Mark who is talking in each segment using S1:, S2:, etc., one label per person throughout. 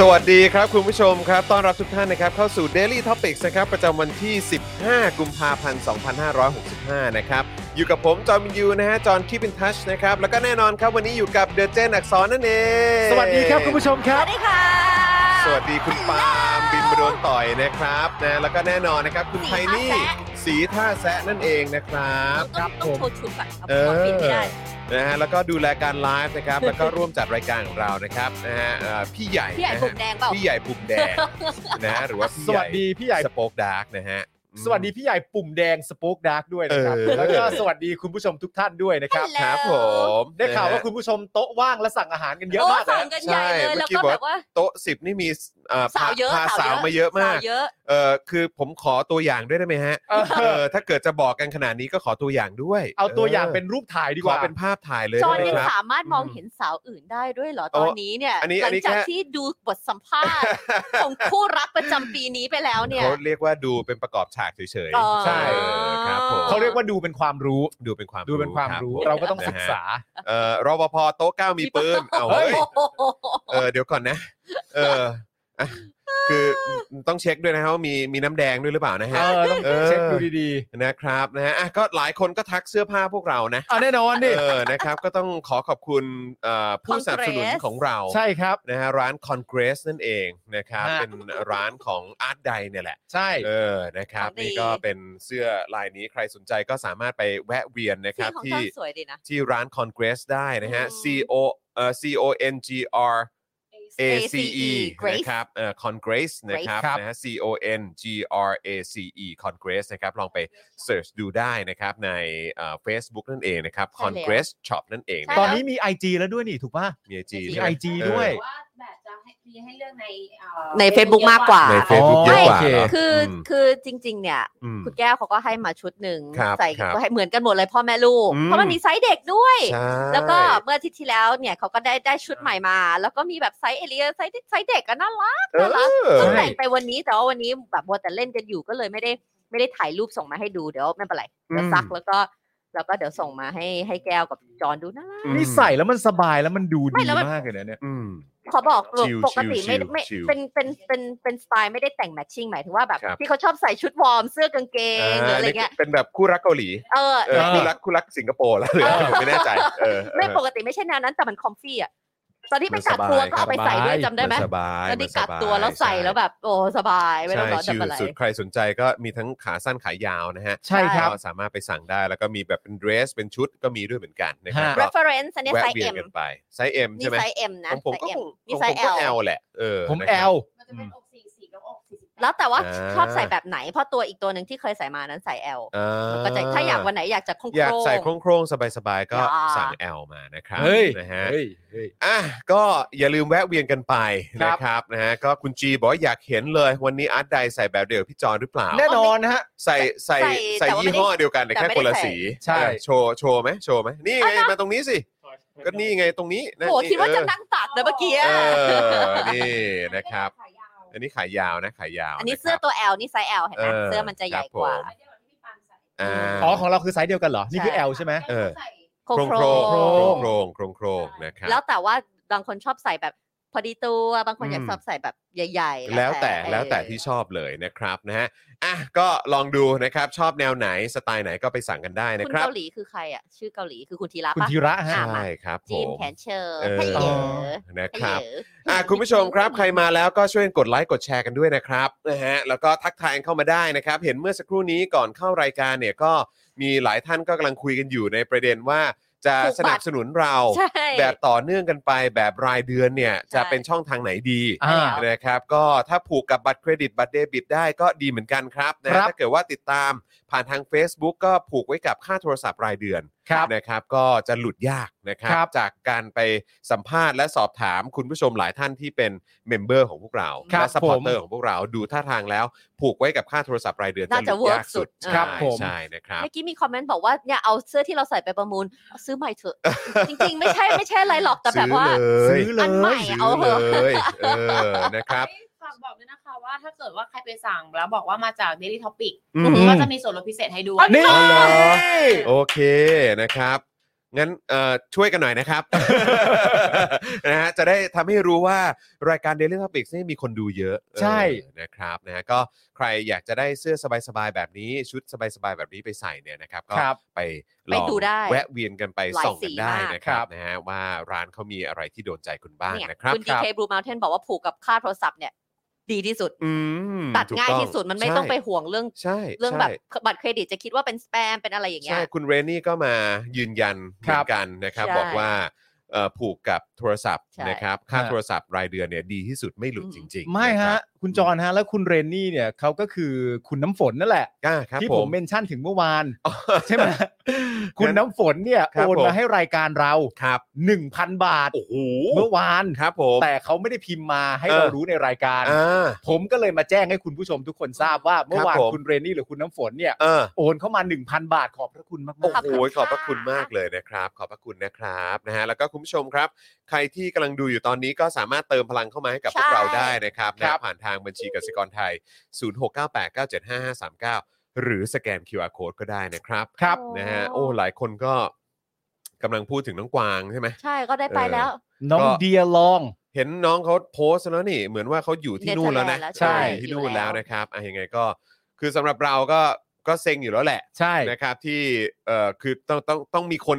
S1: สวัสดีครับคุณผู้ชมครับ ต้อนรับทุกท่านนะครับเข้าสู่ Daily Topics นะครับประจำวันที่ 15 กุมภาพันธ์ 2565 นะครับ อยู่กับผมจอห์นวินยูนะฮะ จอห์นคีปินทัชนะครับ แล้วก็แน่นอนครับวันนี้อยู่กับเดอะเจนอักษรนั่นเอง
S2: สวัสดีครับคุณผู้ชมค
S3: ส
S2: รับ
S3: วัสดีค่ะ
S1: สวัสดีคุณปาล์มบินบโดนต่อยนะครับนะแล้วก็แน่นอนนะครับคุณไทนี่สีท่าแซะนั่นเองนะครับ
S3: ต้องต้องโชว์ชุดก่อนครับ
S1: เออ
S3: ก่อนปิดไม่ได้
S1: นะฮะแล้วก็ดูแลการไลฟ์นะครับ แล้วก็ร่วมจัดรายการของเรานะครับนะฮะเอ่อพี่ใหญ่
S3: พี่ใหญ่
S1: นะ
S3: ผ
S1: ฮะ
S3: มแดงเปล่า
S1: พี่ใหญ่ปุ่มแดงนะฮะหรือว่าพี่
S2: สวัสดีพี่ใหญ่
S1: สปอคดาร์กนะฮะอืม
S2: สวัสดีพี่ใหญ่ปุ่มแดงสป o ๊กดาร์กด้วยนะครับ
S1: เออ
S2: แล้วก็สวัสดีคุณผู้ชมทุกท่านด้วยนะครับ
S3: Hello
S1: ครับผม
S2: ได้ข่าวว่า
S1: นะฮะ
S2: คุณผู้ชมโต๊ะว่างและสั่งอาหารกันเยอะ
S3: โอ้
S2: มากเลย
S3: สั่งกันใหญ่เล
S1: ใช่
S3: ย แล้ว
S1: เมื่อกี้
S3: ก็
S1: บอก
S3: แบบว่า
S1: โต๊ะสิบนี่มีเอ่อ
S3: สาวเยอะ
S1: พาสาวมาเยอะมาก
S3: สวเยอะ
S1: เออคือผมขอตัวอย่างด้วยได้ไหมฮะ
S2: เอ
S1: เอ
S2: อ
S1: อถ้าเกิดจะบอกกันขนาดนี้ก็ขอตัวอย่างด้วย
S2: เอาตัวอย่างเป็นรูปถ่ายดีกว่า
S1: ขอเป็นภาพถ่ายเลย
S3: จอ
S1: ได้ไห
S3: น
S1: ม
S3: ยัง
S1: ครับ
S3: สามารถมองเห็นสาวอื่นได้ด้วยเหรอตอนนี้เนี่ย
S1: อันนี้
S3: ห
S1: อั
S3: ลั
S1: นนี้
S3: จาก
S1: แค่
S3: ที่ดูบทสัมภา ษณ์ของคู่รักประจำปีนี้ไปแล้วเนี่ย
S1: เขาเรียกว่าดูเป็นประกอบฉากเฉย
S3: อ๋อ
S1: ๆ
S3: ใช่
S1: เออครับผม
S2: เขาเรียกว่าดูเป็นความรู้
S1: ดูเป็นความ
S2: ดูเป็นความรู้
S1: บผม
S2: เราก็ต้อง
S1: นะฮะ
S2: ศึกษา
S1: เอ่อรปภโต๊ะเก้ามีปืนเอา
S3: โอ้
S1: เฮ้ย
S3: โห
S1: เออเดี๋ยวก่อนนะ เอออ่ะคือต้องเช็คด้วยนะฮะว่ามีมีน้ำแดงด้วยหรือเปล่านะฮะ
S2: เออต้อง
S1: เออ
S2: เช็คดูดี
S1: นะครับนะฮะอ่ะก็หลายคนก็ทักเสื้อผ้าพวกเรานะ
S2: ๆอ่ะแน่นอนดิ
S1: เออนะครับก็ต้องขอขอบคุณเอ่อผู้สนับสนุนของเรา
S2: ใช่ครับ
S1: นะฮะร้าน Congress นั่นเองนะครับ
S2: ฮะ
S1: เป็นร้านของ Art ใดเนี่ยแหละ
S2: ใช่
S1: เออนะครับนี่ก็เป็นเสื้อลายนี้ใครสนใจก็สามารถไปแวะเวียนนะค
S3: ที่
S1: รับ
S3: ของ
S1: ที่
S3: ท่านสวยดีนะ
S1: ที่ร้าน Congress ได้นะฮะ
S3: อืม
S1: C O เอ่อ C O N G R A C E
S3: Grace
S1: นะครับเอ่อ Congress นะครับ
S2: ครับ
S1: นะฮะ C O N G R A C E Congress นะครับลองไป search ดูได้นะครับในเอ่อ Facebook นั่นเองนะครับ
S3: ใช่แล้ว
S1: Congress Shop นั่นเอง
S3: ใช่
S1: นะ
S2: ต
S1: ค
S2: อน
S1: รับ
S2: นี้มี IG แล้วด้วยนี่ถูกป่ะ
S1: มี IG
S2: มี
S1: ใช่ไหม
S2: IG ด้วย
S1: เออ
S4: ว่าแบบจะให้มีให้เลือกในเอ่อ
S3: ใน Facebook มากกว่า
S1: ใน Facebook
S2: อ๋อ
S1: เยอะกว่า
S2: โอเค
S1: เหรอ
S3: คืออ
S1: ม
S3: คือจริง ๆ เนี่ย
S1: ม
S3: คุณแก้วเขาก็ให้มาชุดหนึ่ง
S1: ครับ
S3: ใส่
S1: ครับ
S3: ก็ให้เหมือนกันหมดเลยพ่อแม่ลูก
S1: อืม
S3: เพราะมันมีไซส์เด็กด้วย
S1: ใช่
S3: แล้วก็เมื่ออาทิตย์ที่แล้วเนี่ยเขาก็ได้ได้ชุดใหม่มา แล้วก็มีแบบไซส์เอเลียไซส์ไซส์เด็กก็น่ารัก
S1: เออ
S3: น่ารัก
S1: เออ
S3: ต้องแต่งไปวันนี้แต่ว่าวันนี้แบบมัวแต่เล่นกันอยู่ก็เลยไม่ได้ไม่ได้ถ่ายรูปส่งมาให้ดูเดี๋ยวไม่เป็นไรเดี๋ยวซักแล้วก็แล้วก็เดี๋ยวส่งมาให้ให้แก้วกับจอนดูน่ารัก
S1: อืม
S2: นี่ใส่แล้วมันสบายแล้วมันดู
S3: ไม่
S2: ดี
S3: แล้วมัน
S2: มากเลยนะเนี่ย
S1: อืม
S3: ขอบอก
S1: ชิล
S3: ปกติ
S1: ชิล
S3: ไม่ไม่
S1: ชิล
S3: เป็นเป็นเป็นเป็นสไตล์ไม่ได้แต่งแมทชิ่งหมายถึงว่าแบบ
S1: ครับ
S3: ที่เขาชอบใส่ชุดวอร์มเสื้อกางเกงหรืออะไรเงี้ย
S1: เป็นแบบคู่รักเกาหลี
S3: เออ
S1: เออ
S2: เออ
S1: คู่รักคู่รักสิงคโปร์แล้วหรือผมไม่แน่ใจเออเออ
S3: ไม่ปกติไม่ใช่แนวนั้นแต่มันคอมฟี่อ่ะ ตอนที่ไป
S1: มัน
S3: กัก
S1: สบาย
S3: ตัวก็เอาไป
S2: ครับ
S3: ใส่ด้วย
S2: สบาย
S3: จำได้ไหม
S1: นสบาย
S3: ตอนที่
S1: มัน
S3: กับ
S1: สาย
S3: ตัวแล้วใส่แล้วแบบ โอ้สบายไม่ต้อง
S1: ใช่
S3: ร้อน
S1: ชิล
S3: จำอะไร
S1: สุดใครสนใจก็มีทั้งขาสั้นขายาวนะฮะ
S2: ใช่ครับ
S1: ก็สามารถไปสั่งได้แล้วก็มีแบบเป็นเดรส เป็นชุดก็มีด้วยเหมือนกันนะครับ
S2: ฮะ
S1: ก็
S3: reference อันเนี้ย
S1: แวะ
S3: ไซส์
S1: เวียน
S3: เอ็ม
S1: กันไปไซส์ M
S3: นี่
S1: ใช่ไหม
S3: ไซส์เอ็มนะ
S1: ของผม
S3: ไซส์
S1: ก็ค
S3: เอ็ม
S1: ง
S3: มี
S1: ของ
S3: ไซ
S1: ผม
S3: ส์เอ
S1: ก็
S3: ล
S1: L แหละเออ
S2: ผม
S1: นะ
S2: แอ
S1: ครับ
S2: ล
S4: มันจะเป็นอกสี่สี่กับอกสี่สิบ
S3: แล้วแต่ว่า
S1: อ่า
S3: ชอบใส่แบบไหน เพราะตัวอีกตัวหนึ่งที่เคยใส่มานั้นใส่เอล
S1: อ่
S3: ก็จะถ้าอยากวันไหนอยากจะโคงๆ
S1: อยากใส่โครงๆ สบายๆ ก็
S3: อ่า
S1: สั่ง L มานะครับ
S2: เฮ้ย
S1: นะฮะ
S2: เฮ้ยเฮ้ย
S1: อ่ะก็อย่าลืมแวะเวียนกันไป
S2: ครั
S1: นะ
S2: บ
S1: ครับนะฮะก็คุณจีบอกว่าอยากเห็นเลยวันนี้อาร์ตไดใส่แบบเดียวกับพี่จอนหรือเปล่า
S2: แน่นอนนะฮะ
S1: ใส่ใส่
S3: ใส่
S1: ใส่
S3: แต่ว่า
S1: ยี่ห้อ
S3: ไม่ได้
S1: เดียวกันแต่
S3: แต่
S1: แค่
S3: ไม่
S1: คนละ
S3: ได้ใส่
S1: สี
S2: ใช่
S1: เออโชว์โชว์ไหมโชว์ไหมนี่ไงมาตรงนี้สิ ก็นี่ไงตรงนี้นะ
S3: โห
S1: นี่
S3: คิดว่าจะ
S1: เออ
S3: นั่งตักนะเมื่อกี้
S1: เอ
S3: อะ
S1: อนี่นะครับ
S4: ขายาว
S1: อันนี้ขายาวนะขายาว
S3: อันนี้
S1: ะครับ
S3: เสื้อตัว L นี่ไซส์ L เห็นไหม
S1: เออ
S3: เสื้อมันจะใหญ่ก
S1: ค
S3: ว่า
S1: รับผม
S4: ไม่ได้แบบที่พี่ปานใส่
S1: อ่า
S2: อ๋อของเราคือไซส์เดียวกันเหรอ นี่คือ
S3: ใช่
S2: L ใช่ไหม
S1: เออ
S4: ใส่
S3: โครง
S1: โครง
S3: โคร
S1: โครง
S3: ง
S1: โครงโครงโครงนะครับ
S3: แล้วแต่ว่าบางคนชอบใส่แบบพอดีตัวบางคนอยาก
S2: อืม
S3: ชอบใส่แบบใหญ่ๆ
S1: แล้วแต่
S3: เออ
S1: แล้วแต่ที่ชอบเลยนะครับนะฮะอ่ะก็ลองดูนะครับชอบแนวไหนสไตล์ไหนก็ไปสั่งกันได้นะ
S3: คุณ
S1: ครับ
S3: เกาหลีคือใครอ่ะ ชื่อเกาหลีคือคุณธีระ
S2: คุณ
S3: ปะ
S2: ธีระฮะ
S3: อ่า
S1: ใช่ครับผ
S3: จีน
S1: ม
S3: แขนเชิญ
S1: เออ
S3: ไทยเหยอ
S1: นะครับ
S3: ไทยเหยอ
S1: อ่ะคุณผู้ชมครับใครมาแล้วก็ช่วยกดไลค์กดแชร์กันด้วยนะครับนะฮะแล้วก็ทักทายเข้ามาได้นะครับ เห็นเมื่อสักครู่นี้ก่อนเข้ารายการเนี่ยก็มีหลายท่านก็กำลังคุยกันอยู่ในประเด็นว่าจะสนับสนุนเรา
S3: ใช่
S1: แบบต่อเนื่องกันไปแบบรายเดือนเนี่ยจะ
S3: ใช่
S1: เป็นช่องทางไหนดี
S2: อ่า
S3: แล้ว
S1: นะครับก็ถ้าผูกกับบัตรเครดิตบัตรเดบิตได้ก็ดีเหมือนกันครับนะครับ ถ้าเกิดว่าติดตามผ่านทาง Facebook ก็ผูกไว้กับค่าโทรศัพท์รายเดือน
S2: ครับ
S1: นะครับ ก็จะหลุดยากนะครับ
S2: ครับ
S1: จากการไปสัมภาษณ์และสอบถามคุณผู้ชมหลายท่านที่เป็นเมมเบอร์ของพวกเรา
S2: ครับ
S1: และสปอร์เตอ
S2: ผ
S1: ร์
S2: ม
S1: ของพวกเราดูท่าทางแล้ว ผูกไว้กับค่าโทรศัพท์รายเดือน
S3: น่าจะ
S1: หลุดยากสุด
S3: เวิร์กสุด
S2: ครับ
S1: ใช่
S2: ผม
S1: ใช่นะครับ
S3: เมื่อกี้มีคอมเมนต์บอกว่าเนี่ยเอาเสื้อที่เราใส่ไปประมูลเอาซื้อใหม่เถอะ จริง ๆ ไม่ใช่ไม่ใช่อะไรหรอกแต่แบบว่า
S1: ซื้
S2: ซื้
S1: อ
S2: อ
S1: เลย
S2: เล
S3: อันใหม่
S2: ย
S1: ซื้
S3: เอา
S1: อ
S3: เถ
S1: เล
S3: อะ
S1: ยเออนะครับ
S4: เอ้ยฝากบอกด้วยนะคะว่าถ้าเกิดว่าใครไปสั่งแล้วบอกว่ามาจาก Daily Topic
S1: อืม
S2: หื
S4: ก็จะมีส่วนลดพิเศษให้ด้วย
S2: นี่
S1: อ๋อเหรอ โอเคนะครับ งั้นเอ่อช่วยกันหน่อย นะครับ นะฮะจะได้ทำให้รู้ว่ารายการ Daily Topics นี่มีคนดูเยอะ
S2: ใช่
S1: เออนะครับนะฮะก็ใครอยากจะได้เสื้อสบายๆแบบนี้ชุดสบายๆแบบนี้ไปใส่เนี่ยนะครับก็
S2: ครับ
S1: ไปลอง
S3: ไปดูได้
S1: แวะเวียนกันไป
S3: หลาย
S1: ส่องกันได้
S3: สีมาก
S1: นะครับ
S2: ครับ
S1: นะฮะว่าร้านเขามีอะไรที่โดนใจคุณบ้าง
S3: เนี่ย
S1: นะครับ
S3: คุณดีเคบลูมา t เทนบอกว่าผูกกับค่าโทรศัพท์เนี่ย ดีที่สุด
S1: อืม
S3: ตัด
S1: ถูก
S3: ง่ายที่สุดมันไม่ต้องไปห่วงเรื่อง
S1: ใช่
S3: เรื่อง
S1: ใช่
S3: แบบบัตรเครดิตจะคิดว่าเป็นสแปมเป็นอะไรอย่างเงี้ย
S1: ใช่ คุณเรนนี่ก็มายืนยันเห
S2: ครั
S1: มือบ นกันนะครับ
S3: ใช่
S1: บอกว่าเอ่อผูกกับโทรศัพท์
S3: ใช่
S1: นะครับค่า
S2: ฮะ
S1: โทรศัพท์รายเดือนเนี่ยดีที่สุดไม่หลุดจริงๆ
S2: ไม่
S1: นครั
S2: ฮะ
S1: บ
S2: คุณจอนฮะ แล้วคุณเรนนี่เนี่ยเขาก็คือคุณน้ำฝนนั่นแหละ
S1: อ่าครับ
S2: ที่
S1: ผ
S2: ผม
S1: ม
S2: เมนชั่นถึงเมื่อวาน ใช่ไหม คุณน้ำฝนเนี่ย
S1: ครับ
S2: โอน
S1: ผม
S2: มาให้รายการเรา
S1: ครับ
S2: 1,000 บาท
S1: โอ้โห
S2: เมื่อวาน
S1: ครับผม
S2: แต่เขาไม่ได้พิมพ์มาให้
S1: เออ
S2: เรารู้ในรายการ
S1: อ่า
S2: ผมก็เลยมาแจ้งให้คุณผู้ชมทุกคนทราบว่า เมื่อวาน
S1: ครับผม
S2: คุณเรนนี่หรือคุณน้ำฝนเนี่ย
S1: เออ
S2: โอนเข้ามา 1,000 บาทขอบพระคุณมาก
S1: โอ้
S2: ๆ
S1: โหขอบพระคุณมากเลยนะครับ ขอบพระคุณนะครับนะฮะแล้วก็คุณผู้ชมครับ ใครที่กำลังดูอยู่ตอนนี้ก็สามารถเติมพลังเข้ามาให้กับพวกเราได้นะครับ
S2: ครั
S1: นะ
S2: บ
S1: ผ่านทางบัญชีกสิกรไทย 0698975539 หรือสแกน QR Code ก็ได้นะครับ
S2: ครับ
S1: นะฮะโอ้หลายคนก็กำลังพูดถึงน้องกวางใช่ไหม
S3: ใช่ก็ได้ไปแล้ว
S2: น้อง
S1: ก็
S2: เดียลอง
S1: เห็นน้องเขาโพสต์แล้วนี่ เหมือนว่าเขาอยู่ที่นู่นแล้วนะ
S3: เนเธอร์แลน
S1: อ
S2: ใช่
S3: ด์แล้ว
S1: ยู่ที่นู่นแล้วนะครับอ่ะยังไงก็คือสำหรับเราก็ก็เซ็งอยู่แล้วแหละ
S2: ใช่
S1: นะครับที่เอ่อคือต้องต้องต้องมีคน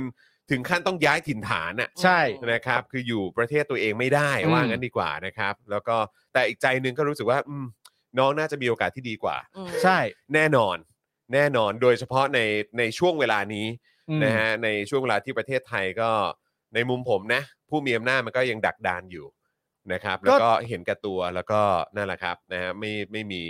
S1: ถึงขั้นต้องย้ายถิ่นฐานน่ะ
S2: ใช่
S1: นะครับ คืออยู่ประเทศตัวเองไม่ได้
S2: อืม
S1: ว่างั้นดีกว่านะครับ แล้วก็แต่อีกใจหนึงก็รู้สึกว่าอืมน้องน่าจะมีโอกาสที่ดีกว่า
S3: อืม
S2: ใช่
S1: แน่นอน แน่นอนโดยเฉพาะในในช่วงเวลานี้
S2: อืม
S1: นะฮะในช่วงเวลาที่ประเทศไทยก็ในมุมผมนะ ผู้มีอำนาจมันก็ยังดักดานอยู่นะครับ
S2: ก็
S1: แล้วก็เห็นแก่ตัวแล้วก็นั่นแหละครับนะฮะไม่ไม่มี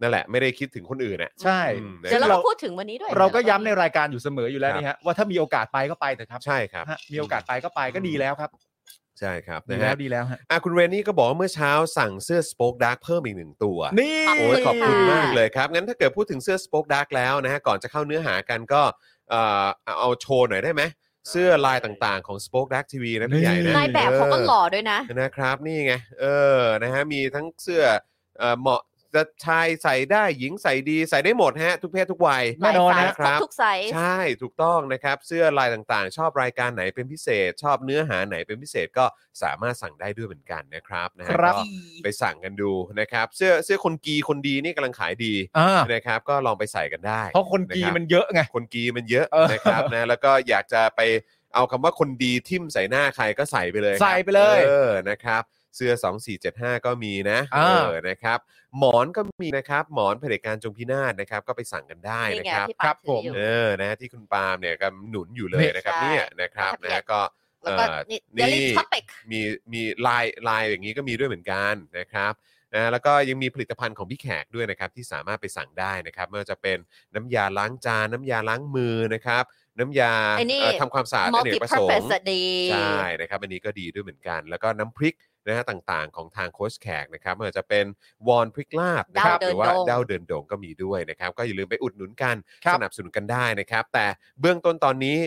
S1: นั่นแหละ ไม่ได้คิดถึงคนอื่นอ่ะ
S2: ใช่
S1: อืม
S3: เดี๋ยวเรา
S2: ซึ่ง
S3: ก็พูดถึงวันนี้ด้วย
S2: เราก็ย้ำใน
S3: เดี๋ว
S2: รายการอยู่เสมออยู่แล้วนี่ฮะว่าถ้ามีโอกาสไปก็ไปเถอะครับ
S1: ใช่ครับ
S2: ฮะมีโอกาสไปก็ไปก็ดีแล้วครับ
S1: ใช่ครับ
S2: ดี
S1: นะ
S2: แล้ว
S1: ฮะ
S2: ดีแล้วฮะ
S1: อ่ะคุณเรนนี่ก็บอกว่าเมื่อเช้าสั่งเสื้อ Spoke Dark เพิ่มอีกหนึ่งตัว
S2: นี่
S1: โอ้ยขอบคุณ
S3: ค่ะ
S1: มากเลยครับ งั้นถ้าเกิดพูดถึงเสื้อ Spoke Dark แล้วนะฮะก่อนจะเข้าเนื้อหากันก็เอ่อเอาโชว์หน่อยได้ไหมเสื้อลายต่างๆของ Spoke Dark TV นะพี่ใหญ่นะ
S3: นายแบบเขาก็หล่อด้วยนะ
S1: นะครับนี่ไงเออนะฮะมีทั้งเสื้อเอ่อเหมาะจะชายใส่ได้หญิงใส่ดีใส่ได้หมดฮะ ทุกเพศทุกวัย
S2: แน่นอน
S3: หลาย
S1: นะค
S3: ไซ
S1: รับ
S3: ส์ครบทุกไซส์
S1: ใช่ถูกต้องนะครับ เสื้อลายต่างๆ ชอบรายการไหนเป็นพิเศษ ชอบเนื้อหาไหนเป็นพิเศษก็สามารถสั่งได้ด้วยเหมือนกันนะครับนะฮะ
S2: ครับ
S1: ก็ไปสั่งกันดูนะครับ เสื้อเสื้อคนกีคนดีนี่กำลังขายดี
S2: อ่า
S1: นะครับ ก็ลองไปใส่กันได้
S2: เพราะคนกีมันเยอะไง
S1: คนกีมันเยอะ
S2: เออ
S1: นะครับนะ แล้วก็อยากจะไปเอาคำว่าคนดีทิ่มใส่หน้าใครก็ใส่ไปเลยครับ
S2: ใส่ไปเลย
S1: เออนะครับ เสื้อ 2475 ก็มีนะ
S2: อ่า
S1: เออนะครับ หมอนก็มีนะครับ หมอนเผด็จการจงพินาศนะครับ ก็ไปสั่งกันได้
S3: นี่
S1: นะ
S3: ไง
S1: ครับ
S3: ที่ปัดถืออยู่
S1: เออนะที่คุณปาล์มเนี่ยกำลังหนุนอยู่เลยนะครับ
S3: ใช่
S1: เนี่ยนะครับ
S3: แล้วก็
S1: นะก็
S3: แล้วก็
S1: เอ่อ
S3: นี่
S1: นี่
S3: เดลิทอปิก
S1: มีมีลายลายอย่างนี้ก็มีด้วยเหมือนกันนะครับนะแล้วก็ยังมีผลิตภัณฑ์ของพี่แขกด้วยนะครับ ที่สามารถไปสั่งได้นะครับไม่ว่าจะเป็นน้ำยาล้างจานน้ำยาล้างมือนะครับ น้ำยา
S3: ไอ้นี่
S1: เอ่อทำความสะอาดอเน
S3: multi
S1: กประสง
S3: purpose
S1: ค์
S3: ดี
S1: ใช่นะครับอันนี้ก็ดีด้วยเหมือนกัน แล้วก็น้ำพริกนะฮะต่างๆ ของทางโค้ชแขกนะครับไม่ว่าจะเป็นวอนพริกลาบนะครับ
S3: ดาวเดิ
S1: ห
S3: นดง
S1: รือว่าด้าวเดินโด่งก็มีด้วยนะครับ ก็อย่าลืมไปอุดหนุนกัน
S2: ครับ
S1: สนับสนุนกันได้นะครับ แต่เบื้องต้นตอนนี้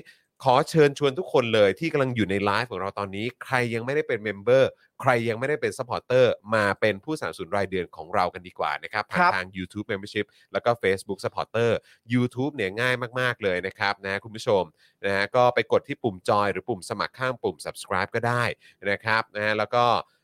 S1: ขอเชิญชวนทุกคนเลยที่กำลังอยู่ในไลฟ์ของเราตอนนี้ ใครยังไม่ได้เป็นเมมเบอร์ใครยังไม่ได้เป็นสปอร์เตอร์มาเป็นผู้สนับสนุนรายเดือนของเรากันดีกว่านะครับผ่าน
S2: ครับ
S1: ทาง YouTube Membership แล้วก็ Facebook Supporter YouTube เนี่ยง่ายมากๆเลยนะครับนะคุณผู้ชมนะฮะก็ไปกดที่ปุ่มจอยหรือปุ่มสมัครข้างปุ่ม subscribe ก็ได้นะครับนะฮะแล้วก็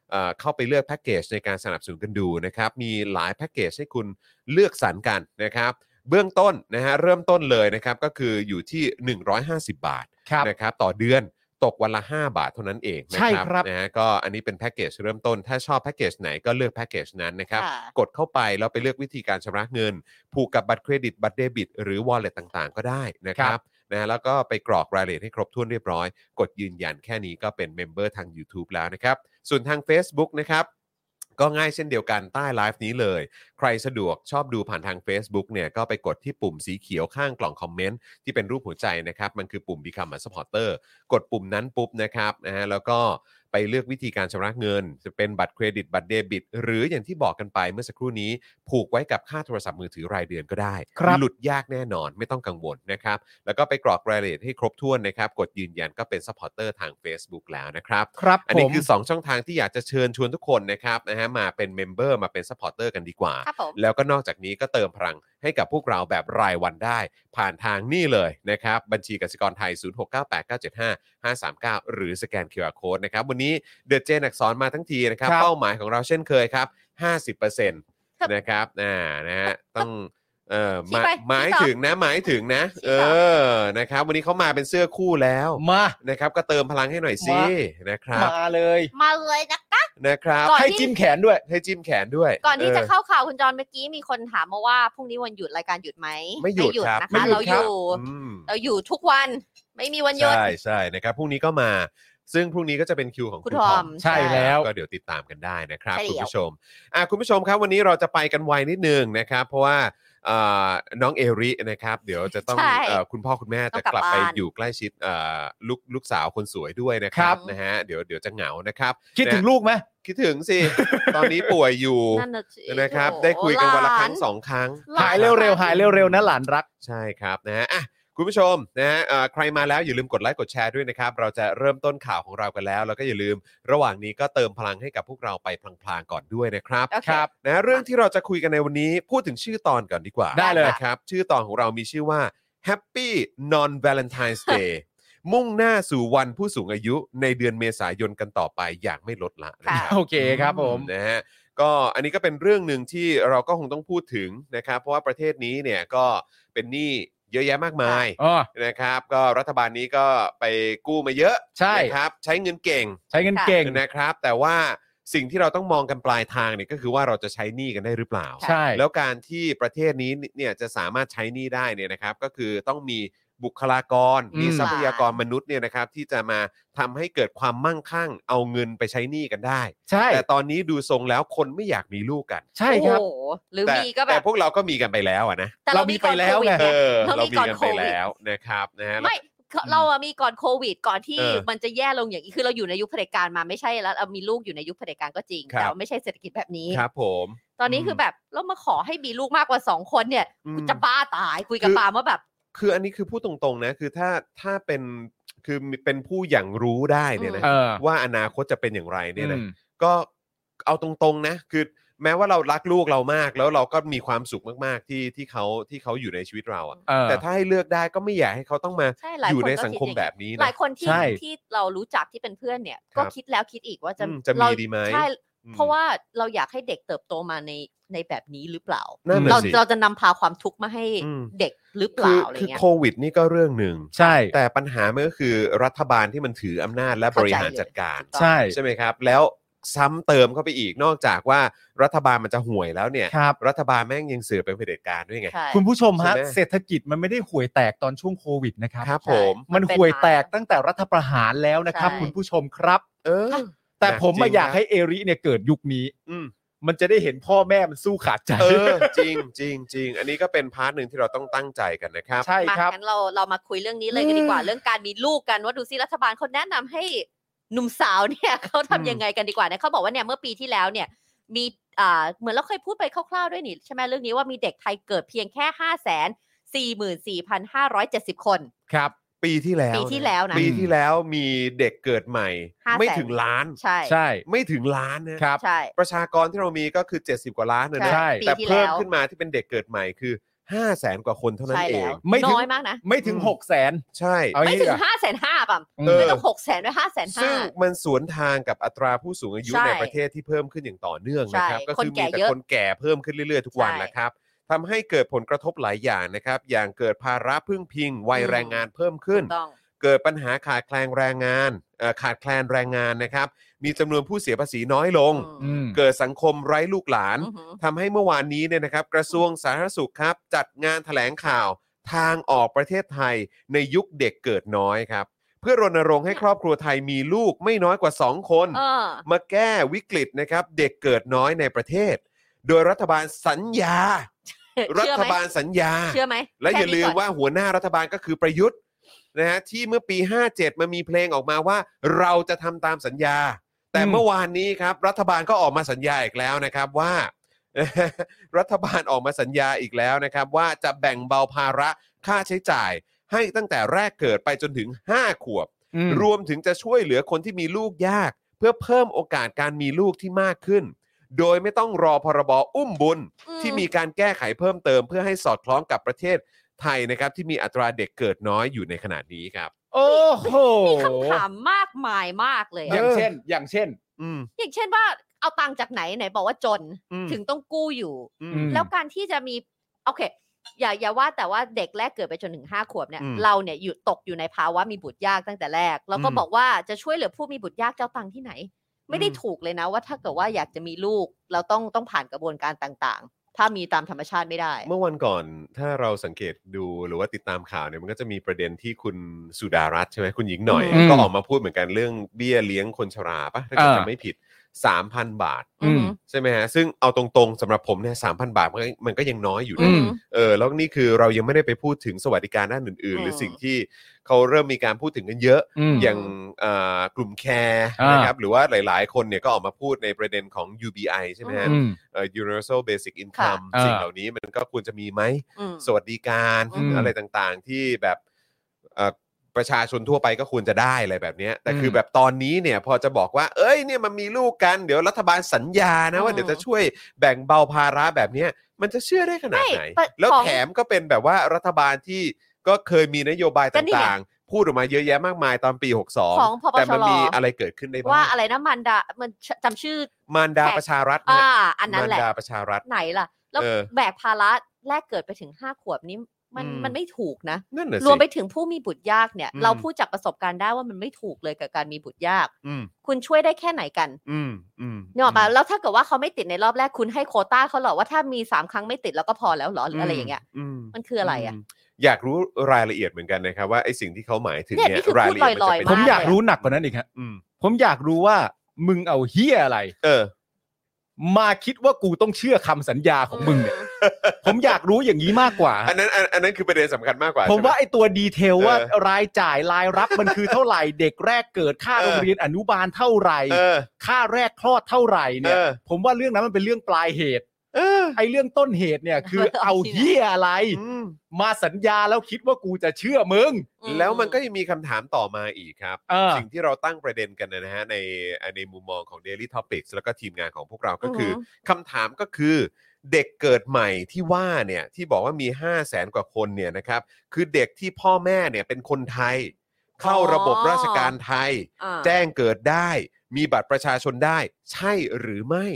S1: เอ่อเข้าไปเลือกแพ็กเกจในการสนับสนุนกันดูนะครับมีหลายแพ็กเกจให้คุณเลือกสรรกันนะครับ เบื้องต้นนะฮะเริ่มต้นเลยนะครับก็คืออยู่ที่ 150 บาท
S2: ครับ
S1: นะครับต่อเดือนตกวันละ 5 บาทเท่านั้นเองนะ
S2: ใช่ครับ
S1: นะฮะก็อันนี้เป็นแพ็กเกจเริ่มต้น ถ้าชอบแพ็กเกจไหนก็เลือกแพ็กเกจนั้นนะครับ
S3: ค่ะ
S1: กดเข้าไปแล้วไปเลือกวิธีการชำระเงิน ผูกกับบัตรเครดิต บัตรเดบิต หรือ wallet ต่างๆ ก็ได้นะครับนะแล้วก็ไปกรอกรายละเอียดให้ครบถ้วนเรียบร้อย กดยืนยันแค่นี้ก็เป็นเมมเบอร์ทาง YouTube แล้วนะครับ ส่วนทาง Facebook นะครับ ก็ง่ายเช่นเดียวกันใต้ไลฟ์นี้เลย ใครสะดวกชอบดูผ่านทาง Facebook เนี่ยก็ไปกดที่ปุ่มสีเขียวข้างกล่องคอมเมนต์ที่เป็นรูปหัวใจนะครับ มันคือปุ่ม Become a supporter กดปุ่มนั้นปุ๊บนะครับนะฮะแล้วก็ไปเลือกวิธีการชำระเงิน จะเป็นบัตรเครดิตบัตรเดบิต หรืออย่างที่บอกกันไปเมื่อสักครู่นี้ ผูกไว้กับค่าโทรศัพท์มือถือรายเดือนก็ได้
S2: ครับ
S1: หลุดยากแน่นอนไม่ต้องกังวลนะครับ แล้วก็ไปกรอกรายละเอียดให้ครบถ้วนนะครับ กดยืนยันก็เป็น supporter ทาง Facebook แล้วนะครับ
S2: ครับ
S1: อัน
S2: ผ
S1: นี้
S2: ม
S1: คือ 2 ช่องทางที่อยากจะเชิญชวนทุกคนนะครับนะฮะมาเป็นเมมเบอร์มาเป็น supporter กันดีกว่า
S3: ครับผม
S1: แล้วก็นอกจากนี้ก็เติมพลังให้กับพวกเราแบบรายวันได้ ผ่านทางนี่เลยนะครับ บัญชีกสิกรไทย 0698975539 หรือสแกน QR Code นะครับ วันนี้เดอะเจนอักสอนมาทั้งทีนะครับ
S2: ครับ
S1: เป้าหมายของเราเช่นเคยครับ 50%นะครับอ่านะฮะต้องเออหมาย
S3: ชี้ไป
S1: หมาย
S3: ชี้ต่อ
S1: ถึงนะหมายถึงนะ
S3: ชี้
S1: เอ
S3: ต่อ
S1: อนะครับ วันนี้เขามาเป็นเสื้อคู่แล้ว
S2: มา
S1: นะครับ ก็เติมพลังให้หน่อยสิ
S2: มา
S1: นะครับ
S2: มาเลย
S3: มาเลยนะคะ
S1: นะครับ
S3: ก่อน
S2: ให้จิ้มแขนด้วย
S1: ให้จิ้มแขนด้วย
S3: ก่อนที่จะ
S1: เ
S3: เข้าข่าวคุณจรเมื่อกี้มีคนถามมาว่าพรุ่งนี้วันหยุดรายการหยุดไหม
S1: ไม่หยุดครับ
S3: นะ
S1: ไม่
S3: คะ
S1: หยุด
S3: เรา
S1: ค
S3: อบยู่
S1: อืม
S3: เราอยู่ทุกวันไม่มีวันหยุด
S1: ใช่ใช่นะครับพรุ่งนี้ก็มา ซึ่งพรุ่งนี้ก็จะเป็นคิวของ
S3: คุ
S1: คุณ ณทอ
S3: ทอ
S1: ม
S3: ม
S2: ใช่แล้ว
S1: ก็เดี๋ยวติดตามกันได้นะครับ
S3: ใช่แล้
S1: คุ
S3: ว
S1: ณผู้ชมอ่ะคุณผู้ชมครับวันนี้เราจะไปกันไวนิดนึงนะครับ เพราะว่าอ่าน้องเอรินะครับ เดี๋ยวจะต้อง
S3: ใช่
S1: เอ่อคุณพ่อคุณแม่
S3: ต้
S1: จะ
S3: องกลับ
S1: กลับไป
S3: บ้าน
S1: อยู่ใกล้ชิดเอ่อลูกลูกสาวคนสวยด้วยนะครับ
S2: ครับ
S1: นะฮะเดี๋ยวเดี๋ยวจะเหงานะครับ
S2: คิดถึง
S1: นะ
S2: ลูกไหม
S1: คิดถึงสิ ตอนนี้ป่วยอยู่
S3: นั่นน่ะสิ
S1: นะครับ
S3: โอ้โห
S1: ได้คุยกันวันละครั้ง
S3: หา
S1: สองครั้ง
S3: หล
S2: หาน ยเร็วๆหายเร็วๆนะหลานรัก
S1: ใช่ครับนะฮะอ่ะคุณผู้ชมนะฮะเอ่อใครมาแล้วอย่าลืมกดไลค์กดแชร์ด้วยนะครับ เราจะเริ่มต้นข่าวของเรากันแล้ว แล้วก็อย่าลืมระหว่างนี้ก็เติมพลังให้กับพวกเราไปพลางๆก่อนด้วยนะครับ
S3: โอเค
S1: ครับนะฮะเรื่องที่เราจะคุยกันในวันนี้พูดถึงชื่อตอนก่อนดีกว่า
S2: ได้เลย
S1: นะครับ ชื่อตอนของเรามีชื่อว่า Happy Non Valentine's Day มุ่งหน้าสู่วันผู้สูงอายุในเดือนเมษายนกันต่อไปอย่างไม่ลดละนะครั
S3: ค่ะ
S1: บ
S2: โอเคครับผม
S1: นะฮะก็อันนี้ก็เป็นเรื่องหนึ่งที่เราก็คงต้องพูดถึงนะครับเพราะว่าประเทศนี้เนี่ยก็เป็นหนี้เยอะแยะมากมาย
S2: อ๋อ
S1: นะครับก็รัฐบาลนี้ก็ไปกู้มาเยอะ
S2: ใช่
S1: นะครับใช้เงินเก่ง
S2: ใช้เงินเก่ง
S1: นะครับ แต่ว่าสิ่งที่เราต้องมองกันปลายทางเนี่ยก็คือว่าเราจะใช้หนี้กันได้หรือเปล่า
S2: ใช่
S1: แล้วการที่ประเทศนี้เนี่ยจะสามารถใช้หนี้ได้เนี่ยนะครับ ก็คือต้องมีบุคลากร
S2: อืม
S1: มีทรัพยากรมนุษย์เนี่ยนะครับที่จะมาทำให้เกิดความมั่งคั่ง เอาเงินไปใช้หนี้กันได้
S2: ใช่
S1: แต่ตอนนี้ดูทรงแล้วคนไม่อยากมีลูกกัน
S2: ใช่ครับ
S3: โอ้โหหรือ
S1: แต่
S3: มีก็แบ
S1: แต่
S3: บ
S1: พวกเราก็มีกันไปแล้วอะนะ
S3: แต่
S2: เรามีไปแล้ว
S3: ก่อนโคด
S2: ไง
S1: เออ
S3: เรา
S1: เรา
S3: มี
S1: มี
S3: ก่อน
S1: กัน
S3: โค
S1: ไป
S3: วิด
S1: แล้วนะครับนะฮะ
S3: ไม่เขาเราอะมีก่อนโควิด ก่อนที่
S1: เออ
S3: มันจะแย่ลงอย่างนี้คือเราอยู่ในยุคเผด็จการมาไม่ใช่แล้วเอามีลูกอยู่ในยุคเผด็จการก็จริง
S1: ครับ
S3: แต่ว่าไม่ใช่เศรษฐกิจแบบนี้
S1: ครับผม
S3: ตอนนี้คือแบบเรามาขอให้มีลูกมากกว่าสองคนเนี่ย
S1: อืม
S3: กูจะบ้าตายคุยกับปาล์มว่าแบบ
S1: คืออันนี้คือพูดตรงๆนะคือถ้าถ้าเป็นคือเป็นผู้อย่างรู้ได้เนี่ยนะ
S2: เออ
S1: ว่าอนาคตจะเป็นอย่างไรเนี่ยนะ
S2: อืม
S1: ก็เอาตรงๆนะคือแม้ว่าเรารักลูกเรามาก แล้วเราก็มีความสุขมากๆที่ที่เขาที่เขาอยู่ในชีวิตเราอะ
S2: เออ
S1: แต่ถ้าให้เลือกได้ก็ไม่อยากให้เขาต้องมา
S3: ใช่หลาย
S1: อยู่
S3: คน
S1: ใน
S3: ก็
S1: สัง
S3: คิด
S1: คม
S3: อย่าง
S1: แบบ
S3: นี้
S1: นี้
S3: ห
S1: นะ
S3: ลายคนที่
S2: ใช่
S3: ที่เรารู้จักที่เป็นเพื่อนเนี่ย
S1: ครั
S3: ก็
S1: บ
S3: คิดแล้วคิดอีกว่าจะ
S1: อืมจะมี
S3: เรา
S1: ดีไหม
S3: ใช่
S1: อืม
S3: เพราะว่าเราอยากให้เด็กเติบโตมาในในแบบนี้หรือเปล่า
S1: นั่นน่ะ
S3: เรา
S1: สิ
S3: เราจะนำพาความทุกข์มาให้
S1: อืม
S3: เด็กหรือเป
S1: คื
S3: ล่า
S1: อ
S3: อะไร
S1: คือ
S3: เงี้ย
S1: โควิดนี่ก็เรื่องหนึ่ง
S2: ใช่
S1: แต่ปัญหามันก็คือรัฐบาลที่มันถืออำนาจและบ
S3: เข้าใจ
S1: ริหาร
S3: เลย
S1: จัดการ
S3: ถูกต้อง
S2: ใช่
S1: ใช่ไหมครับ แล้วซ้ำเติมเข้าไปอีกนอกจากว่ารัฐบาลมันจะห่วยแล้วเนี่ย
S2: ครับ
S1: รัฐบาลแม่งยังเสือเป็นเผด็จการด้วยไง
S3: ใช่
S2: คุณผู้ชมฮะ
S1: ใช่ไหม
S2: เศรษฐกิจมันไม่ได้ห่วยแตกตอนช่วงโควิดนะครับ
S1: ครับผ
S3: ใช่
S1: ม
S2: มัน
S3: เป็
S2: ห่วยแตก
S3: มา
S2: ตั้งแต่รัฐประหารแล้วนะครับ
S3: ใช่
S2: คุณผู้ชมครับ
S1: เออ
S2: แต่ผมมา
S1: จริงนะ
S2: อยากให้เอริเนี่ยเกิดยุคนี้
S1: อืม
S2: มันจะได้เห็นพ่อแม่มันสู้ขาดใจ
S1: เออ จริงจริงจริงอันนี้ก็เป็นพาร์ทหนึ่งที่เราต้องตั้งใจกันนะครับ
S2: ใช่
S3: มา
S2: ครับ
S3: งั้นเราเรามาคุยเรื่องนี้เลยกันดีกว่าเรื่องการมีลูกกันว่าดูซิรัฐบาลเขาแนะนำให้หนุ่มสาวเนี่ย เขาทำยังไงกันดีกว่านะเขาบอกว่าเนี่ยเมื่อปีที่แล้วเนี่ย มีอ่าเหมือนเราเคยพูดไปคร่าวๆด้วยนี่ใช่ไหมเรื่องนี้ว่ามีเด็กไทยเกิดเพียงแค่ห้าแสนสี่หมื่นสี่พันห้าร้อยเจ็ดสิบคน
S2: ครับ
S1: ปีที่แล้ว
S3: ปีที่แล้วนะ
S1: ปีที่แล้วมีเด็กเกิดใหม่
S3: 500,000
S1: ไม่ถึงล้าน
S3: ใช่
S2: ใช่
S1: ไม่ถึงล้านนะครับ
S3: ใช่
S1: ประชากรที่เรามีก็คือ 70 กว่าล้านนะนะ
S2: ใช่
S3: ปี
S1: แต่
S3: ที่
S1: เพิ่
S3: แล้
S1: ม
S3: ว
S1: ขึ้นมาที่เป็นเด็กเกิดใหม่คือ 5 0 0แสนกว่าคนเท่านั้น
S3: ใช่
S1: เอ
S3: แล้
S1: ง
S3: ว
S2: ไม่ถึง
S3: น้อยมากนะ
S2: ไม่ถึง
S1: อืม
S2: หกแสน
S1: ใช่
S2: เอา
S3: ไม่
S2: งี้
S3: ถึ
S2: ดีก
S3: ง
S2: ว่า
S3: ห้าแสนห้าป่ะ
S2: อื
S1: เอ
S2: ม
S1: อ
S3: ไม่ต้องหกแสนด้วยห้าแสน
S1: ซึ่
S3: ห้า
S1: งมันสวนทางกับอัตราผู้สูงอายุ
S3: ใช่
S1: ในประเทศที่เพิ่มขึ้นอย่างต่อเนื่องนะครับ
S3: ใช่
S1: ก็คือ
S3: คนแก่
S1: มีแต่
S3: เยอะ
S1: คนแก่เพิ่มขึ้นเรื่อยๆทุกวัน
S3: ใช่
S1: นะครับทำให้เกิดผลกระทบหลายอย่างนะครับ อย่างเกิดภาระพึ่งพิงวัย
S3: อืม
S1: แรงงานเพิ่มขึ้น
S3: ถูกต้อง
S1: เกิดปัญหาขาดแคลนแรงงานเอ่อขาดแคลนแรงงานนะครับ มีจำนวนผู้เสียภาษีน้อยลง
S2: อืม
S1: เกิดสังคมไร้ลูกหลาน
S3: อือหือ
S1: ทำให้เมื่อวานนี้เนี่ยนะครับ กระทรวงสาธารณสุขครับ จัดงานแถลงข่าวทางออกประเทศไทยในยุคเด็กเกิดน้อยครับ เพื่อรณรงค์ให้ครอบครัวไทยมีลูกไม่น้อยกว่า 2 คน
S3: เออ
S1: มาแก้วิกฤตนะครับ เด็กเกิดน้อยในประเทศ โดยรัฐบาลสัญญา รั
S3: เชื่อ
S1: ฐ
S3: ไหม
S1: บาลสัญญา
S3: เชื่อไหม
S1: และอย่า
S3: ค่นี้
S1: ลืม
S3: ก่น
S1: ว่าหัวหน้ารัฐบาลก็คือประยุทธ์นะฮะที่เมื่อปี 57 มันมีเพลงออกมาว่า เราจะทำตามสัญญา แต่
S2: อืม
S1: เมื่อวานนี้ครับ รัฐบาลก็ออกมาสัญญาอีกแล้วนะครับว่า รัฐบาลออกมาสัญญาอีกแล้วนะครับ ว่าจะแบ่งเบาภาระค่าใช้จ่าย ให้ตั้งแต่แรกเกิดไปจนถึง 5 ขวบ
S2: อืม
S1: รวมถึงจะช่วยเหลือคนที่มีลูกยาก เพื่อเพิ่มโอกาสการมีลูกที่มากขึ้น โดยไม่ต้องรอพรบอุ้มบุญ
S3: อื
S1: ที่มีการแก้ไขเพิ่มเติมเพื่อให้สอดคล้องกับประเทศไทยนะครับ ที่มีอัตราเด็กเกิดน้อยอยู่ในขณะนี้ครับ
S2: โอ้โห
S3: มีคำถามมากมายมากเลยอะ
S2: อย่างเช่น อย่างเช่น
S1: อืม
S3: อย่างเช่นว่าเอาตังค์จากไหนไหนบอกว่าจน
S1: อืม
S3: ถึงต้องกู้อยู่
S1: อื
S2: อื
S1: ม
S2: ม
S3: แล้วการที่จะมีโอเค อย่าอย่าว่าแต่ว่าเด็กแรกเกิดไปจนถึงห้าขวบเนี่ย
S1: อืม
S3: เราเนี่ยอยู่ตกอยู่ในภาวะมีบุตรยากตั้งแต่แรก แล้วก็
S1: อืม
S3: บอกว่าจะช่วยเหลือผู้มีบุตรยากเจ้าตังค์ที่ไหน ไม่ได้
S1: อืม
S3: ถูกเลยนะว่าถ้าเกิดว่าอยากจะมีลูก เราต้องต้องผ่านกระบวนการต่างๆ ถ้ามีตามธรรมชาติไม่ได้
S1: เมื่อวันก่อนถ้าเราสังเกตดูหรือว่าติดตามข่าวเนี่ยมันก็จะมีประเด็นที่คุณสุดารัตน์ใช่ไหมคุณหญิงหน่อย
S2: อืม
S1: ก็ออกมาพูดเหมือนกันเรื่องเบี้ยเลี้ยงคนชราปะถ้าเกิด
S2: อ่า
S1: จำไม่ผิด 3,000 บาท
S2: อืม
S1: ใช่ไหมฮะซึ่งเอาตรงๆสำหรับผมเนี่ยสามพันบาทมันก็มันก็ยังน้อยอยู่
S2: อื
S1: นะ
S2: ม
S1: เออแล้วนี่คือเรายังไม่ได้ไปพูดถึงสวัสดิการด้านอื่น ๆ หรือ
S3: ม
S1: สิ่งที่เขาเริ่มมีการพูดถึงกันเยอะ
S2: อืม
S1: อย่างเอ่อกลุ่มแคร์
S2: อ่าน
S1: นะครับหรือว่าหลายๆ คนเนี่ยก็ออกมาพูดในประเด็นของ UBI ใช่ไหมฮะ
S2: อืม
S1: เอ่อ Universal Basic Income
S2: ค่ะ
S1: สิ่ง
S2: อ่า
S1: เหล่านี้มันก็ควรจะมีไหม
S3: อืม
S1: สวัสดิการ
S3: อืม
S1: อะไรต่างๆที่แบบเอ่อประชาชนทั่วไปก็ควรจะได้อะไรแบบเนี้ยแต่คือแบบตอนนี้เนี่ยพอจะบอกว่า เอ้ยเนี่ยมันมีลูกกันเดี๋ยวรัฐบาลสัญญานะว่าเดี๋ยวจะช่วยแบ่งเบาภาระแบบเนี้ยมันจะเชื่อได้ขนาดไหน
S3: ไม่ปะ
S1: แล้ว
S3: ของ
S1: แถมก็เป็นแบบว่ารัฐบาลที่ก็เคยมีนโยบาย
S3: ก็นี่ไง
S1: ต่างๆ พูดออกมาเยอะแยะมากมายตอนปี
S3: ของพปชร
S1: 62 แต่มันมีอะไรเกิดขึ้นได้บ้าง
S3: ว่าอะไรนะมันดามันจำชื่อ
S1: มารดา
S3: แขก
S1: ประชารัฐฮ
S3: อ่า
S1: ะ
S3: อันนั้นแหละ
S1: มารดาประชารัฐ
S3: ไหนล่ะ แล้ว
S1: เออ
S3: แบกภาระแรกเกิดไปถึงห้าขวบนี้มัน
S1: อืม
S3: มันไม่ถูกนะ
S1: นั่นน่ะ
S3: รวมไป
S1: สิ
S3: ถึงผู้มีบุตรยากเนี่ย
S1: อืม
S3: เราพูดจากประสบการณ์ได้ว่ามันไม่ถูกเลยกับการมีบุตรยาก
S1: อืม
S3: คุณช่วยได้แค่ไหนกัน
S1: อืมอืม
S3: เนี่ยมาแล้วถ้าเกิดว่าเขาไม่ติดในรอบแรกคุณให้โควต้าเขาเหรอว่าถ้ามีสามครั้งไม่ติดแล้วก็พอแล้วเหรอหรืออะไรอย่างเงี้ย
S1: ม
S3: มันคืออะไรอ่ะ
S1: มอยากรู้รายละเอียดเหมือนกันนะครับว่าไอ้สิ่งที่เขาหมายถึง
S3: เนี่ย
S1: เนี่
S3: นี่
S1: ย
S3: คือ
S1: รายละเอียด
S3: พูดล
S1: จะ
S3: อย
S1: เป็น
S3: ๆ
S2: ผม
S3: มาก
S2: อยาก
S3: เลย
S2: รู้หนักกว่านั้นอีกฮะ
S1: อืม
S2: ผมอยากรู้ว่ามึงเอาเฮียอะไร
S1: เออ
S2: มาคิดว่ากูต้องเชื่อคำสัญญาของมึงเนี่ยผมอยากรู้อย่างนี้มากกว่า
S1: อันนั้นอันอันนั้นคือประเด็นสำคัญมากกว่า
S2: ผมว่า
S1: ใช่ไห
S2: ไอ้ตัวดีเทลว่า
S1: เออ
S2: รายจ่ายรายรับมันคือเท่าไหร่เด็กแรกเกิดค่าโรงเรียนอนุบาลเท่าไหร่
S1: เออ
S2: ค่าแรกคลอดเท่าไหร่เนี่ย
S1: เออ
S2: ผมว่าเรื่องนั้นมันเป็นเรื่องปลายเหตุ
S1: เออ
S2: ไอ้เรื่องต้นเหตุเนี่ยคือ
S3: เอา
S2: เอา
S3: ที่ไหน
S2: เหี้ยอะไร
S1: อืม
S2: มาสัญญาแล้วคิดว่ากูจะเชื่อมึง
S3: อื
S1: แล้วมันก็ยังมีคำถามต่อมาอีกครับ
S2: เออ
S1: สิ่งที่เราตั้งประเด็นกันนะฮะในในมุมมองของ Daily Topics แล้วก็ทีมงานของพวกเราก็คืออคำถามก็คือ เด็กเกิดใหม่ที่ว่าเนี่ยที่บอกว่ามี 5 0 0แสนกว่าคนเนี่ยนะครับ คือเด็กที่พ่อแม่เนี่ยเป็นคนไทย เข้าระบบราชการไทย
S3: อ่า
S1: แจ้งเกิดได้ มีบัตรประชาชนได้ ใช่หรือไม่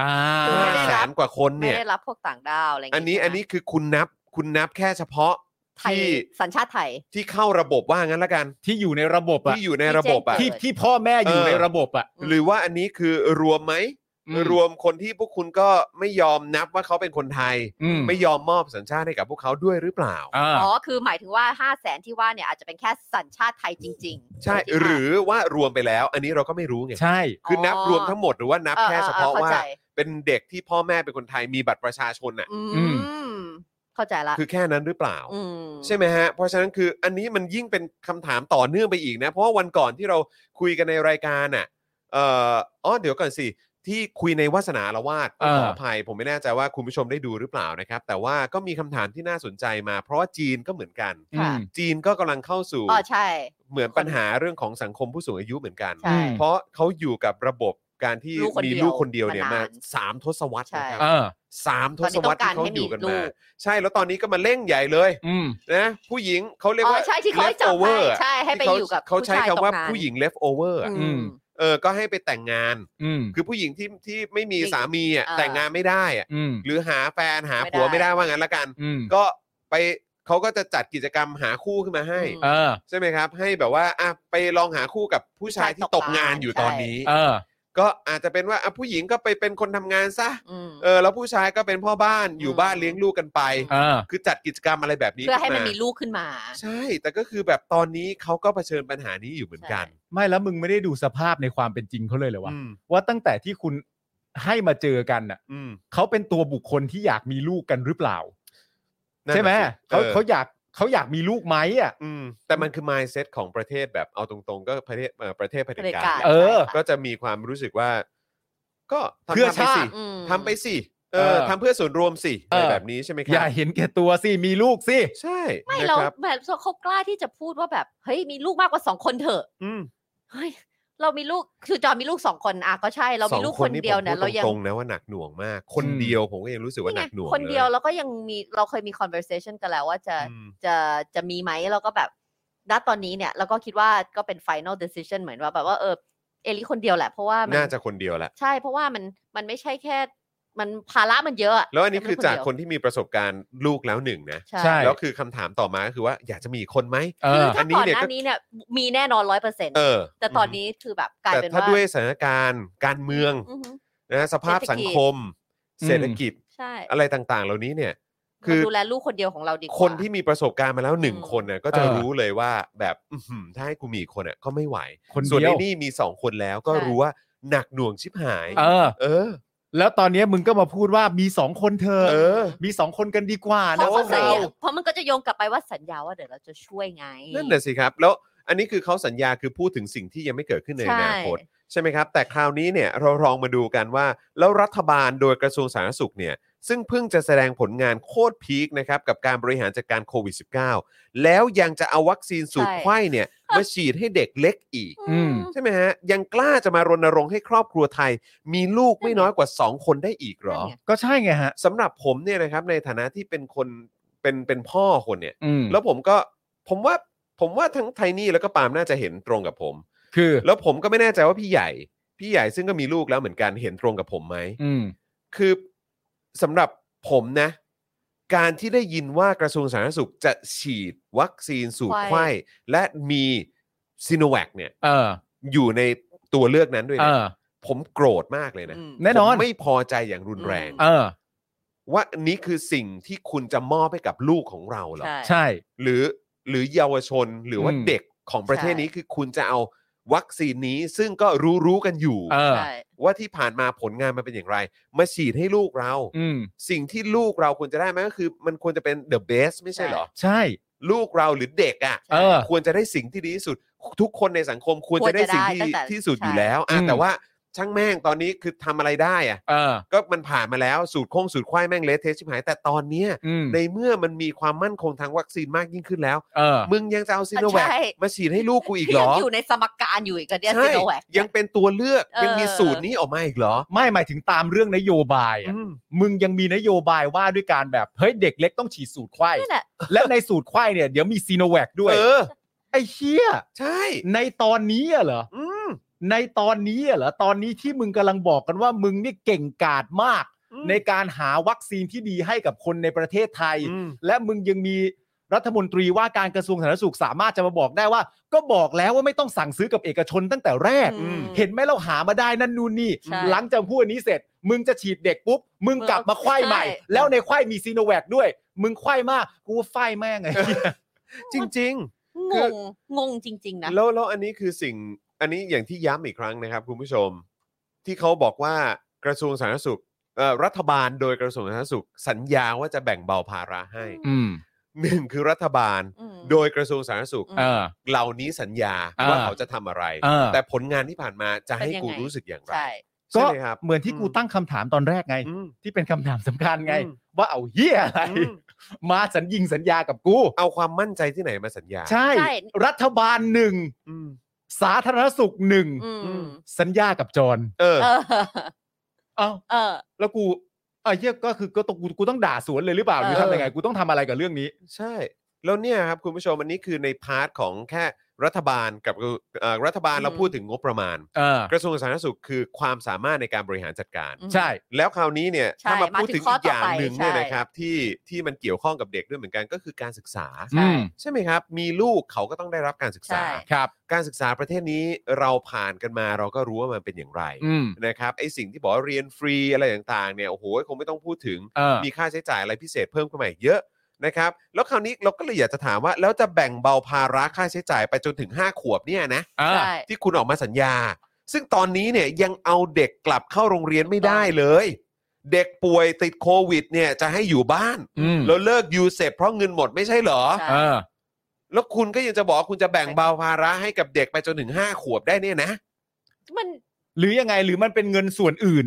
S2: อ่า
S3: ไม่
S1: ห้า
S3: ได้
S1: แส
S3: รับ
S1: นกว่าคน
S3: ไม่
S1: เนี่ย
S3: ได้รับพวกต่างดาวอะไรอย่าง
S1: อันนี้
S3: เงี้ย
S1: อันนี้คือคุณนับคุณนับแค่เฉพาะ
S3: ไทย
S1: ที่
S3: สัญชาติไทย
S1: ที่เข้าระบบว่างั้นละกัน
S2: ที่อยู่ในระบบอะ
S1: ที่อยู่ในระบบอะ
S3: ที่
S2: ที่
S3: แจ้งเกิด
S2: ที่พ่อแม่อยู่
S1: เออ
S2: ในระบบอะ
S1: หรือว่าอันนี้คือรวมไหมรวมคนที่พวกคุณก็ไม่ยอมนับว่าเขาเป็นคนไทย
S2: อืม
S1: ไม่ยอมมอบสัญชาติให้กับพวกเขาด้วยหรือเปล่า
S2: อ่า
S3: อ๋อคือหมายถึงว่าห้าแสนที่ว่าเนี่ยอาจจะเป็นแค่สัญชาติไทยจริงๆ
S1: ใช่หรือว่ารวมไปแล้ว อันนี้เราก็ไม่รู้ไง
S2: ใช่
S1: คือนับรวมทั้งหมดหรือว่านับแค่เฉพาะ
S3: ออออข้
S1: ว่า
S3: ใจ
S1: เป็นเด็กที่พ่อแม่เป็นคนไทยมีบัตรประชาชนน่ะ
S3: อื
S2: อืม
S3: ม เข้าใจละ
S1: คือแค่นั้นหรือเปล่า
S3: ม
S1: ใช่ไหมฮะ เพราะฉะนั้นคืออันนี้มันยิ่งเป็นคำถามต่อเนื่องไปอีกนะ เพราะว่าวันก่อนที่เราคุยกันในรายการอ่ะเอ่ออ๋อเดี๋ยวก่อนสิ ที่คุยในวาสนาละวาด
S2: เออ
S1: ขออภัย ผมไม่แน่ใจว่าคุณผู้ชมได้ดูหรือเปล่านะครับ แต่ว่าก็มีคำถามที่น่าสนใจมา เพราะว่าจีนก็เหมือนกัน
S2: อืม
S1: จีนก็กำลังเข้าสู่
S3: อ๋อใช่
S1: เหมือนปัญหาเรื่องของสังคมผู้สูงอายุเหมือนกัน
S3: ใช่
S2: อืม
S1: เพราะเขาอยู่กับระบบการที่
S3: ลูกคน
S1: มี
S3: เดียว
S1: ลูกคนเดียวเนี่
S3: มาม
S1: ยาน สามทศวรรษนะครั
S2: เอบ อ
S1: สามทศวรรษที่
S3: ตอน
S1: เขา
S3: นี้
S1: อยู่กัน
S3: ต้องการให้มีลู
S1: มาก ใช่แล้วตอนนี้ก็มาเร่งใหญ่เลย
S2: อืม
S1: นะผู้หญิงเขาเรียก
S3: อ๋อ
S1: ว่า
S3: ใช่ที่เขาให้จับไป
S1: leftover อะ
S3: ใช่ให้ไป
S1: ที่เขา
S3: อยู่กับ
S1: เขาใช้
S3: ผู้ย
S1: คำว่า
S3: ตกงน
S1: ผู้หญิง left over อะ
S3: อืม
S1: เออก็ให้ไปแต่งงาน
S2: อืม
S1: คือผู้หญิงที่ที่ไม่มี
S3: ไม่
S1: สามีอ่ะ
S3: เออ
S1: แต่งงานไม่ได้อ่ะ
S2: อืม
S1: หรือหาแฟนหา
S3: ไม่
S1: ผัว
S3: ได้
S1: ไม่ได้ว่างั้นละกัน
S2: อืม
S1: ก็ไปเขาก็จะจัดกิจกรรมหาคู่ขึ้นมาให้
S3: อืม
S2: เออ
S1: ใช่ไหมครับ ให้แบบว่าอ่ะไปลองหาคู่กับผู้ชายที่ตกงานอยู่ตอนนี้
S2: เออ
S1: ก็อาจจะเป็นว่าอ่ะผู้หญิงก็ไปเป็นคนทำงานซะ
S3: อืม
S1: เออแล้วผู้ชายก็เป็นพ่อบ้านอยู่
S3: อืม
S1: บ้านเลี้ยงลูกกันไป
S2: เออ
S1: คือจัดกิจกรรมอะไรแบบนี้
S3: เพื่อให้มันมี
S1: ขึ้า
S3: ลูกขึ้นมา
S1: ใช่ แต่ก็คือแบบตอนนี้เขาก็เผชิญปัญหานี้อยู่เหมือนกัน
S2: ไม่แล้วมึงไม่ได้ดูสภาพในความเป็นจริงเขาเลยเหรอวะ
S1: อืม
S2: ว่าตั้งแต่ที่คุณให้มาเจอกันน่ะ
S1: อืม
S2: เขาเป็นตัวบุคคลที่อยากมีลูกกันหรือเปล่า
S1: นั่น
S2: ใช่ไหม
S1: น่ะสิ
S2: เขา
S1: ออ
S2: เขาอยากเขาอยากมีลูกไหมอ่ะ
S1: อืมแต่มันคือ mindset ของประเทศแบบเอาตรงๆ ก็ประเทศเอ่อประเทศเผด็จ
S3: เผด็จ
S1: กา
S3: การ ร
S2: เออ
S1: ก็จะมีความรู้สึกว่า ก็ทำ
S2: เพื่อชาติ
S1: ทำไปสิทำไปสิเอ
S3: อืม
S2: เอ
S1: อ
S2: อ
S1: ทำเพื่อส่วนรวมสิ
S2: เอ
S1: อะ
S2: อ
S1: ไรแบบนี้ใช่ไหมค
S2: อ
S1: รั
S2: ย่าเห็นแก่ตัวสิ มีลูกสิ
S1: ใช่
S3: ไม่
S1: นะ
S3: เรา
S1: ครับ
S3: แบบเขากล้าที่จะพูดว่าแบบเฮ้ยมีลูกมากกว่าสองคนเถอะ
S1: อืม
S3: เฮ้ยเรามีลูกคือจอมีลูกสองคนอ่ะก็ใช่เรามีลูก
S1: สอง
S3: คนเดียวเนี่ย
S1: ผมพู
S3: เรายัง
S1: ตรงๆนะว่าหนักหน่วงมาก คน
S2: อืม
S1: เดียวผมก็ยังรู้สึกว่าห
S3: นี่ไง
S1: นักหน่วง
S3: คนเดียว
S1: ล
S3: แล้วก็ยังมีเราเคยมี conversation กันแล้วว่าจะ
S1: อืม
S3: จะจะมีไหมเราก็แบบณตอนนี้เนี่ยเราก็คิดว่าก็เป็น final decision เหมือนว่าแบบว่าเออเอลิคนเดียวแหละเพราะว่ามั
S1: น่าจะคนเดียวแหละ
S3: ใช่เพราะว่ามันมันไม่ใช่แค่มันภาระมันเยอะะ
S1: แล้วอันนี้คือจากคน
S3: เดีย
S1: ที่มีประสบการณ์ลูกแล้วหนึ่งนะ
S3: วใช่
S2: ใช่
S1: แล้วคือคำถามต่อมาก็คือว่าอยากจะมีอีกคนไหม
S2: เอ
S3: คือ
S2: อ
S1: อั
S3: ถ้าน
S1: นี้
S3: ก่อน
S1: เนี่ย
S3: หน้า
S1: ก็
S3: นี้เนี่ยมีแน่นอนร้อยเปอร์เซ็นต์
S1: เออ
S3: แต่ตอนนี้คือแบบกลาย
S1: แต่
S3: เป็น
S1: ถ้า
S3: ว่า
S1: ด้วยสถานการณ์การเมือง
S3: อือฮึ
S1: นะสภาพสังคม
S2: เศ
S1: เศร
S2: ร
S1: ษ
S2: ษ
S1: ฐ
S2: ฐกิ
S1: กิจ
S2: จ
S3: ใช่
S1: อะไรต่างๆ เหล่านี้เนี่ย คื
S3: คือ
S1: อ
S3: ดูแลลูกคนเดียวของเราดีกว่า
S1: คนที่มีประสบการณ์มาแล้วหนึ่ง
S3: อืม
S1: คนเนี่ยก็จะ
S2: เออ
S1: รู้เลยว่าแบบอื้อหือถ้าให้กูมีอีกคนอ่ะก็ไม่ไหว
S2: คน
S1: ส่วน
S2: เดีย
S1: ไอ้
S2: ว
S1: นี่มีสองคนแล้วก็รู้ว่าหนักหน่วงชิบหาย
S2: เออ
S1: เออ
S2: แล้วตอนเนี้ยมึงก็มาพูดว่ามีสองคนเธอะ
S1: เออ
S2: มีสองคนกันดีกว่า
S3: เพ
S2: นะ
S3: ราะ
S2: พ
S3: ว่า
S2: ก
S3: วสัญ
S2: เรา
S3: ญาเพราะมันก็จะโยงกลับไปว่าสัญญาว่าเดี๋ยวเราจะช่วยไง
S1: นั่นแหละสิครับ แล้วอันนี้คือเขาสัญญาคือพูดถึงสิ่งที่ยังไม่เกิดขึ้นใน
S3: ใช่
S1: อนาคตใช่ไหมครับ แต่คราวนี้เนี่ยเราลองมาดูกันว่า แล้วรัฐบาลโดยกระทรวงสาธารณสุขเนี่ยซึ่งเพิ่งจะแสดงผลงานโคตรพีคนะครับกับการบริหารจัดการโควิด -19 แล้วยังจะเอาวัคซีนสูตร
S3: ใช่
S1: ไข้ เนี่ยมาฉีดให้เด็กเล็กอีก
S2: อืม
S1: ใช่ไหมฮะ ยังกล้าจะมารณรงค์ให้ครอบครัวไทย มีลูกไม่น้อยกว่า 2 คนได้อีกเหรอ
S3: นั่นไง
S2: ก็ใช่ไงฮะ
S1: สำหรับผมเนี่ยนะครับในฐานะที่เป็นคนเป็นเป็นพ่อคนเนี่ย
S2: อืม
S1: แล้วผมก็ผมว่าผมว่าทั้งไทนี่แล้วก็ปาล์มน่าจะเห็นตรงกับผม
S2: คือ
S1: แล้วผมก็ไม่แน่ใจว่าพี่ใหญ่ พี่ใหญ่ซึ่งก็มีลูกแล้วเหมือนกันเห็นตรงกับผมไหม
S2: อืม
S1: คือสำหรับผมนะ การที่ได้ยินว่ากระทรวงสาธารณสุขจะฉีดวัคซีนสูตรไข้และมีซีโนแวคเนี่ย
S2: เออ
S1: อยู่ในตัวเลือกนั้นด้วย
S2: เอ
S1: นะ
S2: อ
S1: ผมโกรธมากเลยนะ
S3: อืม
S2: แน่นอน
S1: ผมไม่พอใจอย่างรุนแรง
S2: เออ
S1: ว่าอันนี้คือสิ่งที่คุณจะมอบให้กับลูกของเราเหรอ
S3: ใช่
S2: ใช่
S1: หรือหรือเยาวชนหรือว่า
S2: อืม
S1: เด็กของประเทศ
S3: ใช่
S1: นี้คือคุณจะเอาวัคซีนนี้ซึ่งก็รู้รู้ๆกันอยู่
S2: เออ
S3: ใช่
S1: ว่าที่ผ่านมาผลงานมันเป็นอย่างไร มาฉีดให้ลูกเรา
S2: อืม
S1: สิ่งที่ลูกเราควรจะได้ไหมก็คือ มันควรจะเป็น the best ไม่ใช่เหรอ
S2: ใช่
S1: ลูกเราหรือเด็กอ่ะ
S2: เออ
S1: ควรจะได้สิ่งที่ดีที่สุด ทุกคนในสังคมควรจะได้สิ่งที่ดีที่สุดอยู่แล้วอ่ะ
S2: ใช่
S1: แต่ว่าช่างแม่งตอนนี้คือทำอะไรได้อ่ะ
S2: เออ
S1: ก็มันผ่านมาแล้วสูตรโค้งสูตรควายแม่งเละเทะชิบหาย แต่ตอนเนี้ย
S2: อืม
S1: ในเมื่อมันมีความมั่นคงทางวัคซีนมากยิ่งขึ้นแล้ว
S2: เออ
S1: มึงยังจะเอาซิโนแวค
S3: ใช่
S1: มาฉีดให้ลูกกูอีกเหร
S3: ยั
S1: อ
S3: อยู่ในสมการอยู่อีกกันเนี่ย
S1: ใช่
S3: ซิโนแวค
S1: ยังเป็นตัวเลือก
S3: เออ
S1: ยังมีสูตรนี้ออกมาอีกเหรอ
S2: ไม่หมายถึงตามเรื่องนโยบายอะ
S1: อืม
S2: มึงยังมีนโยบายว่าด้วยการแบบ เฮ้ย เด็กเล็กต้องฉีดสูตรไข้
S3: นั่นแหละ
S2: และในสูตรไข้เนี่ย เดี๋ยวมีซีโนแวคด้วย
S1: เออ
S2: ไอ้เชี่ย
S1: ใช่
S2: ในตอนนี้อะเหรอ
S1: อืม
S2: ในตอนนี้อะเหรอ ตอนนี้ที่มึงกำลังบอกกันว่ามึงนี่เก่งกาจมาก
S1: อืม
S2: ในการหาวัคซีนที่ดีให้กับคนในประเทศไทย
S1: อืม
S2: และมึงยังมีรัฐมนตรีว่าการกระทรวงสาธารณสุขสามารถจะมาบอกได้ว่า ก็บอกแล้วว่าไม่ต้องสั่งซื้อกับเอกชนตั้งแต่แรก
S3: อืม
S2: เห็นไหมเราหามาได้นั่นนู่นนี่
S3: ใช่
S2: หลังจากพูดอันนี้เสร็จ มึงจะฉีดเด็กปุ๊บ มึงกลับมาไขว้ใหม่
S3: ใช่
S2: แล้วในไขว้มีซีโนแวคด้วย มึงไขว้มากกูว่าไขว้แม่งไง
S1: จริง
S3: ง
S1: คือ
S3: งงงจริง ๆ นะ
S1: ๆ แล้วแล้วอันนี้คือสิ่งอันนี้อย่างที่ย้ำอีกครั้งนะครับ คุณผู้ชม ที่เขาบอกว่ากระทรวงสาธารณสุขเอ่อรัฐบาลโดยกระทรวงสาธารณสุข สัญญาว่าจะแบ่งเบาภาระให้
S2: อื
S3: อื
S2: ม
S1: หนึ่งคือรัฐบาล
S3: อืม
S1: โดยกระทรวงสาธารณสุข
S3: เออ
S1: เหล่านี้สัญญา
S2: เออ
S1: ว่าเขาจะทำอะไร
S2: เออ
S1: แต่ผลงานที่ผ่านมาจะให้
S3: เป็นยัง
S1: กู
S3: ไง
S1: รู้สึกอย่างไร
S3: ใช่
S1: ใช่
S2: ก็
S1: เลยครับ
S2: เหมือนที่กูตั้งคำถามตอนแรกไง
S1: อืม
S2: ที่เป็นคำถามสำคัญไง
S1: อืม
S2: ว่าเอาเฮียอะไร
S1: อืม
S2: มาสัญญิงสัญญากับกู
S1: เอาความมั่นใจที่ไหนมาสัญญา
S2: ใช่
S3: ใช่
S2: รัฐบาลหนึ่ง
S1: อืม
S2: สาธารณสุขหนึ่ง
S3: อืม
S2: สัญญากับจร
S1: เออ
S3: เออ
S2: เอ้าว
S3: เออ
S2: แล้วกูไอ้เหี้ยก็คือก็ต้องกูกูต้องด่าสวนเลยหรือเปล่าหรือ
S3: เออ
S2: ทำยังไงกูต้องทำอะไรกับเรื่องนี้
S1: ใช่ แล้วเนี่ยครับคุณผู้ชมอันนี้คือในพาร์ทของแค่รัฐบาลกับเอ่อรัฐบาล
S3: อืม
S1: เราพูดถึงงบประมาณ
S2: เออก
S1: ระทรวงสาธารณสุขคือความสามารถในการบริหารจัดการ
S3: อืม
S2: ใช่
S1: แล้วคราวนี้เนี่ย
S3: ใช่
S1: ถ้ามาพูดถึงอีกอย่างหนึ่ง
S3: มาถึงข้อต่อไป
S1: เนี่ย
S3: ใช่
S1: นะครับที่ที่มันเกี่ยวข้องกับเด็กด้วยเหมือนกันก็คือการศึกษา
S3: ใช่
S2: อืม
S1: ใช่ไหมครับ มีลูกเขาก็ต้องได้รับการศึกษา
S3: ใช่
S2: ครับ
S1: การศึกษาประเทศนี้เราผ่านกันมาเราก็รู้ว่ามันเป็นอย่างไร
S2: อืม
S1: นะครับไอ้สิ่งที่บอกว่าเรียนฟรีอะไรต่างๆเนี่ยโอ้โหคงไม่ต้องพูดถึง
S2: เออ
S1: มีค่าใช้จ่ายอะไรพิเศษเพิ่มขึ้นมาอีกเยอะนะครับ แล้วคราวนี้เราก็เลยอยากจะถามว่า แล้วจะแบ่งเบาภาระค่าใช้จ่ายไปจนถึง 5 ขวบเนี่ยนะ
S2: อ่า
S3: ใช่
S1: ที่คุณออกมาสัญญา ซึ่งตอนนี้เนี่ยยังเอาเด็กกลับเข้าโรงเรียนไม่ได้เลย เด็กป่วยติดโควิดเนี่ยจะให้อยู่บ้าน
S2: อืม
S1: แล้วเลิกยูเซปเพราะเงินหมดไม่ใช่เหรอ
S3: ใช่
S2: เออ
S1: แล้วคุณก็ยังจะบอกว่าคุณจะแบ่งเบาภาระให้กับเด็กไปจนถึง 5 ขวบได้เนี่ยนะ
S3: มัน
S2: หรือยังไงหรือมันเป็นเงินส่วนอื่น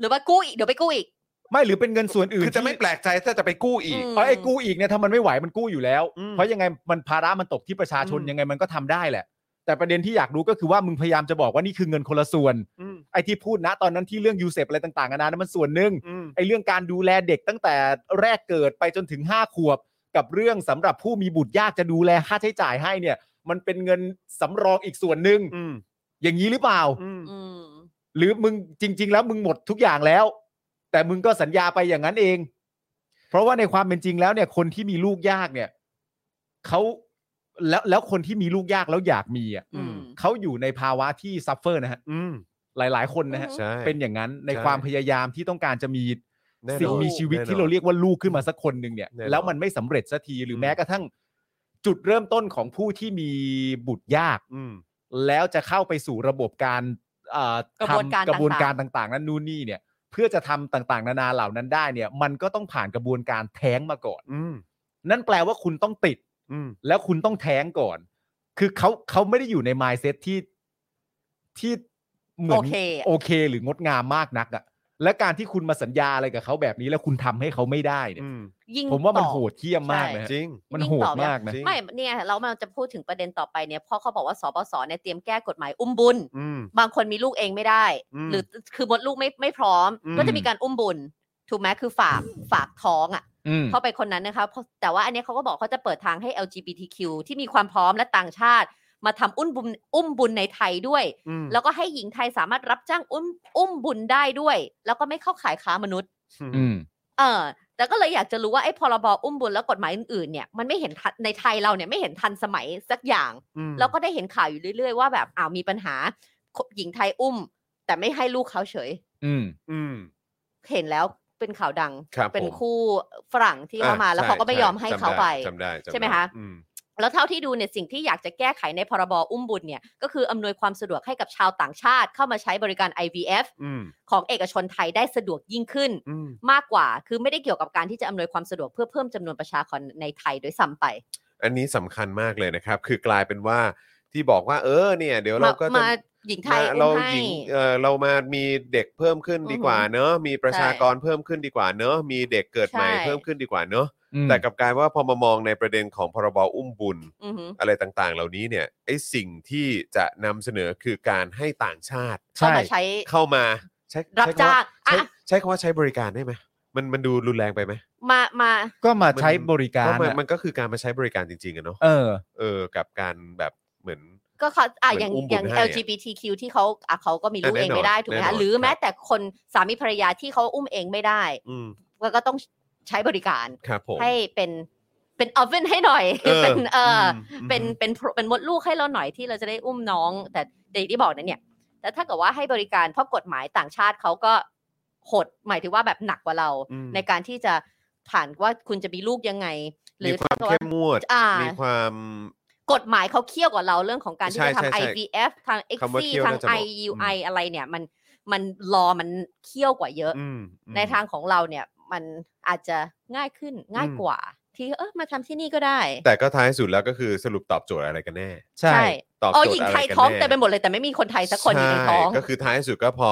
S3: หรือว่ากู้อีกเดี๋ยวไปกู้อีก
S2: ไม่หรือเป็นเงินส่วนอื่น
S1: คือจะไม่
S2: ที่
S1: แปลกใจถ้าจะไปกู้อีก
S3: ม
S2: เออไอ้กู้อีกเนี่ยถ้ามันไม่ไหวมันกู้อยู่แล้ว
S1: อืม
S2: เพราะยังไงมันภาระมันตกที่ประชาชน
S1: อืม
S2: ยังไงมันก็ทำได้แหละ แต่ประเด็นที่อยากรู้ก็คือว่ามึงพยายามจะบอกว่านี่คือเงินคนละส่วน
S1: อืม
S2: ไอ้ที่พูดนะตอนนั้นที่เรื่องยูเซปอะไรต่างๆนานานั้นมันส่วนหนึ่ง
S1: อืม
S2: ไอ้เรื่องการดูแลเด็กตั้งแต่แรกเกิดไปจนถึงห้าขวบ กับเรื่องสำหรับผู้มีบุตรยากจะดูแลค่าใช้จ่ายให้เนี่ย มันเป็นเงินสำรองอีกส่วนหนึ่ง
S1: อืม
S2: อย่างนี้หรือเปล่า
S1: อืม
S3: อืม
S2: หรือมึงจริง ๆ แล้วมึงหมดทุกอย่างแล้ว แต่มึงก็สัญญาไปอย่างนั้นเอง เพราะว่าในความเป็นจริงแล้วเนี่ย คนที่มีลูกยากเนี่ยเขาแล้วแล้วคนที่มีลูกยากแล้วอยากมีอ่ะ
S3: อืม
S2: เขาอยู่ในภาวะที่ซัฟเฟอร์นะฮะ
S1: อืม
S2: หลาย ๆ คนนะฮะ
S1: ใช่
S2: เป็นอย่างนั้นใน
S1: ใช่
S2: ความพยายามที่ต้องการจะมี
S1: แน่นอน
S2: สิ่งมีชีวิต
S1: แน่นอน
S2: ที่เราเรียกว่าลูกขึ้นมาสักคนหนึ่งเนี่ย
S1: แน่นอน
S2: แล้วมันไม่สำเร็จสักทีหรืออ
S1: ม
S2: แม้กระทั่งจุดเริ่มต้นของผู้ที่มีบุตรยาก
S1: อืม
S2: แล้วจะเข้าไปสู่ระบบการเอ่อก
S3: ระบวนการ
S2: ทำกระบวน
S3: ต่า
S2: กา
S3: งๆ
S2: รต่างๆ นั้นนู่นนี่เนี่ย เพื่อจะทำต่างๆ นานาเหล่านั้นได้เนี่ย มันก็ต้องผ่านกระบวนการแท้งมาก่อน
S1: อืม
S2: นั่นแปลว่าคุณต้องติด
S1: อืม
S2: แล้วคุณต้องแท้งก่อน คือเขาเขาไม่ได้อยู่ในมายเซตที่ที่เหมือน
S3: โอเคอะ
S2: โอเคหรืองดงามมากนักอะและการที่คุณมาสัญญาอะไรกับเขาแบบนี้ แล้วคุณทำให้เขาไม่ได้เนี่ย
S1: อืม
S3: ยิ่ง
S2: ผมว่ามัน
S3: ต่อ
S2: โหดเหี้ยมมากนะฮะ
S1: จริง
S2: มันโหดมากนะ
S1: จริง
S3: ไม่เนี่ยเรามันจะพูดถึงประเด็นต่อไปเนี่ยเพราะเขาบอกว่าสปสเนี่ยเตรียมแก้กฎหมายอุ้มบุญ
S1: อืม
S3: บางคนมีลูกเองไม่ได้
S1: อืม
S3: หรือคือมดลูกไม่ไม่พร้อม
S1: อืม
S3: ก็จะมีการอุ้มบุญ ถูกไหมคือฝากฝากท้องอ่ะ
S2: อืม
S3: เข้าไปคนนั้นนะคะเพราะแต่ว่าอันเนี้ยเขาก็บอกเขาจะเปิดทางให้ LGBTQ ที่มีความพร้อมและต่างชาติ มาทำอุ้มบุญอุ้มบุญในไทยด้วย
S1: อืม
S3: แล้วก็ให้หญิงไทยสามารถรับจ้างอุ้มอุ้มบุญได้ด้วย แล้วก็ไม่เข้าขายค้ามนุษย์
S2: อืม
S3: เออแต่ก็เลยอยากจะรู้ว่าไอ้พรบอุ้มบุญและกฎหมายอื่นๆเนี่ยมันไม่เห็นทันในไทยเราเนี่ยไม่เห็นทันสมัยสักอย่าง
S1: อืม
S3: แล้วก็ได้เห็นข่าวอยู่เรื่อยๆว่าแบบอ้าวมีปัญหาหญิงไทยอุ้ม แต่ไม่ให้ลูกเขาเฉย
S2: อืม
S1: อืม
S3: เห็นแล้วเป็นข่าวดัง
S1: ครับ
S3: เป็น
S1: ผม
S3: คู่ฝรั่งที่เข้า
S1: อ่ะ
S3: มาแล้ว
S1: ใช่
S3: เขาก็ไม่ยอมให้
S1: จำด้
S3: เขาไป
S1: จำด้จำด้
S3: ใช่ไหมคะ
S1: อืม
S3: แล้วเท่าที่ดูเนี่ยสิ่งที่อยากจะแก้ไขในพรบอุ้มบุญเนี่ยก็คืออำนวยความสะดวกให้กับชาวต่างชาติ เข้ามาใช้บริการ IVF
S1: อืม
S3: ของเอกชนไทยได้สะดวกยิ่งขึ้น
S1: อืม
S3: มากกว่าคือไม่ได้เกี่ยวกับการที่จะอำนวยความสะดวกเพื่อเพิ่มจำนวนประชากรในไทยโดวยซ้ำไป
S1: อันนี้สำคัญมากเลยนะครับ คือกลายเป็นว่าที่บอกว่า เออ เนี่ย เดี๋ยวเรา
S3: มา
S1: ก็จะ
S3: มาหญิงไทย
S1: มา
S3: อุ้
S1: เรา
S3: มให้
S1: หญิงเออเรามามีเด็กเพิ่มขึ้นดีกว่าเนอะมีประชากรเพิ่มขึ้นดีกว่าเนอะมีเด็กเกิดใหม่
S3: ใช่
S1: เพิ่มขึ้นดีกว่าเนอะแต่กลับกลายว่าพอมามองในประเด็นของพรบอุ้มบุญ
S3: อือหือ
S1: อะไรต่างๆ เหล่านี้เนี่ยไอ้สิ่งที่จะนำเสนอคือการให้ต่างชาติ
S3: เข้ามาใช้
S1: เข้ามาใช้
S3: รับ
S1: ใช้คำว่
S3: จ้าง
S1: ใช้
S3: อ่ะ
S1: ใช้คำว่าใช้บริการได้ไหมมันมันดูรุนแรงไปไหม
S3: มามา
S2: ก็มาใช้
S1: มัน
S2: บริการ
S1: ก็มัน
S2: อะ
S1: มันก็คือการมาใช้บริการจริงๆอะเนาะ
S2: เออ
S1: เออกับการแบบเหมือน
S3: ก็เขาอ่ะ
S1: เหมือน
S3: อย่าง
S1: อุ้มบุญ
S3: อย่าง
S1: ให้อะ
S3: LGBTQ ที่เขาอ่ะเขาก็มีลู
S1: อ่ะ
S3: ก
S1: แน่
S3: เอง
S1: นอน
S3: ไม่ได้ถูกไหม
S1: แน่นอ
S3: คะ
S1: น
S3: หรือ
S1: ครับ
S3: แม้แต่คนสามีภรรยาที่เขาอุ้มเองไม่ได้
S1: อืม
S3: แล้วก็ต้องใช้บริการ
S1: ครับผม
S3: ให้เป็นเป็นออฟเวนให้หน่อย
S1: เออ
S3: เป็นเอออ
S1: ม
S3: เป็นเป็นโพรเป็นมดลูกให้เราหน่อยที่เราจะได้อุ้มน้อง แต่เด็กที่บอกนะเนี่ยแต่ถ้าเกิดว่าให้บริการเพราะกฎหมายต่างชาติเขาก็โหดหมายถึงว่าแบบหนักกว่าเรา
S1: อืม
S3: ในการที่จะผ่านว่าคุณจะมีลูกยังไง หรื
S1: มี
S3: อ
S1: ความ
S3: ถ้า
S1: เข้
S3: เกิดว่าม
S1: งวด
S3: อ่า
S1: มีความ
S3: กฎหมายเขาเคี่ยวกว่าเราเรื่องของการที่
S1: ใช่
S3: จะ
S1: ใช่
S3: ทำ
S1: ใช่
S3: IVF ทาง
S1: คำว่า
S3: XC
S1: เคี่ยว
S3: ทาง
S1: น่าจะเหมาะ
S3: IUI อะไรเนี่ย มันมันรอมันเคี่ยวกว่าเยอะ
S1: อืมอืม
S3: ในทางของเราเนี่ยมันอาจจะง่ายขึ้นง่าย
S1: อืม
S3: กว่า ที่เออมาทำที่นี่ก็ได้
S1: แต่ก็ท้ายสุดแล้วก็คือสรุปตอบโจทย์อะไรกันแน่
S2: ใช่
S1: ตอบ
S3: อ๋อ
S1: โจท
S3: หญิ
S1: ย์
S3: ง
S1: อะไร
S3: ไทย
S1: กัน
S3: ท้อง
S1: แน่
S3: แต่ไปหมดเลยแต่ไม่มีคนไทยสักคนอยู่ในท้อง
S1: ช่ก็คือท้ายสุดก็พอ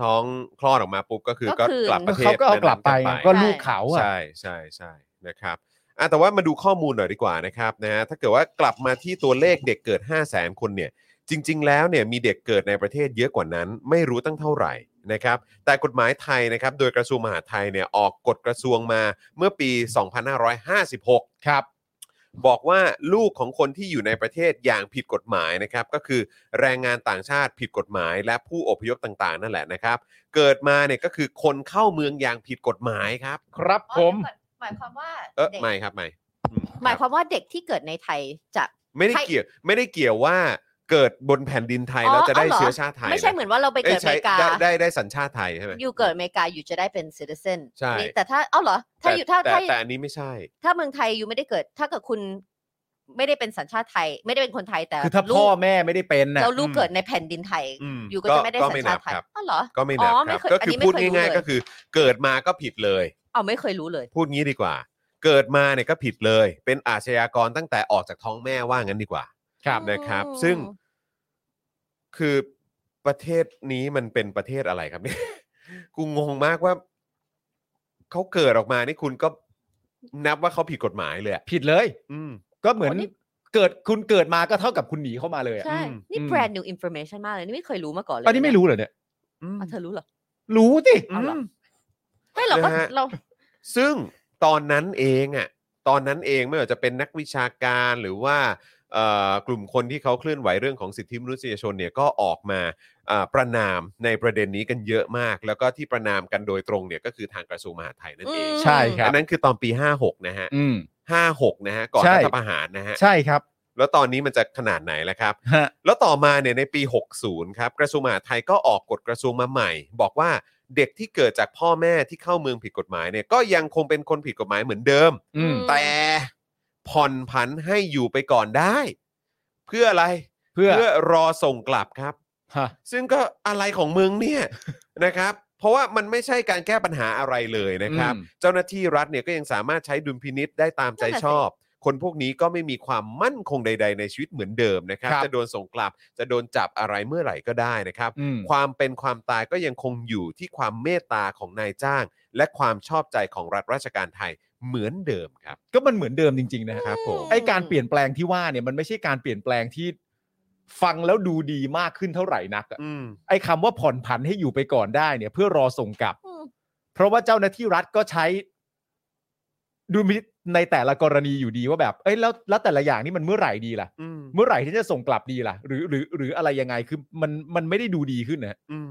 S1: ท้องคลอดออกมาปุ๊บก็คือ
S3: ก็
S1: ก็
S3: คือ
S1: กลับประเทศ
S2: เขาก็เอากลับไป
S1: นั้น
S2: ไง
S1: ๆ
S2: ก็ลูกเขาอ่ะ
S1: ใช่ใช่ใช่นะครับอ่ะแต่ว่ามาดูข้อมูลหน่อยดีกว่านะครับนะฮะถ้าเกิดว่ากลับมาที่ตัวเลขเด็กเกิด 5 0 0แสนคนเนี่ยจริง ๆ แล้วเนี่ยมีเด็กเกิดในประเทศเยอะกว่านั้น ไม่รู้ตั้งเท่าไหร่นะครับแต่กฎหมายไทยนะครับโดยกระทรวงมหาดไทยเนี่ยออกกฎกระทรวงมาเมื่อปี 2556 ครับ บอกว่าลูกของคนที่อยู่ในประเทศอย่างผิดกฎหมายนะครับก็คือแรงงานต่างชาติผิดกฎหมาย และผู้อพยพต่างๆ นั่นแหละนะครับ เกิดมาเนี่ยก็คือคนเข้าเมืองอย่างผิดกฎหมายครับ
S2: ครับผม
S4: หมายความว่า
S1: เออ
S4: ด็ก
S1: ไม่ครับไม่อืม
S3: หมาย
S1: ค
S3: ครับ วามว่าเด็กที่เกิดในไทยจะ
S1: ไม่ได้
S3: ใคร
S1: เกี่ยวไม่ได้เกี่ยวว่าเกิดบนแผ่นดินไทย
S3: อ๋อ
S1: แล้วจะได้
S3: เอาเหรอ
S1: เชื้อชาติไทย
S3: ไม่ใช่เหมือนว่าเราไป
S1: อ้
S3: เกิ
S1: ย
S3: ดอ
S1: ใช้
S3: เมริกา
S1: ได้ได้ได้สัญชาติไทยใช่ไหม
S3: อยู่เกิดอเมริกาอยู่จะได้เป็น citizen
S1: ใช่
S3: นี่แต่ถ้าเอ้าเหรอ ถ้าอยู่ถ้า
S1: แต่
S3: ถ้า
S1: แต่แต่อันนี้ไม่ใช่
S3: ถ้าเมืองไทยอยู่ไม่ได้เกิด ถ้าเกิดคุณไม่ได้เป็นสัญชาติไทย ไม่ได้เป็นคนไทยแต่
S2: คือถ้า
S3: ลู
S2: พ่อก แม่ไม่ได้เป็นน่ะ
S3: แล้วลูก
S2: อืม
S3: เกิดในแผ่นดินไทย
S1: อืม
S3: อยู่ก็จะไม่ได้สัญชาติไทย
S1: ก็ม่นับครับ
S3: อ้าวเหรอ
S1: ก็ไม่นับ
S3: อ๋อ
S1: ค
S3: ไม่
S1: รับ
S3: เคย
S1: ก็
S3: อัน
S1: คือ
S3: นี้ไม่
S1: พูด
S3: เคยรู้
S1: ง่าย
S3: เล
S1: ๆ
S3: ย
S1: ก็คือเกิดมาก็ผิดเลย
S3: เอาไม่เคยรู้เลย
S1: พูดงี้ดีกว่า เกิดมาเนี่ยก็ผิดเลย เป็นอาชญากรตั้งแต่ออกจากท้องแม่ว่างั้นดีกว่า
S2: ครับ
S1: นะครับ
S3: อืม
S1: ซึ่งคือประเทศนี้มันเป็นประเทศอะไรครับเนี่ย กูงงมากว่าเขาเกิดออกมานี่คุณก็นับว่าเขาผิดกฎหมายเลยอะ
S2: ผิดเลย
S1: อืม
S2: ก็เหมือน
S3: โอ้นี่
S2: เกิดคุณเกิดมาก็เท่ากับคุณหนีเข้ามาเลยอะ
S3: ใช่
S1: อืม
S3: นี่
S1: อืม
S3: brand new information มากเลยนี่ไม่เคยรู้มาก่อนเลย
S2: อันนี้ไม่รู้เหรอเนี่ย
S1: อืม
S3: อ่ะเธอรู้เหรอ
S2: รู้สิ
S1: อื
S3: เอาเหรอ
S1: ม
S3: ไม่เราก็
S1: นะฮะ
S3: เรา
S1: ซึ่งตอนนั้นเองอ่ะ ตอนนั้นเองไม่ว่าจะเป็นนักวิชาการหรือว่าเอ่อกลุ่มคนที่เขาเคลื่อนไหวเรื่องของสิทธิมนุษยชนเนี่ยก็ออกมาอ่าประนามในประเด็นนี้กันเยอะมาก แล้วก็ที่ประนามกันโดยตรงเนี่ยก็คือทางกระทรวงมหาดไทยนั่นเอง
S3: อืม
S2: ใช่ครั
S1: อั
S2: บ
S1: นนั้นคือตอนปี 56 นะฮะ
S2: อืม
S1: 56 นะฮะ ก่อน
S2: ใช่
S1: รัฐประหารนะฮะ
S2: ใช่ครับ
S1: แล้วตอนนี้มันจะขนาดไหนแล้วครับ
S2: ฮะ
S1: แล้วต่อมาเนี่ยในปี 60 ครับ กระทรวงมหาดไทยก็ออกกฎกระทรวงมาใหม่ บอกว่าเด็กที่เกิดจากพ่อแม่ที่เข้าเมืองผิดกฎหมายเนี่ยก็ยังคงเป็นคนผิดกฎหมายเหมือนเดิม
S2: อืม
S3: อืม
S1: แต่ผ่อนผันให้อยู่ไปก่อนได้ เพื่ออะไร
S2: เพื่อ
S1: รอส่งกลับครับ
S2: ฮะ
S1: ซึ่งก็อะไรของมึงเนี่ย นะครับ เพราะว่ามันไม่ใช่การแก้ปัญหาอะไรเลยนะครับ
S2: อืม
S1: เจ้าหน้าที่รัฐเนี่ยก็ยังสามารถใช้ดุลพินิษได้ตามใจ
S3: นั่นน่ะสิ
S1: ชอบ คนพวกนี้ก็ไม่มีความมั่นคงใด ๆ ในชีวิตเหมือนเดิมนะครับ
S2: ครับ
S1: จะโดนส่งกลับ จะโดนจับอะไรเมื่อไหร่ก็ได้นะครับ
S2: อืม
S1: ความเป็นความตายก็ยังคงอยู่ที่ความเมตตาของนายจ้าง และความชอบใจของรัฐราชการไทยเหมือนเดิมครับ
S2: ก็มันเหมือนเดิมจริง ๆ นะฮะ
S1: ครับผม
S2: ไอการเปลี่ยนแปลงที่ว่าเนี่ยมันไม่ใช่การเปลี่ยนแปลงที่ฟังแล้วดูดีมากขึ้นเท่าไหร่นักอะ
S1: อืม
S2: ไอคำว่าผ่อนผันให้อยู่ไปก่อนได้เนี่ย เพื่อรอส่งกลับ
S3: อืม
S2: เพราะว่าเจ้าหน้าที่รัฐก็ใช้ดูมินิจในแต่ละกรณีอยู่ดีว่าแบบ เอ้ยแล้วแล้วแต่ละอย่างนี่มันเมื่อไหร่ดีล่ะ
S1: อืม
S2: เมื่อไหร่ที่จะส่งกลับดีล่ะ หรือหรือหรืออะไรยังไงคือมันมันไม่ได้ดูดีขึ้นนะฮะ
S1: อืม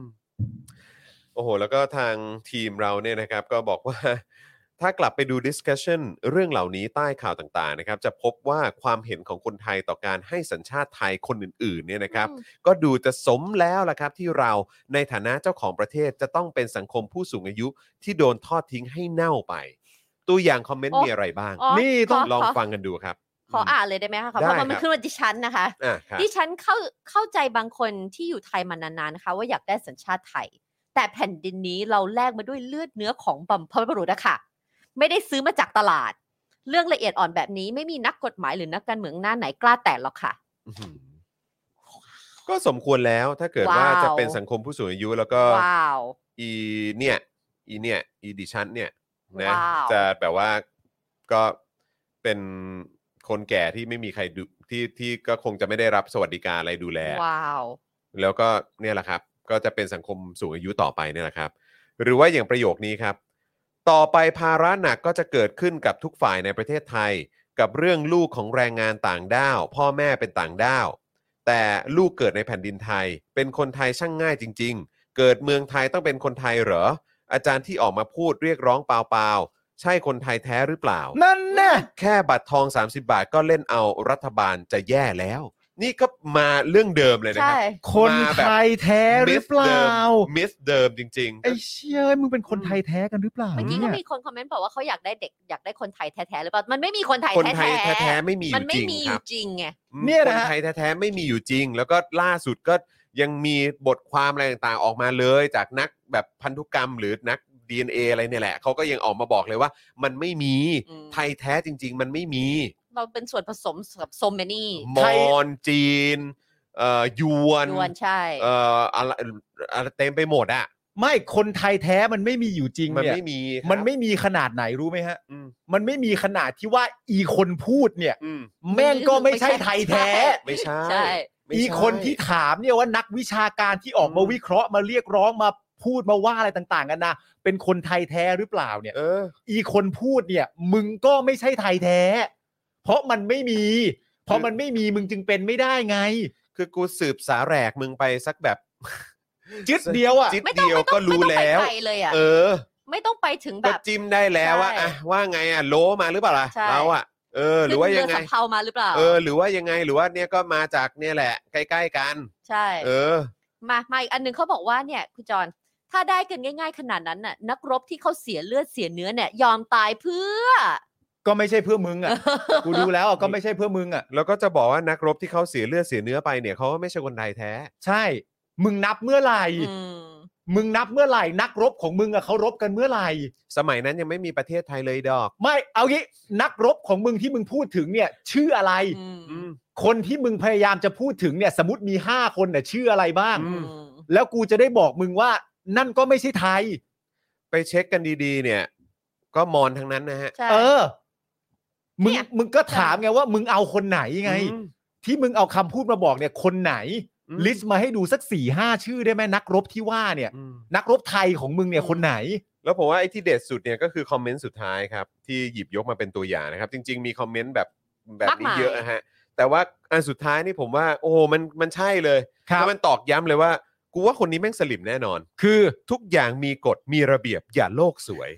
S1: โอ้โห แล้วก็ทางทีมเราเนี่ยนะครับ ก็บอกว่า ถ้ากลับไปดู discussion เรื่องเหล่านี้ใต้ข่าวต่างๆนะครับ จะพบว่าความเห็นของคนไทยต่อการให้สัญชาติไทยคนอื่นๆเนี่ยนะครับ ก็ดูจะสมแล้วล่ะครับ ที่เราในฐานะเจ้าของประเทศจะต้องเป็นสังคมผู้สูงอายุที่โดนทอดทิ้งให้เน่าไป ตัวอย่างคอมเมนต์มีอะไรบ้าง
S3: อ๋อ
S2: นี่ต้อง
S3: ข
S1: ลอง
S3: ข
S1: ฟังกันดูครับ
S3: ขออ่านเลยได้ไหมคะ
S1: ได้
S3: เพราะว่า
S1: คน
S3: มั
S1: รับ
S3: ขึ้นมาดิฉันนะคะ
S1: อ่ะครับ
S3: ดิฉันเข้าเข้าใจบางคนที่อยู่ไทยมานานๆนะคะ ว่าอยากได้สัญชาติไทย แต่แผ่นดินนี้เราแลกมาด้วยเลือดเนื้อของบัมพบุรุษนะคะไม่ได้ซื้อมาจากตลาด เรื่องละเอียดอ่อนแบบนี้ไม่มีนักกฎหมายหรือนักการเมืองหน้าไหนกล้าแตะหรอกค่ะ
S1: อื้อหือก็สมควรแล้วถ้าเกิดว่า
S3: ว้าว
S1: จะเป็นสังคมผู้สูงอายุแล้วก็
S3: ว้าว
S1: อีเนี่ยอีเนี่ยอีดิชันเนี่ยนะ
S3: ว้าว
S1: จะแบบว่าก็เป็นคนแก่ที่ไม่มีใครดูที่ที่ก็คงจะไม่ได้รับสวัสดิการอะไรดูแล
S3: ว้าว
S1: แล้วก็เนี่ยแหละครับ ก็จะเป็นสังคมสูงอายุต่อไปเนี่ยแหละครับ หรือว่าอย่างประโยคนี้ครับ ต่อไปภาระหนักก็จะเกิดขึ้นกับทุกฝ่ายในประเทศไทย กับเรื่องลูกของแรงงานต่างด้าว พ่อแม่เป็นต่างด้าว แต่ลูกเกิดในแผ่นดินไทย เป็นคนไทยช่างง่ายจริง ๆ เกิดเมืองไทยต้องเป็นคนไทยเหรอ อาจารย์ที่ออกมาพูดเรียกร้องเปล่าๆใช่คนไทยแท้หรือเปล่า
S2: นั่นแน่
S1: แค่บัตรทอง 30 บาทก็เล่นเอารัฐบาลจะแย่แล้ว นี่ก็มาเรื่องเดิมเลยนะค
S3: ใช่
S1: รับ
S2: คน
S1: มาแบบ
S2: ไทยแท้หรือเปล่า
S1: มิสเดิมจริงๆ
S2: ไอ้เชี่ยมึงเป็นคนไทยแท้กันหรือเปล่า
S3: เมื่อกี้ก็
S2: เนี่ย
S3: มีคนคอมเมนต์บอกว่าเขาอยากได้เด็กอยากได้คนไทยแท้ๆหรือเปล่ามันไม่มีคนไทย
S1: คน
S3: แท้
S1: ไทยแท้ๆไม่มีอ
S3: มัน
S1: ยู่
S3: ไม่
S1: จริง
S3: มีอ
S1: ครับ
S3: ยู่จริงไง
S1: อืม
S2: เนี่ย
S1: ค
S2: นะฮะ
S1: ไทยแท้ๆไม่มีอยู่จริง แล้วก็ล่าสุดก็ยังมีบทความอะไรต่างๆออกมาเลย จากนักแบบพันธุกรรมหรือนัก DNA อะไรเนี่ยแหละเขาก็ยังออกมาบอกเลยว่า มันไม่มี
S3: อืม
S1: ไทยแท้จริง ๆ มันไม่มี
S3: เราเป็นส่วนผสมกับโซเมนี่
S1: ม
S2: ไทย
S1: อญจีนเอ่อยวน
S3: ยวนใช่
S1: เอ่ออะไรอะไรเต็มไปหมดอะ
S2: ไม่คนไทยแท้มันไม่มีอยู่จริง
S1: มัน
S2: เนี่ย
S1: ไม่มีครับ
S2: มันไม่มีขนาดไหนรู้ไหมฮะ
S1: อืม
S2: มันไม่มีขนาดที่ว่าอีคนพูดเนี่ย
S1: อืม
S2: แม่งก็ไม่ใช่ไทยแท้
S1: ไม่ใช่
S3: ใช่
S1: ไม่ใช่
S2: อีคนที่ถามเนี่ยว่านักวิชาการที่ออกมา
S1: อืม
S2: วิเคราะห์มาเรียกร้องมาพูดมาว่าอะไรต่างๆกันนะเป็นคนไทยแท้หรือเปล่าเนี่ย
S1: เออ
S2: อีคนพูดเนี่ย มึงก็ไม่ใช่ไทยแท้ เพราะมันไม่มี เพราะมันไม่มีมึงจึงเป็นไม่ได้ไง
S1: คือกูสืบสาแหลกมึงไปสักแบบ
S2: จิตเดียวอ่ะ
S1: จิต
S3: ไม่ต้อง
S1: เดียวก็รู้
S3: ไม่ต้อง
S1: แล้ว
S3: ไปไกเลยอ่ะ
S1: เออ
S3: ไม่ต้องไปถึงแบ
S1: ก็
S3: บ
S1: จิ้มได้แล้วว่า
S3: ใช่
S1: อ่ะว่าไงอ่ะโลมาหรือเปล่าล่ะ
S3: ใช่
S1: เราอ่ะเออ หรือว่ายังไง
S3: ขึ้นเสำเภามาหรือเปล่า
S1: เออ หรือว่ายังไงหรือว่าเนี่ยก็มาจากเนี่ยแหละ ใกล้ๆกัน
S3: ใช่
S1: เออ
S3: มามาอีกอันหนึงเขาบอกว่าเนี่ยคุณจอนถ้าได้กันง่ายๆขนาดนั้นน่ะ นักรบที่เขาเสียเลือดเสียเนื้อเนี่ย ยอมตายเพื่อ
S2: ก็ไม่ใช่เพื่อมึงอ่ะกูดูแล้วอะก็ไม่ใช่เพื่อมึงอ่ะ
S1: แล้วก็จะบอกว่านักรบที่เขาเสียเลือดเสียเนื้อไปเนี่ยเขาก็ไม่ใช่คนไทยแท้
S2: ใช่ มึงนับเมื่อไหร่
S3: อืม
S2: มึงนับเมื่อไหร่ นักรบของมึงอะเขารบกันเมื่อไหร่
S1: สมัยนั้นยังไม่มีประเทศไทยเลยดอก
S2: ไม่เอางี้นักรบของมึงที่มึงพูดถึงเนี่ย ชื่ออะไร
S3: อืม
S1: อืม
S2: คนที่มึงพยายามจะพูดถึงเนี่ย สมมติมีห้าคนเนี่ยชื่ออะไรบ้าง
S1: อื
S3: อืม
S2: แล้วกูจะได้บอกมึงว่า นั่นก็ไม่ใช่ไทย
S1: ไปเช็คกันดีๆ เนี่ย ก็มอนทั้งนั้นนะฮะ
S3: ใช่
S2: เออ มึง
S3: เนี่ย
S2: มึงก็ถามไงว่า มึงเอาคนไหนไง
S1: อืม
S2: ที่มึงเอาคำพูดมาบอกเนี่ย คนไหน
S1: อืม
S2: ลิสต์มาให้ดูสักสี่ห้าชื่อได้ไหมนักรบที่ว่าเนี่ย
S1: อืม
S2: นักรบไทยของมึงเนี่ยคนไหน
S1: แล้วผมว่าไอ้ที่เด็ดสุดเนี่ยก็คือคอมเมนต์สุดท้ายครับที่หยิบยกมาเป็นตัวอย่างนะครับ จริง ๆ มีคอมเมนต์แบบแบบ
S3: มาก
S1: นี้
S3: มาย
S1: เยอะนะฮะ แต่ว่าอันสุดท้ายนี่ผมว่าโอ้โหมันมันใช่เลย
S2: ครับ
S1: แล้วมันตอกย้ำเลยว่า กูว่าคนนี้แม่งสลิมแน่นอน
S2: คือ
S1: ทุกอย่างมีกฎมีระเบียบอย่าโลกสวย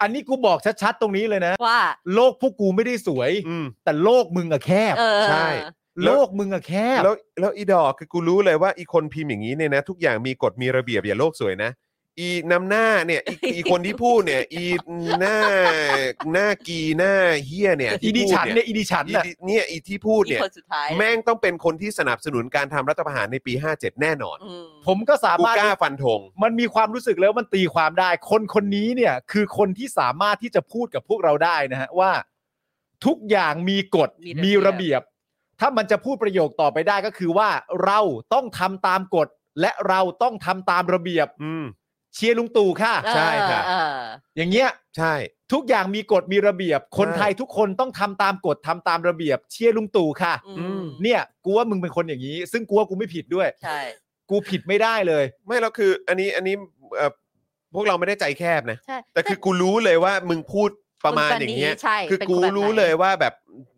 S2: อันนี้กูบอกชัดๆตรงนี้เลยนะ
S3: ว่า
S2: โลกพวกกูไม่ได้สวย
S1: อืม
S2: แต่โลกมึงอะแคบ
S3: เออ
S1: ใช่
S2: โลกมึงอะแคบ
S1: แล้วแล้วอีดอกคือกูรู้เลยว่าอีคนพิมพ์อย่างนี้เนี่ยนะ ทุกอย่างมีกฎมีระเบียบอย่าโลกสวยนะ อีนำหน้าเนี่ยอีอีคนที่พูด เนี่ย อีหน้าหน้ากีหน้าเฮียเนี่ย
S2: อี
S1: ที่
S2: ดิ
S1: พู
S2: ฉันเนี่ยอีดิฉัน
S1: อี
S2: น่ะ
S1: ดิเนี่ยอีที่พูด
S3: อี
S1: เนี่ย
S3: คนสุดท้าย
S1: แม่งต้องเป็นคนที่สนับสนุนการทำรัฐประหารในปี 57 แน่นอน
S3: อืม
S2: ผมก็สา
S1: กู
S2: มารถ
S1: กล้าฟันธง
S2: มันมีความรู้สึกแล้วมันตีความได้ คนคนนี้เนี่ย คือคนที่สามารถที่จะพูดกับพวกเราได้นะฮะว่า ทุกอย่างมีกฎ
S3: มี
S2: มี
S3: ระ
S2: ระ
S3: เบี
S2: เบี
S3: ย
S2: ย
S3: บ
S2: บ ถ้ามันจะพูดประโยคต่อไปได้ก็คือว่าเราต้องทำตามกฎ และเราต้องทำตามระเบียบ
S1: อืม
S2: เชียร์ลุงตู่ค่ะ
S1: ใช่ครับ
S3: เออ
S2: อย่างเงี้ย
S1: ใช่
S2: ทุกอย่างมีกฎมีระเบียบ คนไทยทุกคนต้องทำตามกฎทำตามระเบียบ เชียร์ลุงตู่ค่ะ
S3: เอออ
S1: อืม
S3: ม
S2: เนี่ยกูว่ามึงเป็นคนอย่างนี้ ซึ่งกูว่ากูไม่ผิดด้วย
S3: ใช่
S2: กูผิดไม่ได้เลย
S1: ไม่แล้วคือ อันนี้อันนี้เอ่อพวกเราไม่ได้ใจแคบนะ
S3: ใช่
S1: แต่คือกูรู้เลยว่ามึงพูดประมาณ
S3: คน
S1: อย่างเงี้ย
S3: ใช่
S1: คือ
S3: เป็น
S1: กู
S3: นแบบไหน
S1: รู้เลยว่าแบบ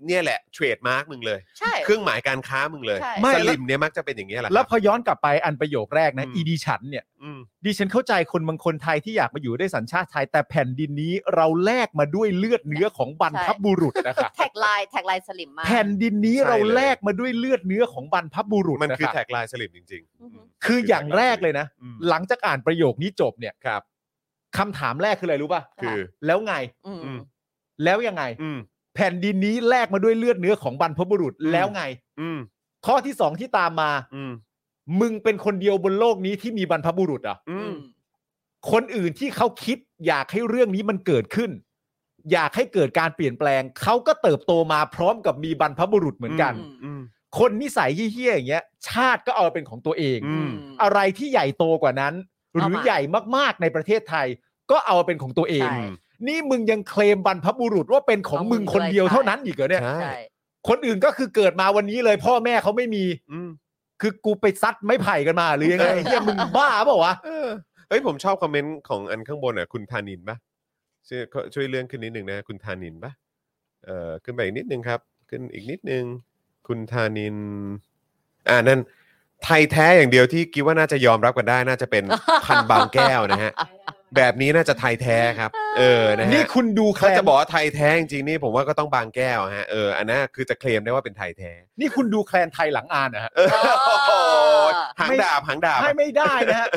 S1: เนี่ยแหละเทรดมาร์กมึงเลย
S3: ใช่
S1: เครื่องหมายการค้ามึงเลย
S3: ใช่
S2: ไม่
S1: สลิมเนี่ยมักจะเป็นอย่างเงี้ยแหละค
S2: แล้
S1: รั
S2: ว
S1: บ
S2: พอย้อนกลับไปอันประโยคแรกนะ
S1: อืม
S2: อีดิฉันเนี่ย
S1: อืม
S2: ดิฉันเข้าใจคนบางคนไทยที่อยากมาอยู่ได้วยสัญชาติไทย แต่แผ่นดินนี้เราแลกมาด้วยเลือดเนื้อของบรรพบุรุษนะคะ
S3: แท็กไลน์แท็กไลน์สลิมมาก
S2: แผ่นดินนี้เราแลกมาด้วยเลือดเนื้อของบรรพบุรุษ
S1: มันคือ
S2: นะะ
S1: แท็กไลน์สลิมจริงๆ
S3: อือหือ
S2: คืออย่างแรกเลยนะ
S1: อืม
S2: หลังจากอ่านประโยคนี้จบเนี่ย
S1: ครับ
S2: คำถามแรกคืออะไรรู้ป่ะ
S1: คือ
S2: แล้วไง
S3: อืม
S1: อืม
S2: แล้วยังไง
S1: อืม
S2: แผ่นดินนี้แลกมาด้วยเลือดเนื้อของบรรพบุรุษ
S1: อืม
S2: แล้วไง
S1: อืม
S2: ข้อที่สองที่ตามมา
S1: อืม
S2: มึงเป็นคนเดียวบนโลกนี้ที่มีบรรพบุรุษเหรอ่ะ
S1: อื
S3: อื
S1: ม
S3: ม
S2: คนอื่นที่เขาคิดอยากให้เรื่องนี้มันเกิดขึ้น อยากให้เกิดการเปลี่ยนแปลง เขาก็เติบโตมาพร้อมกับมีบรรพบุรุษเหมือนกัน
S1: อืม
S2: คนนิสัยเหี้ยๆอย่างเงี้ย ชาติก็เอาเป็นของตัวเอง
S1: อืม
S2: อะไรที่ใหญ่โตกว่านั้น หรือใหญ่มากๆในประเทศไทย ก็เอาเป็นของตัวเอง
S3: ใช่
S2: นี่มึงยังเคลมบรรพบุรุษว่าเป็นของ
S3: ของมึ
S2: มึ
S3: ง
S2: งคนเดียว
S3: ด้วย
S2: เท่านั้นอีกเหรอเนี่ย
S1: ใช่
S3: ใช่
S2: คนอื่นก็คือเกิดมาวันนี้เลย พ่อแม่เขาไม่มี
S1: อืม
S2: คือกูไปซัดไม้ไผ่กันมาหรือยังไงเฮียมึงบ้าเปล่าวะ
S1: เออเฮ้ยผมชอบคอมเมนต์ของอันข้างบนอ่ะคุณธานินปะช่วยช่วยเลื่อนขึ้นนิดนึงนะ คุณธานินปะเอ่อขึ้นไปอีกนิดนึงครับ ขึ้นอีกนิดนึง คุณธานิน อ่านั่นไทยแท้อย่างเดียวที่คิดว่าน่าจะยอมรับกันได้น่าจะ เป็นพันธุ์บางแก้วนะฮะ แบบนี้น่าจะไทยแท้ครับ เอ อนะฮะ
S2: นี่คุณดูแคล
S1: เขาจะ
S2: น
S1: บอกว่าไทยแท้จริงๆนี่ผมว่าก็ต้องบางแก้วฮะเอออันนั้นคือจะเคลมได้ว่าเป็นไทยแท้
S2: นี่คุณดูแคลนไทยหลังอ่านนะฮะ
S1: เออโอ้โหหางดาบหางดาบ
S2: ให้ไม่ได้นะ ฮะ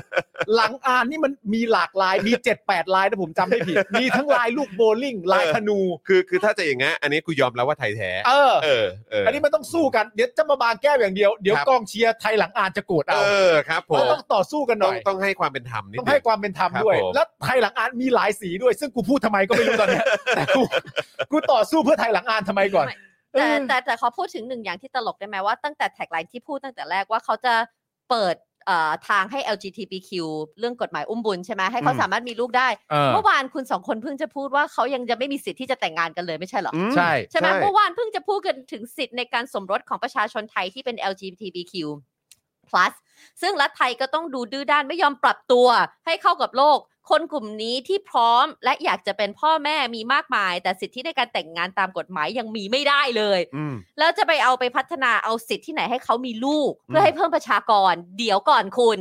S2: หลังอ่านนี่มันมีหลากหลาย มี 7 8 ลายนะผมจำไม่ผิด มีทั้งลายลูกโบลิ่ง ลายธนู
S1: คือคือถ้าจะอย่างงี้นอันนี้กูยอมรับว่าไทยแท้
S2: เออ
S1: เออเอออั
S2: อันนี้มันต้องสู้กัน เดี๋ยวจะมาบางแก้วอย่างเดียว เดี๋ยว
S1: ครับ
S2: กองเชียร์ไทยหลังอ่านจะโกรธ
S1: เอ
S2: เอา
S1: อครับผม
S2: มันต้องต่อสู้กันห
S1: ต้
S2: น่
S1: อง
S2: อย
S1: ต้องให้ความเป็นธรรมนิด
S2: ต้อง
S1: นึ
S2: ให้
S1: ง
S2: ความเป็นธรรม
S1: ครับ
S2: ด้วย
S1: ผม
S2: แล้วไทยหลังอ่านมีหลายสีด้วย ซึ่งกูพูดทำไมก็ไม่รู้ ตอนเนี้ยแต่กูกูต่อสู้เพื่อไทยหลังอ่านทำไมก่อน
S3: แต่แต่แต่ขอพูดถึงหนึ่งอย่างที่ตลกได้ไหมว่าตั้งแต่แท็กไลน์ที่พูดตั้งแต่แรกว่าเขาจะเปิด เอ่อทางให้ LGBTQ เรื่องกฎหมายอุ้มบุญใช่ไหมให้เขา
S2: อืม
S3: สามารถมีลูกได้
S2: เออ
S3: เมื่อวานคุณสองคนเพิ่งจะพูดว่าเขายังจะไม่มีสิทธิ์ที่จะแต่งงานกันเลยไม่ใช่เหรอ
S2: ใช่
S3: ใช่ไหม
S1: ใช่
S3: เมื่อวานเพิ่งจะพูดกันถึงสิทธิ์ในการสมรสของประชาชนไทยที่เป็น LGBTQ+ plus ซึ่งรัฐไทยก็ต้องดูดื้อด้านไม่ยอมปรับตัวให้เข้ากับโลก คนกลุ่มนี้ที่พร้อมและอยากจะเป็นพ่อแม่มีมากมาย แต่สิทธิในการแต่งงานตามกฎหมายยังมีไม่ได้เลย
S2: อืม
S3: แล้วจะไปเอาไปพัฒนาเอาสิทธิ์ที่ไหนให้เขามีลูก
S2: อืม
S3: เพื่อให้เพิ่มประชากร เดี๋ยวก่อนคุณ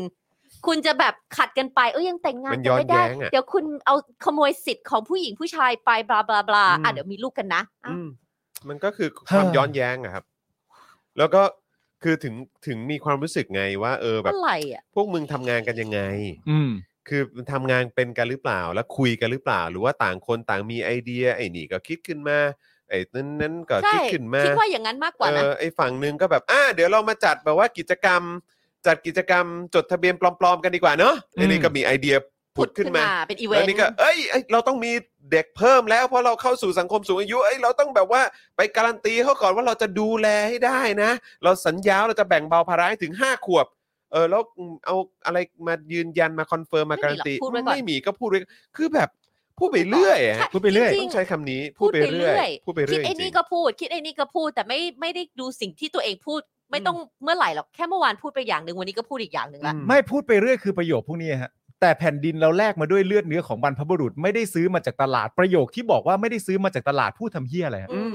S3: คุณจะแบบขัดกันไปเอ้ยยังแต่งงาน
S1: มัน
S3: กั
S1: ย้อน
S3: ไม่ได้
S1: แย้งอะ
S3: เดี๋ยวคุณเอาขโมยสิทธิ์ของผู้หญิงผู้ชายไปบลาบลาบลา
S2: อืม
S3: อ่ะเดี๋ยวมีลูกกันนะอ้า
S1: อื
S3: ว
S1: มมันก็คือความย้อนแย้งอะครับ แล้วก็คือถึงถึงมีความรู้สึกไงว่า เออแบบ
S3: อะไรอ่ะ
S1: พวกมึงทำงานกันยังไง
S2: อืม
S1: คือทำงานเป็นกันหรือเปล่า แล้วคุยกันหรือเปล่า หรือว่าต่างคนต่างมีไอเดีย ไอ้นี่ก็คิดขึ้นมา ไอ้นั้นนั้นก็
S3: ใช่
S1: คิดขึ้นมา
S3: คิดว่าอย่างนั้นมากกว่านะ
S1: เออไอ้ฝั่งหนึงก็แบบอ่าเดี๋ยวเรามาจัดแบบว่ากิจกรรม จัดกิจกรรมจดทะเบียนปลอมๆกันดีกว่าเนอะไอ้นี่
S2: อืม
S1: ก็มีไอเดียผุดขึ้นมา
S3: เป็นอีเว
S1: แล้
S3: น
S1: ว
S3: ต์
S1: นี่ก็เอ้ยเอ้ย เราต้องมีเด็กเพิ่มแล้ว เพราะเราเข้าสู่สังคมสูงอายุ เอ้ย เราต้องแบบว่าไปการันตีเขาก่อนว่าเราจะดูแลให้ได้นะ เราสัญญาว่าเราจะแบ่งเบาภาระให้ถึง 5 ขวบ เออ แล้วเอาอะไรมายืนยันมาคอนเฟิร์มมาการันตี
S3: ไม่มีหรอกพูดไว้ก่อน
S1: ไม่มีก็พูดไว้คือแบบพูดไปเรื่อยอะ
S2: พูดไปเรื่อย
S3: จริง
S1: ต้องใช้คำนี้ พูดไปเรื่อย พูดไป
S3: คิ
S1: เรื่อ
S3: ด
S1: ย
S3: ไอ้
S1: จริ
S3: นี่
S1: ง
S3: ก็พูด คิดไอ้นี่ก็พูด แต่ไม่ไม่ได้ดูสิ่งที่ตัวเองพูด ไม่ต้องเมื่อไหร่หรอก แค่เมื่อวานพูดไปอย่างหนึ่งวันนี้ก็พูดอีกอย่างหนึ่งละ
S1: อืม
S2: ไม่พูดไปเรื่อยคือประโยคพวกนี้ฮะแต่แผ่นดินเราแลกมาด้วยเลือดเนื้อของบรรพบุรุษไม่ได้ซื้อมาจากตลาดประโยคที่บอกว่าไม่ได้ซื้อมาจากตลาดพูดทำเฮี้ยอะไรฮะ
S3: อืม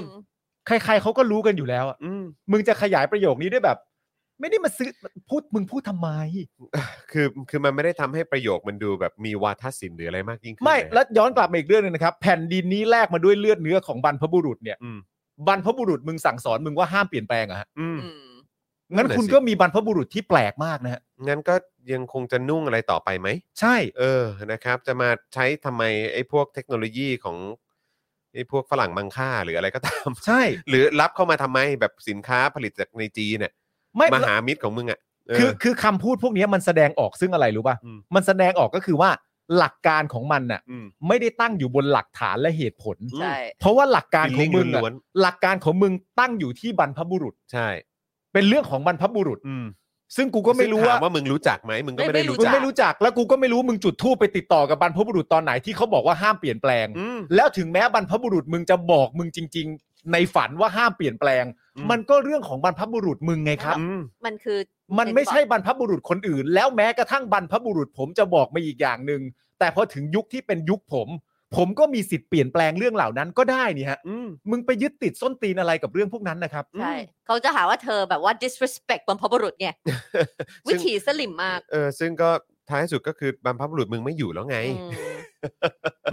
S2: ใครๆเขาก็รู้กันอยู่แล้วอะ
S1: อืม
S2: มึงจะขยายประโยคนี้ด้วยแบบ ไม่ได้มาซื้อพูดมึงพูดทำไม
S1: คือคือมันไม่ได้ทำให้ประโยคมันดูแบบมีวาทศิลป์หรืออะไรมากยิ่งขึ้น
S2: ไม่
S1: เลย
S2: แล้วย้อนกลับมาอีกเรื่องหนึงนะครับ แผ่นดินนี้แลกมาด้วยเลือดเนื้อของบรรพบุรุษเนี่ย
S1: อืม
S2: บรรพบุรุษมึงสั่งสอนมึงว่าห้ามเปลี่ยนแปลงอะฮะ
S1: อืม
S3: อืม
S1: นั่
S2: งั้น
S1: นแหละ
S2: คุณ
S1: สิ
S2: ก็มีบรรพบุรุษที่แปลกมากนะฮะ
S1: งั้นก็ยังคงจะนุ่งอะไรต่อไปไหม
S2: ใช่
S1: เออ นะครับ จะมาใช้ทำไมไอ้พวกเทคโนโลยีของไอ้พวกฝรั่งมังค่าหรืออะไรก็ตาม
S2: ใช่
S1: หรือรับเข้ามาทำไมแบบสินค้าผลิตจากในจีนเนี่ย
S2: ไม่
S1: มหามิตรของมึงอ่ะเ
S2: คือคือคำพูดพวกนี้มันแสดงออกซึ่งอะไรรู้ป่ะ
S1: อืม
S2: มันแสดงออกก็คือว่าหลักการของมันน่ะ
S1: ม
S2: ไม่ได้ตั้งอยู่บนหลักฐานและเหตุผล
S1: อืม
S3: ใช่
S2: เพราะว่าหลักการของ
S1: Feeling
S2: มึงอะ
S1: ล้วน
S2: หลักการของมึงตั้งอยู่ที่บรรพบุรุษ
S1: ๆใช่
S2: เป็นเรื่องของบรรพบุรุษ
S1: อืม
S2: ซึ่งกูก็ไม่รู้
S1: ซึ่งถ
S2: ว่า
S1: ว่ามึงรู้จักไหมมึงก็ไม่
S3: ไม่
S1: ได้
S3: รู้
S1: รู้
S2: มึง
S1: จัก
S2: ไม่รู้จักแล้วกูก็ไม่รู้มึงจุดทูปไปติดต่อกับบรรพบุรุษตอนไหนที่เขาบอกว่าห้ามเปลี่ยนแปลง
S1: อืม
S2: แล้วถึงแม้บรรพบุรุษมึงจะบอกมึงจริง ๆ ในฝันว่าห้ามเปลี่ยนแปลง
S1: อืม
S2: มันก็เรื่องของบรรพบุรุษมึงไงครับ
S1: อืม
S3: มันคือ
S2: มันไม่ใช่บรรพบุรุษคนอื่น แล้วแม้กระทั่งบรรพบุรุษผมจะบอกมาอีกอย่างหนึ่งแต่พอถึงยุคที่เป็นยุคผม ผมก็มีสิทธิ์เปลี่ยนแปลงเรื่องเหล่านั้นก็ได้นี่ฮะ
S1: อืม
S2: มึงไปยึดติดส้นตีนอะไรกับเรื่องพวกนั้นนะครับ
S3: ใช่ เขาจะหาว่าเธอแบบว่า disrespect บรรพบุรุษไง
S1: ซึ่ง
S3: วิถีสลิมมาก
S1: เออซึ่งก็ท้ายสุดก็คือบรรพบุรุษมึงไม่อยู่แล้วไง
S3: อืม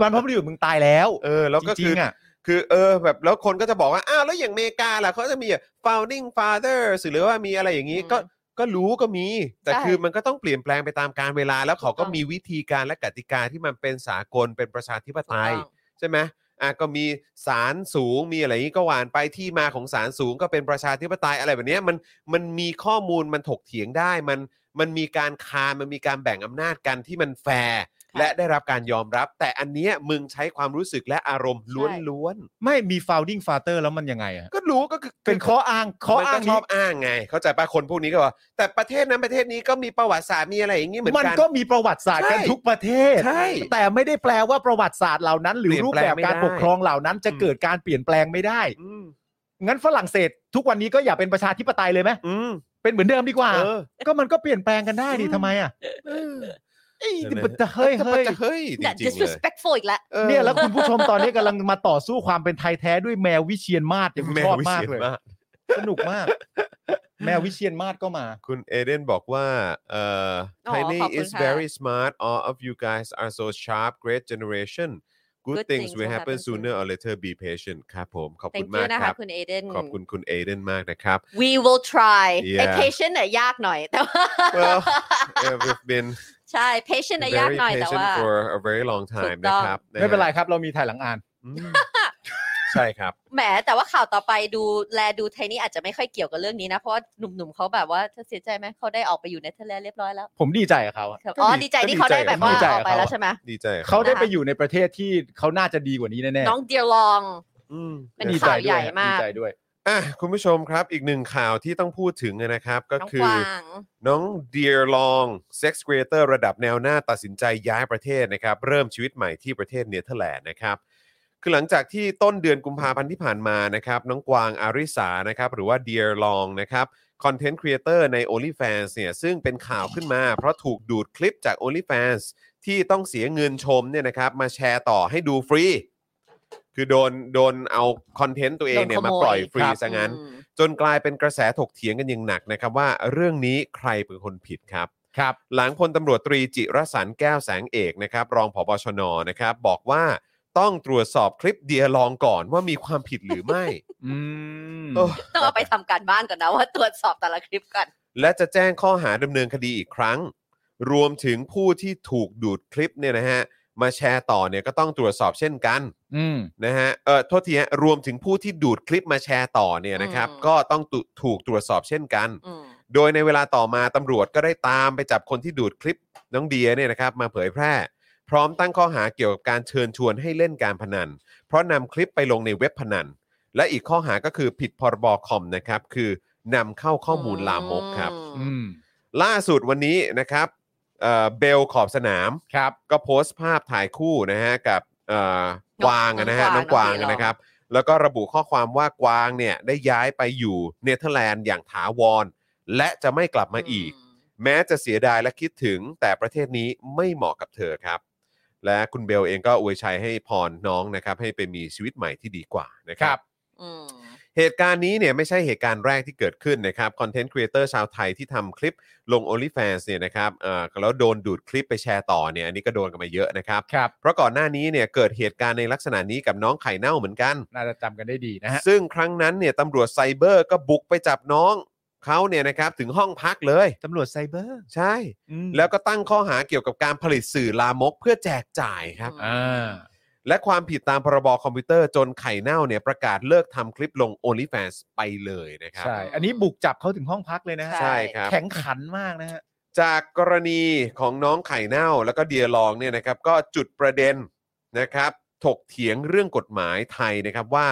S2: บรรพบุรุษมึงตายแล้ว
S1: เออ แล้ว
S2: จ
S1: ก็
S2: ริ
S1: คื
S2: ง
S1: อ
S2: ๆอ่ะ
S1: คือเออแบบแล้วคนก็จะบอกว่าอ้าวแล้วอย่างอเมริกาล่ะเขาจะมี founding fathers หรือว่ามีอะไรอย่างนี้ก็ก็รู้ก็มี แต่คือมันก็ต้องเปลี่ยนแปลงไปตามการเวลา แล้วเขาก็มีวิธีการและกติกาที่มันเป็นสากลเป็นประชาธิปไตย ใช่ไหมอ่ะก็มีศาลสูงมีอะไรอย่างนี้ก็หวานไปที่มาของศาลสูงก็เป็นประชาธิปไตยอะไรแบบเนี้ยมันมันมีข้อมูลมันถกเถียงได้มันมันมีการคานมันมีการแบ่งอำนาจกันที่มันแฟร์
S3: ะ
S1: และได้รับการยอมรับ แต่อันเนี้ยมึงใช้ความรู้สึกและอารมณ์
S3: ใช่
S1: ล้วนๆ
S2: ไม่มี founding father แล้วมันยังไงอ่ะ
S1: ก็รู้ก็คือ
S2: เป็นข้ออ้างข้อ
S1: มัน
S2: อ้า
S1: ก็
S2: ง
S1: ช
S2: นี้
S1: อบอ้างไง เข้าใจป่ะคนพวกนี้ก็ว่าแต่ประเทศนั้นประเทศนี้ก็มีประวัติศาสตร์มีอะไรอย่างนี้เหมือน
S2: มัน
S1: กัน
S2: ก็มีประวัติศาสตร์กัน
S1: ใช่
S2: ทุกประเทศ
S1: ใช่
S2: แต่ไม่ได้แปลว่าประวัติศาสตร์เหล่านั้น หรือ
S1: เปลี่ยน
S2: รูปแบบ
S1: แปลงไม่
S2: การ
S1: ได้
S2: ปกครองเหล่านั้น จะเกิดการเปลี่ยนแปลงไม่ได้
S1: อืม
S2: งั้นฝรั่งเศส ทุกวันนี้ก็อย่าเป็นประชาธิปไตยเลยไหม
S1: อืม
S2: เป็นเหมือนเดิมดีกว่า
S1: เออ
S2: ก็มันก็เปลี่ยนแปลงกันได้ดิ
S1: อืม
S2: ทำไมอ่ะ
S1: เออ
S2: เอ้ยแต่เฮ้ย
S1: แต่มัน
S2: เฮ้ย
S1: จะเฮ้ยจ
S3: แต่
S1: ริงๆเลย
S3: disrespectful อีกแล้ว
S1: ออ
S2: เนี่ยแล้วคุณผู้ชมตอนนี้กำลังมาต่อสู้ความเป็นไทยแท้ด้วยแมววิเชียนมาศเนี่ยผม
S1: แม
S2: ช
S1: ว
S2: อบ
S1: วิ
S2: มาก
S1: เชียน
S2: เลย
S1: มาก
S2: สนุกมาก แมววิเชียนมาศก็มา
S1: คุณเอเดนบอกว่าเอ่อ
S3: อ๋อ
S1: Tiny
S3: ขอบคุณ
S1: is
S3: ค่ะ
S1: very smart all of you guys are so sharp great generation good
S3: Good
S1: things
S3: things
S1: will
S3: will
S1: happen
S3: happen
S1: sooner or later be patient ครับผม ขอบคุณ
S3: thank
S1: มา
S3: you
S1: ก
S3: นะ
S1: ค
S3: คะ
S1: รับ
S3: คุณเอเดน
S1: ขอบคุณคุณเอเดนมาก นะครับ
S3: we will try
S1: Yeah
S3: ไอ้ patient น่ะยากหน่อยแต่ว่า
S1: Well, yeah, we've been
S3: ใช่ patient น่ะยาก
S1: very
S3: หน่อยแต่
S1: patient
S3: ว่า
S1: for a very long time
S3: ถูกต้
S1: นะ
S3: อง
S1: ครับะ
S2: ไม่
S1: ฮะ
S2: เป็นไรครับ เรามีถ่ายหลังอ่าน
S1: อืม ใช่ครับ
S3: แหมแต่ว่าข่าวต่อไปดูแลดูไทนี่อาจจะไม่ค่อยเกี่ยวกับเรื่องนี้นะ เพราะว่าหนุ่มๆเขาแบบว่าเธอเสียใจไหมเขาได้ออกไปอยู่ในเธอแลนด์เรียบร้อยแล้ว
S2: ผมดีใจกับเขาอะ
S3: ครับอ๋อ
S1: ดี
S3: ดีใจที่เขา
S1: ก็ดีใจ
S3: ได้แบบว่า
S2: เขาดีใจ
S3: ออกไป
S2: กับเขา
S3: แล้วใช่ไหม
S1: ดีใจกับ
S2: เขาได้
S3: นะคะ
S2: ไปอยู่ในประเทศที่เขาน่าจะดีกว่านี้แน่
S3: น้องเดียลอง
S1: อืม
S3: เป็น
S2: ดี
S1: นะค
S2: ใจ
S1: รับ
S2: ด้
S3: ข่าวใหญ่
S2: วยครับ
S3: มาก
S2: ดีใจด้วย
S1: อ่ะคุณผู้ชมครับอีกหนึ่งข่าวที่ต้องพูดถึงนะครับ ก็
S3: น้อง
S1: คื
S3: ก
S1: อ
S3: วาง
S1: น้องเดียร์ลองเซ็กซ์ครีเอเตอร์ระดับแนวหน้าตัดสินใจย้ายประเทศนะครับ เริ่มชีวิตใหม่ที่ประเทศเนเธอร์แลนด์นะครับ คือหลังจากที่ต้นเดือนกุมภาพันธ์ที่ผ่านมานะครับ น้องกวางอาริสานะครับ หรือว่าเดียร์ลองนะครับ คอนเทนต์ครีเอเตอร์ใน OnlyFans เนี่ยซึ่งเป็นข่าวขึ้นมา เพราะถูกดูดคลิปจาก OnlyFans ที่ต้องเสียเงินชมเนี่ยนะครับมาแชร์ต่อให้ดูฟรี คือโดนโดนเอาคอนเทนต์ตัวเองเนี่ยมาปล่อยฟรีซะงั้น
S3: อืม
S1: จนกลายเป็นกระแสถกเถียงกันอย่างหนักนะครับว่าเรื่องนี้ใครเป็นคนผิดครับ
S2: ครับ
S1: หลังพลตำรวจตรีจิรสันแก้วแสงเอกนะครับ รองผบชนนะครับบอกว่าต้องตรวจสอบคลิปเดียลองก่อนว่ามีความผิดหรือไม่
S2: อืม
S1: โอ้
S3: ต้องเอาไปทำการบ้านก่อนนะว่าตรวจสอบแต่ละคลิปก่อน
S1: และจะแจ้งข้อหาดำเนินคดีอีกครั้ง รวมถึงผู้ที่ถูกดูดคลิปเนี่ยนะฮะมาแชร์ต่อเนี่ยก็ต้องตรวจสอบเช่นกัน
S2: อืม
S1: นะฮะ เออโทษทีฮะ รวมถึงผู้ที่ดูดคลิปมาแชร์ต่อเนี่ยนะครับ
S3: อืม
S1: ก็ต้องตุถูกตรวจสอบเช่นกัน
S3: อืม
S1: โดยในเวลาต่อมาตำรวจก็ได้ตามไปจับคนที่ดูดคลิปน้องเดียเนี่ยนะครับมาเผยแพร่ พร้อมตั้งข้อหาเกี่ยวกับการเชิญชวนให้เล่นการพนัน เพราะนำคลิปไปลงในเว็บพนัน และอีกข้อหาก็คือผิดพรบคอมนะครับ คือนำเข้าข้อมูลลามกครับ
S2: อืม
S1: ล่าสุดวันนี้นะครับเอ่อเบลขอบสนาม
S2: ครับ
S1: ก็โพสต์ภาพถ่ายคู่นะฮะกับเอ่อกวางอะนะฮะ
S3: น้
S1: น้อ
S3: อง ง
S1: กวาว
S3: กาง ง
S1: อะนะครับ แล้วก็ระบุข้อความว่ากวางเนี่ยได้ย้ายไปอยู่เนเธอร์แลนด์อย่างถาวร และจะไม่กลับมาอีก แม้จะเสียดายและคิดถึงแต่ประเทศนี้ไม่เหมาะกับเธอครับ และคุณเบลเองก็อวยชัยให้พรน้องนะครับ ให้ไปมีชีวิตใหม่ที่ดีกว่านะค
S2: ครั
S1: รับ
S2: บ
S3: อืม
S1: เหตุการณ์นี้เนี่ยไม่ใช่เหตุการณ์แรกที่เกิดขึ้นนะครับคอนเทนต์ครีเอเตอร์ชาวไทยที่ทำคลิปลง OnlyFans เนี่ยนะครับเอ่อแล้วโดนดูดคลิปไปแชร์ต่อเนี่ยอันนี้ก็โดนกันมาเยอะนะครับ
S2: ครับ
S1: เพราะก่อนหน้านี้เนี่ยเกิดเหตุการณ์ในลักษณะนี้กับน้องไข่เน่าเหมือนกัน
S2: น่าจะจำกันได้ดีนะฮะ
S1: ซึ่งครั้งนั้นเนี่ยตำรวจไซเบอร์ก็บุกไปจับน้องเขาเนี่ยนะครับถึงห้องพักเลย
S2: ตำรวจไซเบอร์
S1: ใช่ แล้วก็ตั้งข้อหาเกี่ยวกับการผลิตสื่อลามกเพื่อแจกจ่ายครับ
S2: อ่า
S1: และความผิดตามพรบคอมพิวเตอร์จนไข่เน่าเนี่ยประกาศเลิกทำคลิปลง OnlyFans ไปเลยนะครับ
S2: ใช่ อันนี้บุกจับเขาถึงห้องพักเลยนะฮะ
S1: ใช่ครับ
S2: แข็งขันมากนะฮะ
S1: จากกรณีของน้องไข่เน่าแล้วก็เดียลองเนี่ยนะครับก็จุดประเด็นนะครับ ถกเถียงเรื่องกฎหมายไทยนะครับว่า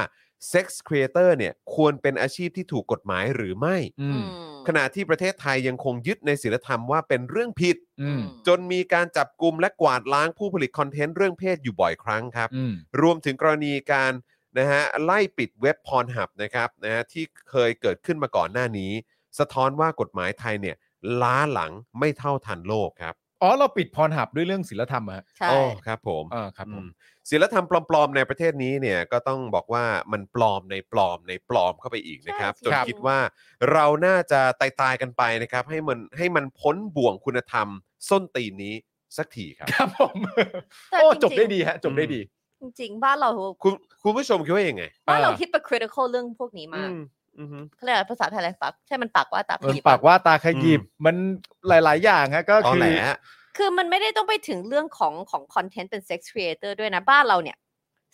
S1: เซ็กซ์ครีเอเตอร์เนี่ยควรเป็นอาชีพที่ถูกกฎหมายหรือไม่
S2: อืม
S1: ขณะที่ประเทศไทยยังคงยึดในศีลธรรมว่าเป็นเรื่องผิด
S2: อืม
S1: จนมีการจับกลุ่มและกวาดล้างผู้ผลิตคอนเทนต์เรื่องเพศอยู่บ่อยครั้งครับ
S2: อืม
S1: รวมถึงกรณีการนะฮะไล่ปิดเว็บพรหับนะครับนะฮะที่เคยเกิดขึ้นมาก่อนหน้านี้ สะท้อนว่ากฎหมายไทยเนี่ยล้าหลังไม่เท่าทันโลกครับ
S2: อ๋อ เราปิดพรหับด้วยเรื่องศิลธรรมอะฮะ
S3: ใช่
S1: โอ้ครับผม
S2: อ่าครับผ
S1: อื
S2: ม
S1: มศิลธรรมปลอมๆ ในประเทศนี้เนี่ยก็ต้องบอกว่ามันปลอมในปลอมในปลอมเข้าไปอีกนะครับ
S3: ใช่
S1: จน
S3: ครับ
S1: คิดว่าเราน่าจะตายตายๆกันไปนะครับ ให้มันให้มันพ้นบ่วงคุณธรรม ส้นตีนนี้สักทีครับ
S2: ครับผม
S3: แต่
S2: โอ้
S3: จ
S2: จ
S3: ริงๆ
S2: บได้ดีฮะ จบได้ดี
S3: จริงๆ บ้านเรา
S1: คุณคุณผู้ชมคิดว่ายังไง
S3: บ้านเรา
S2: อ่า
S3: คิดเป็น critical เรื่องพวกนี้มาก
S1: อืมอือฮึ
S3: เขาเรียกอะไรภาษาไทยอะไรปากใช่มันปากว่าตา
S2: มัน
S3: ผี
S2: ปากว่าตาขยิบ มันหลาย ๆ อย่างฮะ ก็
S1: ตอน
S2: คือ
S1: แหล
S3: คือมันไม่ได้ต้องไปถึงเรื่องของของคอนเทนต์เป็น sex creator ด้วยนะ บ้านเราเนี่ย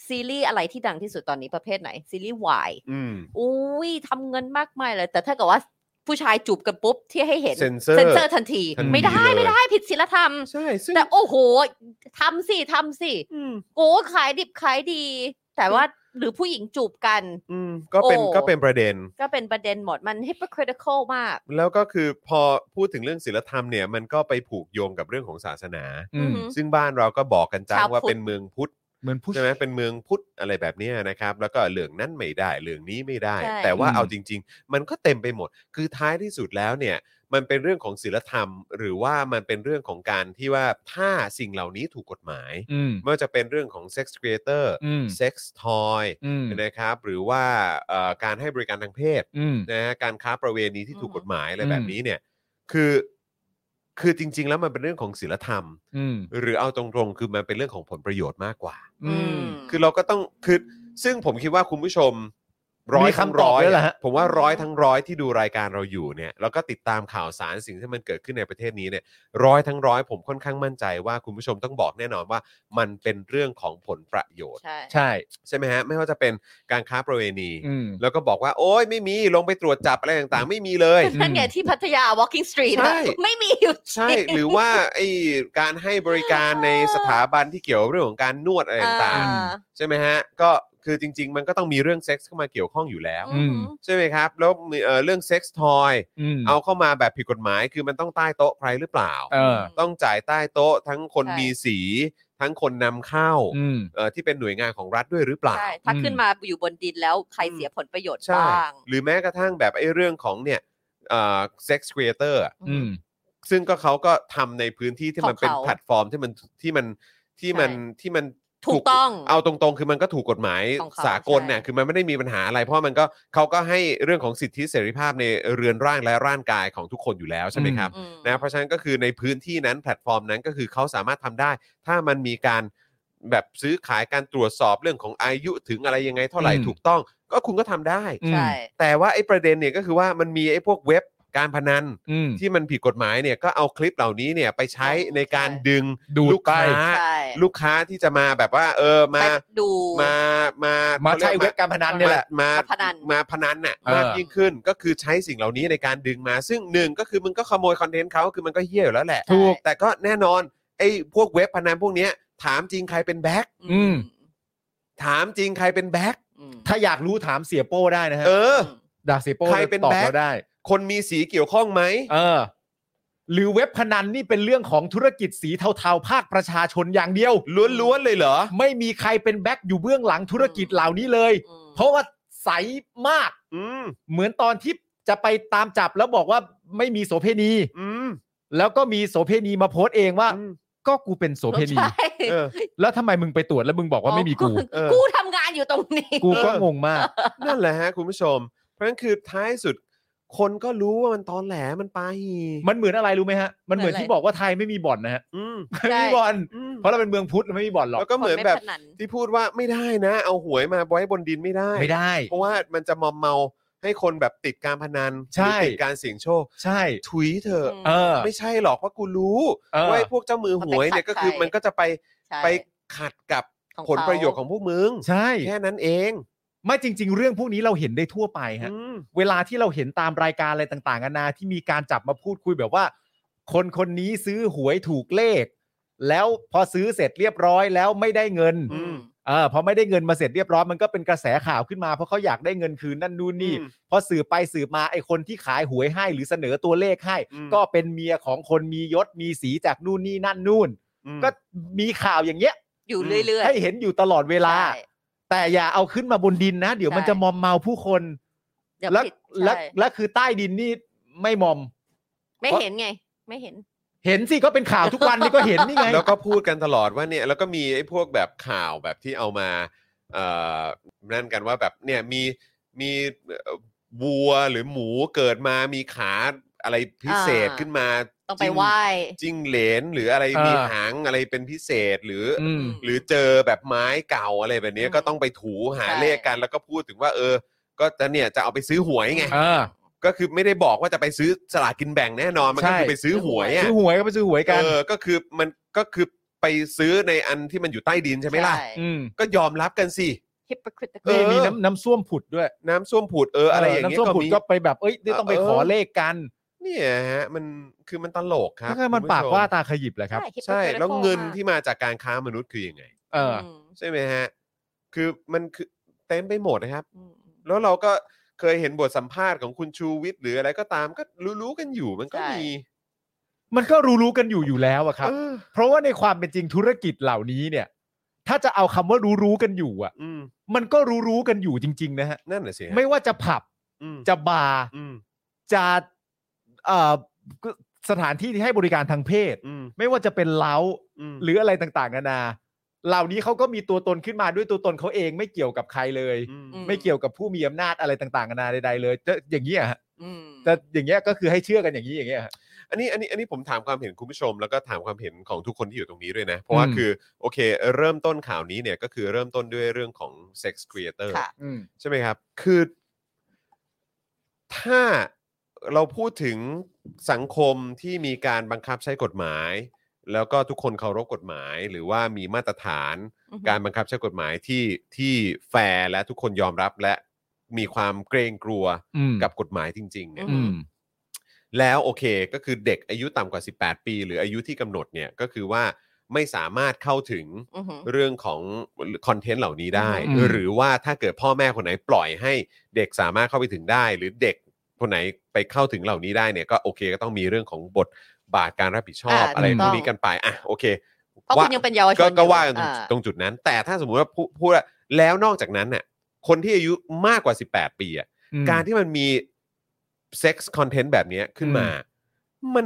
S3: ซีรีส์อะไรที่ดังที่สุดตอนนี้ประเภทไหน ซีรีส์วาย
S1: อืม
S3: อุ้ยทำเงินมากมายเลย แต่ถ้าเกิดว่าผู้ชายจูบกันปุ๊บที่ให้เห็น
S1: เซ็นเซอร์
S3: เซอร์ทันที
S1: ทันที
S3: ไม่ได้
S1: เลย
S3: ไม่ได้ผิดศีลธรรม
S1: ใช่ซึ่ง
S3: แต่โอ้โหทำสิทำสิ
S1: อืม
S3: โอ้ขายดิบขายดี แต่ว่าหรือผู้หญิงจูบกัน
S1: อืมก็เป็น
S3: โอ้
S1: ก็เป็นประเด็น
S3: ก็เป็นประเด็นหมดมัน hypocritical มาก
S1: แล้วก็คือพอพูดถึงเรื่องศีลธรรมเนี่ยมันก็ไปผูกโยงกับเรื่องของศาสนา
S2: อืม
S3: อืม
S1: ซึ่งบ้านเราก็บอกกันจ้า
S3: ชาง วพุทธ
S1: ว่าเป็นเมืองพุทธ
S2: เหมือนผู้
S1: ใช่ไหมเป็นเมืองพุทธอะไรแบบเนี้ยนะครับ แล้วก็เรื่องนั้นไม่ได้เรื่องนี้ไม่ได้
S3: ใช่
S1: แต่ว่า
S2: อืม
S1: เอาจริง ๆ มันก็เต็มไปหมด คือท้ายที่สุดแล้วเนี่ยมันเป็นเรื่องของศีลธรรม หรือว่ามันเป็นเรื่องของการที่ว่าถ้าสิ่งเหล่านี้ถูกกฎหมาย
S2: อืม
S1: ไม่ว่าจะเป็นเรื่องของเซ็กซ์ครีเอเตอร์
S2: อืม
S1: เซ็กซ์ทอย
S2: อืม
S1: นะครับหรือว่าเอ่อการให้บริการทางเพศ
S2: อืม
S1: นะฮะการค้าประเวณีที่ถูก
S3: อือ
S1: ก
S3: ฮึ
S1: ฎหมายอะไร
S2: อืม
S1: แบบนี้เนี่ยคือคือจริง ๆ แล้วมันเป็นเรื่องของศีลธรรม
S2: อืม
S1: หรือเอาตรงๆ คือมันเป็นเรื่องของผลประโยชน์มากกว่า
S2: อืม
S1: คือเราก็ต้องคือซึ่งผมคิดว่าคุณผู้ชมร้อย
S2: มี
S1: ทั้ง
S2: คำตอ
S1: ร้
S2: บ
S1: อย
S2: ด้วยเหรอ
S1: อะ
S2: ฮะ
S1: ผมว่าร้อยทั้งร้อยที่ดูรายการเราอยู่เนี่ยแล้วก็ติดตามข่าวสารสิ่งที่มันเกิดขึ้นในประเทศนี้เนี่ยร้อยทั้งร้อยผมค่อนข้างมั่นใจว่าคุณผู้ชมต้องบอกแน่นอนว่ามันเป็นเรื่องของผลประโยชน์
S3: ใช่
S2: ใช่
S1: ใช่ไหมฮะไม่ว่าจะเป็นการค้าประเวณี
S2: อืม
S1: แล้วก็บอกว่า โอ๊ยไม่มีลงไปตรวจจับอะไรต่างๆ ไม่มีเลย
S2: อืม
S3: นั่นไงที่พัทยา walking street อะ
S1: ใช่
S3: ไม่มีอยู่จริ ง
S1: ใช่หรือว่าไอการให้บริการในสถาบันที่เกี่ยวเรื่องของการนวดอะไรต่าง
S3: อ่า
S1: ๆ ใช่ไหมฮะก็ คือจริง ๆ มันก็ต้องมีเรื่องเซ็กส์เข้ามาเกี่ยวข้องอยู่แล้ว
S2: อืม
S1: ใช่ไหมครับ แล้วมีเอ่อเรื่องเซ็กส์ทอย
S2: อืม
S1: เอาเข้ามาแบบผิดกฎหมาย คือมันต้องใต้โต๊ะใครหรือเปล่า
S2: เออ
S1: ต้องจ่ายใต้โต๊ะทั้งคน
S3: ใช่
S1: มีสี ทั้งคนนำเข้า
S2: อืม
S1: เอ่อที่เป็นหน่วยงานของรัฐด้วยหรือเปล่า
S3: ใช่ถ้าขึ้นมาอยู่บนดินแล้วใครเสียผลประโยชน์
S1: ใช่
S3: บ้าง
S1: หรือแม้กระทั่งแบบไอ้เรื่องของเนี่ยเซ็กซ์ครีเอเตอร์
S2: อืม
S1: ซึ่งก็เขาก็ทำในพื้นที่ที่มันเป็น
S3: ของเขา
S1: แพลตฟอร์มที่มันที่มันที่มันที่มัน
S3: ถูกต้อง
S1: เอาตรงๆ คือมันก็ถูกกฎหมาย
S3: ของเขา
S1: สากลเนี่ย
S3: ใช่
S1: คือมันไม่ได้มีปัญหาอะไร เพราะมันก็เขาก็ให้เรื่องของสิทธิเสรีภาพในเรือนร่างและร่างกายของทุกคนอยู่แล้วใช่ไหม
S2: อืม
S1: ครับ
S3: อืม
S1: นะเพราะฉะนั้นก็คือในพื้นที่นั้นแพลตฟอร์มนั้นก็คือเขาสามารถทำได้ ถ้ามันมีการแบบซื้อขายการตรวจสอบเรื่องของอายุถึงอะไรยังไงเท่าไหร่
S2: อืม
S1: ถูกต้อง ก็คุณก็ทำได้
S2: อืม
S3: ใช่
S1: แต่ว่าไอ้ประเด็นเนี่ยก็คือว่ามันมีไอ้พวกเว็บการพนัน
S2: อืม
S1: ที่มันผิดกฎหมายเนี่ยก็เอาคลิปเหล่านี้เนี่ยไปใช้ในการ
S3: ใช่
S1: ดึง
S2: ดูด
S1: ลูกค้า
S2: ไป
S3: ใช่
S1: ลูกค้าที่จะมาแบบว่าเออมา
S3: ไปดู
S1: มามา
S2: มา
S1: มา
S2: ใช้เว็บการพนันเนี่ยแหละ
S1: มา
S3: พนัน
S1: มาพนันน่ะ
S2: เออ
S1: มากยิ่งขึ้นก็คือใช้สิ่งเหล่านี้ในการดึงมา ซึ่งหนึ่งก็คือมึงก็ขโมยคอนเทนต์เขาคือมันก็เหี้ยอยู่แล้วแหละ
S3: ถูก
S1: แต่ก็แน่นอนไอ้พวกเว็บพนันพวกเนี้ยถามจริงใครเป็นแบ็ค
S2: อืม
S1: ถามจริงใครเป็นแบ็ค
S3: อืม
S2: ถ้าอยากรู้ถามเสียโป้ได้นะฮะ
S1: เออ
S2: ด่าเสียโป้
S1: ใครเป็น
S2: ตอบ
S1: แบ็ค
S2: เราได้
S1: คนมีสีเกี่ยวข้องไหม
S2: เออ หรือเว็บพนันนี่เป็นเรื่องของธุรกิจสีเทาๆภาคประชาชนอย่างเดียว
S1: ล้วนๆเลยเหรอ
S2: ไม่มีใครเป็นแบ็คอยู่เบื้องหลังธุรกิจเหล่านี้เลย
S3: อืม
S2: เพราะว่าใสมาก
S1: อืม
S2: เหมือนตอนที่จะไปตามจับแล้วบอกว่าไม่มีโสเพณี
S1: อืม
S2: แล้วก็มีโสเพณีมาโพสต์เองว่า
S1: อืม
S2: ก็กูเป็นโสเพณี
S3: ใช่
S1: เออ
S2: แล้วทำไมมึงไปตรวจแล้วมึงบอกว่าไม่มีกู
S1: เออ
S3: กูทำงานอยู่ตรงนี้
S2: กูก็งงมาก
S1: นั่นแหละฮะคุณผู้ชม เพราะฉะนั้นคือท้ายสุด คนก็รู้ว่ามันตอนแหลมันปาหี
S2: มันเหมือนอะไรรู้ไหมฮะ มันเหมือน
S3: เหมือนอะไร
S2: ที่บอกว่าไทยไม่มีบ่อนนะฮะ
S1: อืม
S2: ไม่มีบ่อน
S1: อืม
S2: เพราะเราเป็นเมืองพุทธเราไม่มีบ่อนหรอก
S1: แล้วก็เหมือน
S3: ค
S1: แบบ
S3: พนัน
S1: ที่พูดว่าไม่ได้นะ เอาหวยมาไว้บนดินไม่ได้
S2: ไม่ได้
S1: เพราะว่ามันจะมอมเมาให้คนแบบติดการพนันห
S2: ใช่
S1: รือติดการเสี่ยงโชค
S2: ใช่
S1: ถุยเถอะ
S3: อื
S2: เออ
S1: ไม่ใช่หรอกเพราะกูรู้
S2: เออ
S1: ว่าไอ้พวกเจ้ามือหวยเนี่ย
S3: มั
S1: ก็
S3: นไป
S1: คือ
S3: ขัดใคร
S1: มันก็จะไป
S3: ใช่
S1: ไปขัดกับ
S3: ของเขา
S1: ผลประโยชน์ของพวกมึง
S2: ใช่
S1: แค่นั้นเอง
S2: ไม่จริง ๆ เรื่องพวกนี้เราเห็นได้ทั่วไปฮะ
S1: อืม
S2: เวลาที่เราเห็นตามรายการอะไรต่างๆนานาที่มีการจับมาพูดคุยแบบว่า คนคนนี้ซื้อหวยถูกเลข แล้วพอซื้อเสร็จเรียบร้อยแล้วไม่ได้เงิน
S3: อืม
S2: เออพอไม่ได้เงินมาเสร็จเรียบร้อยมันก็เป็นกระแสข่าวขึ้นมาเพราะเขาอยากได้เงินคืนนั่นนู่นนี่
S1: อืม
S2: พอสืบไปสืบมาไอคนที่ขายหวยให้หรือเสนอตัวเลขให้
S1: อืม
S2: ก็เป็นเมียของคนมียศมีสีจากนู่นนี่นั่นนู่น
S1: อืม
S2: ก็มีข่าวอย่างเงี้ย
S3: อยู่เรื่อยๆ
S2: ให้เห็นอยู่ตลอดเวลา
S3: ใช่
S2: แต่อย่าเอาขึ้นมาบนดินนะ เดี๋ยวมัน
S3: ใช่
S2: จะมอมเมาผู้คน
S3: อย่า
S2: และ
S3: ผิด
S2: และ
S3: ใช่
S2: และคือใต้ดินนี่ไม่มอม
S3: ไม่เห็นไง ไม่เห็น
S2: เห็นสิก็เป็นข่าวทุกวันนี่ก็เห็นนี่ไง
S1: แล้วก็พูดกันตลอดว่าเนี่ยแล้วก็มีไอ้พวกแบบข่าวแบบที่เอามาเอ่อนั่นกันว่าแบบเนี่ยมีมีเอ่อวัวหรือหมูเกิดมามีขาอะไรพิเศษ
S3: อ่า
S1: ขึ้นมา
S3: ต้องไป
S1: จิ้ม
S3: ไหว้
S1: จิ้งเหลนหรืออะไร
S2: อ่ามี
S1: มีหางอะไรเป็นพิเศษหรืออ
S2: อืม
S1: หรือเจอแบบไม้เก่าอะไรแบบเนี้ย
S3: อืม
S1: ก็ต้องไปถูหา
S3: ใช่
S1: เลขกัน แล้วก็พูดถึงว่า เออ ก็จะเนี่ยจะเอาไปซื้อหวยไง
S2: เออ
S1: ก็คือไม่ได้บอกว่าจะไปซื้อสลากกินแบ่งแน่นอนมันก็
S2: ใช่
S1: คือไปซื้อหวยอะ
S2: ซื้อหวยก็ไปซื้อหวยกัน
S1: เออก็คือมันก็คือไปซื้อในอันที่มันอยู่ใต้ดินใช่ไหมล่ะ
S3: ใช่
S2: อืม
S1: ก็ยอมรับกันสิ เอ
S3: hypocritical
S2: นี่
S1: อ
S2: มีน้ำน้ำส้วมผุดด้วย
S1: น้ำส้วมผุดเอออะไรอย่าง
S2: น้ำ
S1: เงี้ย
S2: ส้วม
S1: ก็
S2: ผุด
S1: มี
S2: ก็ไปแบบเอ้ยนี่ต้องไป
S1: เออ
S2: ขอเลขกัน
S1: เนี่ยฮะมันคือมันตลกครับ
S2: ถ้ามัน
S1: คุณผู้
S2: ปาก
S1: ช
S2: ว่าตาขยิบแหละครับ
S3: hypocritical
S1: ใช่แล้วเงิน
S3: มาก
S1: ที่มาจากการค้ามนุษย์คือยังไง
S2: เออ
S3: ม
S1: ใช่ไหมฮะ คือมันคือเต็มไปหมดนะครับ
S3: อืม
S1: แล้วเราก็เคยเห็นบทสัมภาษณ์ของคุณชูวิทย์หรืออะไรก็ตามก็รู้ๆกันอยู่มันก็
S3: ใช่
S1: มี
S2: มันก็รู้ๆกันอยู่อยู่แล้วอะครับ
S1: เออ
S2: เพราะว่าในความเป็นจริงธุรกิจเหล่านี้เนี่ย ถ้าจะเอาคำว่ารู้ๆกันอยู่อะ
S1: อืม
S2: มันก็รู้ๆกันอยู่จริง ๆ นะฮะ
S1: นั่นน่ะสิฮะ
S2: ไม่ว่าจะผับ
S1: อืม
S2: จะบาร์
S1: อืม
S2: จะเอ่อสถานที่ที่ให้บริการทางเพศ
S1: อืม
S2: ไม่ว่าจะเป็นเล้า
S1: อืม
S2: หรืออะไรต่างๆนานา เหล่านี้เขาก็มีตัวตนขึ้นมาด้วยตัวตนเขาเองไม่เกี่ยวกับใครเลย
S1: อืม
S3: อื ม
S2: ไม่เกี่ยวกับผู้มีอำนาจอะไรต่างๆนานาใดๆเลยจะอย่างนี้ยฮะ
S3: อืม
S2: จะอย่างเงี้ยก็คือให้เชื่อกันอย่างนี้อย่างเงี้ยฮะ
S1: อันนี้อันนี้อันนี้ผมถามความเห็นคุณผู้ชม แล้วก็ถามความเห็นของทุกคนที่อยู่ตรงนี้ด้วยนะ เพราะว่า
S2: อืม
S1: คือโอเค เริ่มต้นข่าวนี้เนี่ยก็คือเริ่มต้นด้วยเรื่องของ Sex Creator
S3: ค่ะ
S2: อืม
S1: ใช่ไหมครับ คือถ้าเราพูดถึงสังคมที่มีการบังคับใช้กฎหมาย แล้วก็ทุกคนเคารพกฎหมาย หรือว่ามีมาตรฐาน
S3: อืม
S1: การบังคับใช้กฎหมายที่ที่แฟร์และทุกคนยอมรับและมีความเกรงกลัว
S2: อืม
S1: กับกฎหมายจริง ๆ เนี่ย
S3: อื ม
S1: แล้วโอเคก็คือเด็กอายุต่ำกว่า 18 ปี หรืออายุที่กำหนดเนี่ยก็คือว่า ไม่สามารถเข้าถึง
S3: อือหือ
S1: เรื่องของคอนเทนต์เหล่านี้ได้
S2: อืม
S1: หรือว่าถ้าเกิดพ่อแม่คนไหนปล่อยให้เด็กสามารถเข้าไปถึงได้ หรือเด็กคนไหนไปเข้าถึงเหล่านี้ได้เนี่ยก็โอเคก็ต้องมีเรื่องของบทบาทการรับผิดชอบ
S3: อ่า
S1: อะไร
S3: ถูก
S1: พ
S3: ต้
S1: ว
S3: อก ง
S1: นี้กันไปอ่ะโอเค
S3: เพราะ
S1: ว่า
S3: คุณยังเป็นเยาวช
S1: ก็
S3: น
S1: ก็
S3: อยู่
S1: ว่ากันตรง
S3: อ่
S1: ตรงจุดนั้น แต่ถ้าสมมุติว่าพูดพูดว่าแล้วนอกจากนั้นน่ะคนที่อายุมากกว่า 18 ปีอ่ะ
S2: อืม
S1: การที่มันมีเซ็กซ์คอนเทนต์แบบเนี้ยขึ้นมา มัน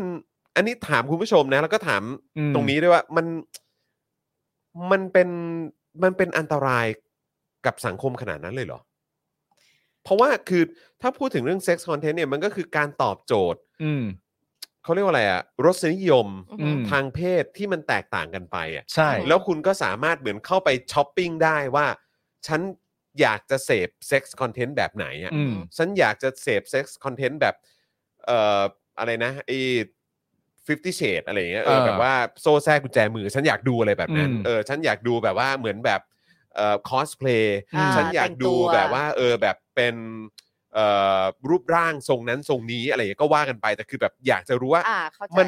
S1: อันนี้ถามคุณผู้ชมนะ แล้วก็ถาม
S2: อืม
S1: ตรงนี้ด้วยว่ามันมันเป็นมันเป็นอันตรายกับสังคมขนาดนั้นเลยเหรอ เพราะว่าคือถ้าพูดถึงเรื่องเซ็กซ์คอนเทนต์เนี่ยมันก็คือการตอบโจทย์
S2: อืม
S1: เขาเรียกว่าอะไรอะรสนิยม
S3: อืม
S2: อืม
S1: ทางเพศที่มันแตกต่างกันไปอะ
S2: ใช่
S1: แล้วคุณก็สามารถเหมือนเข้าไปช้อปปิ้งได้ว่า ฉันอยากจะเสพเซ็กซ์คอนเทนต์แบบไหนอ่ะ
S2: อืม
S1: ฉันอยากจะเสพเซ็กซ์คอนเทนต์แบบเอ่ออะไรนะไอ้50 shade อะไรอย่างเงี้ยเออ
S2: เออ
S1: แบบว่าโซ่แทรกกุญแจมือ ฉันอยากดูอะไรแบบนั้น
S2: อืม
S1: เออฉันอยากดูแบบว่าเหมือนแบบเอ่อคอสเพลย์
S2: อ่า
S1: ฉันอยากดู
S3: แต่งตัว
S1: แบบว่าเออแบบเป็นเอ่อรูปร่างทรงนั้นทรงนี้อะไรอย่างเงี้ยก็ว่ากันไปแต่คือแบบอยากจะรู้ว่า
S3: อ่าเข้าใจ
S1: มัน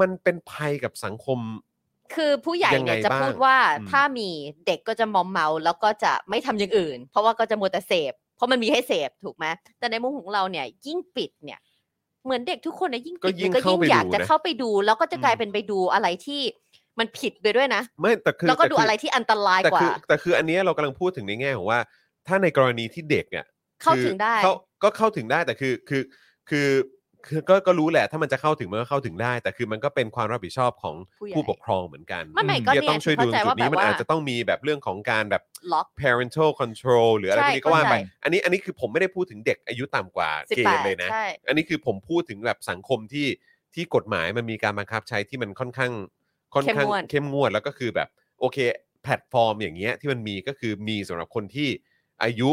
S1: มันเป็นภัยกับสังคม
S3: คือผู้ใหญ่เนี่ย
S1: ยังไง
S3: จะ
S1: บ้าง
S3: พูดว่า
S1: อืม
S3: ถ้ามีเด็กก็จะมอมเมาแล้วก็จะไม่ทำอย่างอื่น เพราะว่าก็จะมัวแต่เสพ เพราะมันมีให้เสพถูกไหมแต่ในมุมของเราเนี่ยยิ่งปิดเนี่ย เหมือนเด็กทุกคนเนี่ยยิ่ง
S1: ก็
S3: ปิด
S1: ยิ่ง
S3: มันก็
S1: เข้า
S3: ยิ่ง
S1: ไป
S3: อยาก
S1: ดู
S3: จะ
S1: นะ
S3: เข้าไปดู แล้วก็จะกลายเป็นไปดูอะไรที่มันผิดไปด้วยนะ
S1: ไม่แต่คือ
S3: แล้วก็
S1: ต่
S3: ดู
S1: คื
S3: อะไรที่อันตราย
S1: แต่
S3: กว่า
S1: คือแต่คืออันเนี้ยเรากำลังพูดถึงในแง่ของว่า ถ้าในกรณีที่เด็กเนี่ย
S3: เข้า
S1: คือ
S3: ถึงได้
S1: เข้าก็เข้าถึงได้แต่คือคือคือคือก็ก็รู้แหละถ้ามันจะเข้าถึงมันก็เข้าถึงได้ แต่คือมันก็เป็นความรับผิดชอบของ
S3: ผู้ใหญ่
S1: ผู้ปกครองเหมือนกัน
S3: ไม่ไม่
S2: อืม
S3: ก็
S1: ที่จะ
S3: เนี่
S1: ต้อย งช่วยดู
S3: เข้า
S1: จุ
S3: ใจว่า
S1: ด
S3: แบ
S1: นี้
S3: บ
S1: มัน
S3: ว่า
S1: อาจจะต้องมีแบบเรื่องของการแบบ
S3: ล็อก
S1: parental control หรืออะไร
S3: ใช่
S1: พวกนี้ก็ว่าไป
S3: เข้าใจ
S1: อันนี้อันนี้คือผมไม่ได้พูดถึงเด็กอายุต่ำกว่า
S3: สิบ
S1: เก
S3: แป
S1: ณ
S3: ด
S1: ฑ์เลยนะ
S3: ใช่
S1: อันนี้คือผมพูดถึงแบบสังคมที่ที่กฎหมายมันมีการบังคับใช้ที่มันค่อนข้างค่อนข้าง
S3: เข้มงวด
S1: เข้มงวดแล้วก็คือแบบโอเค แพลตฟอร์มอย่างเงี้ยที่มันมีก็คือมีสำหรับคนที่อายุ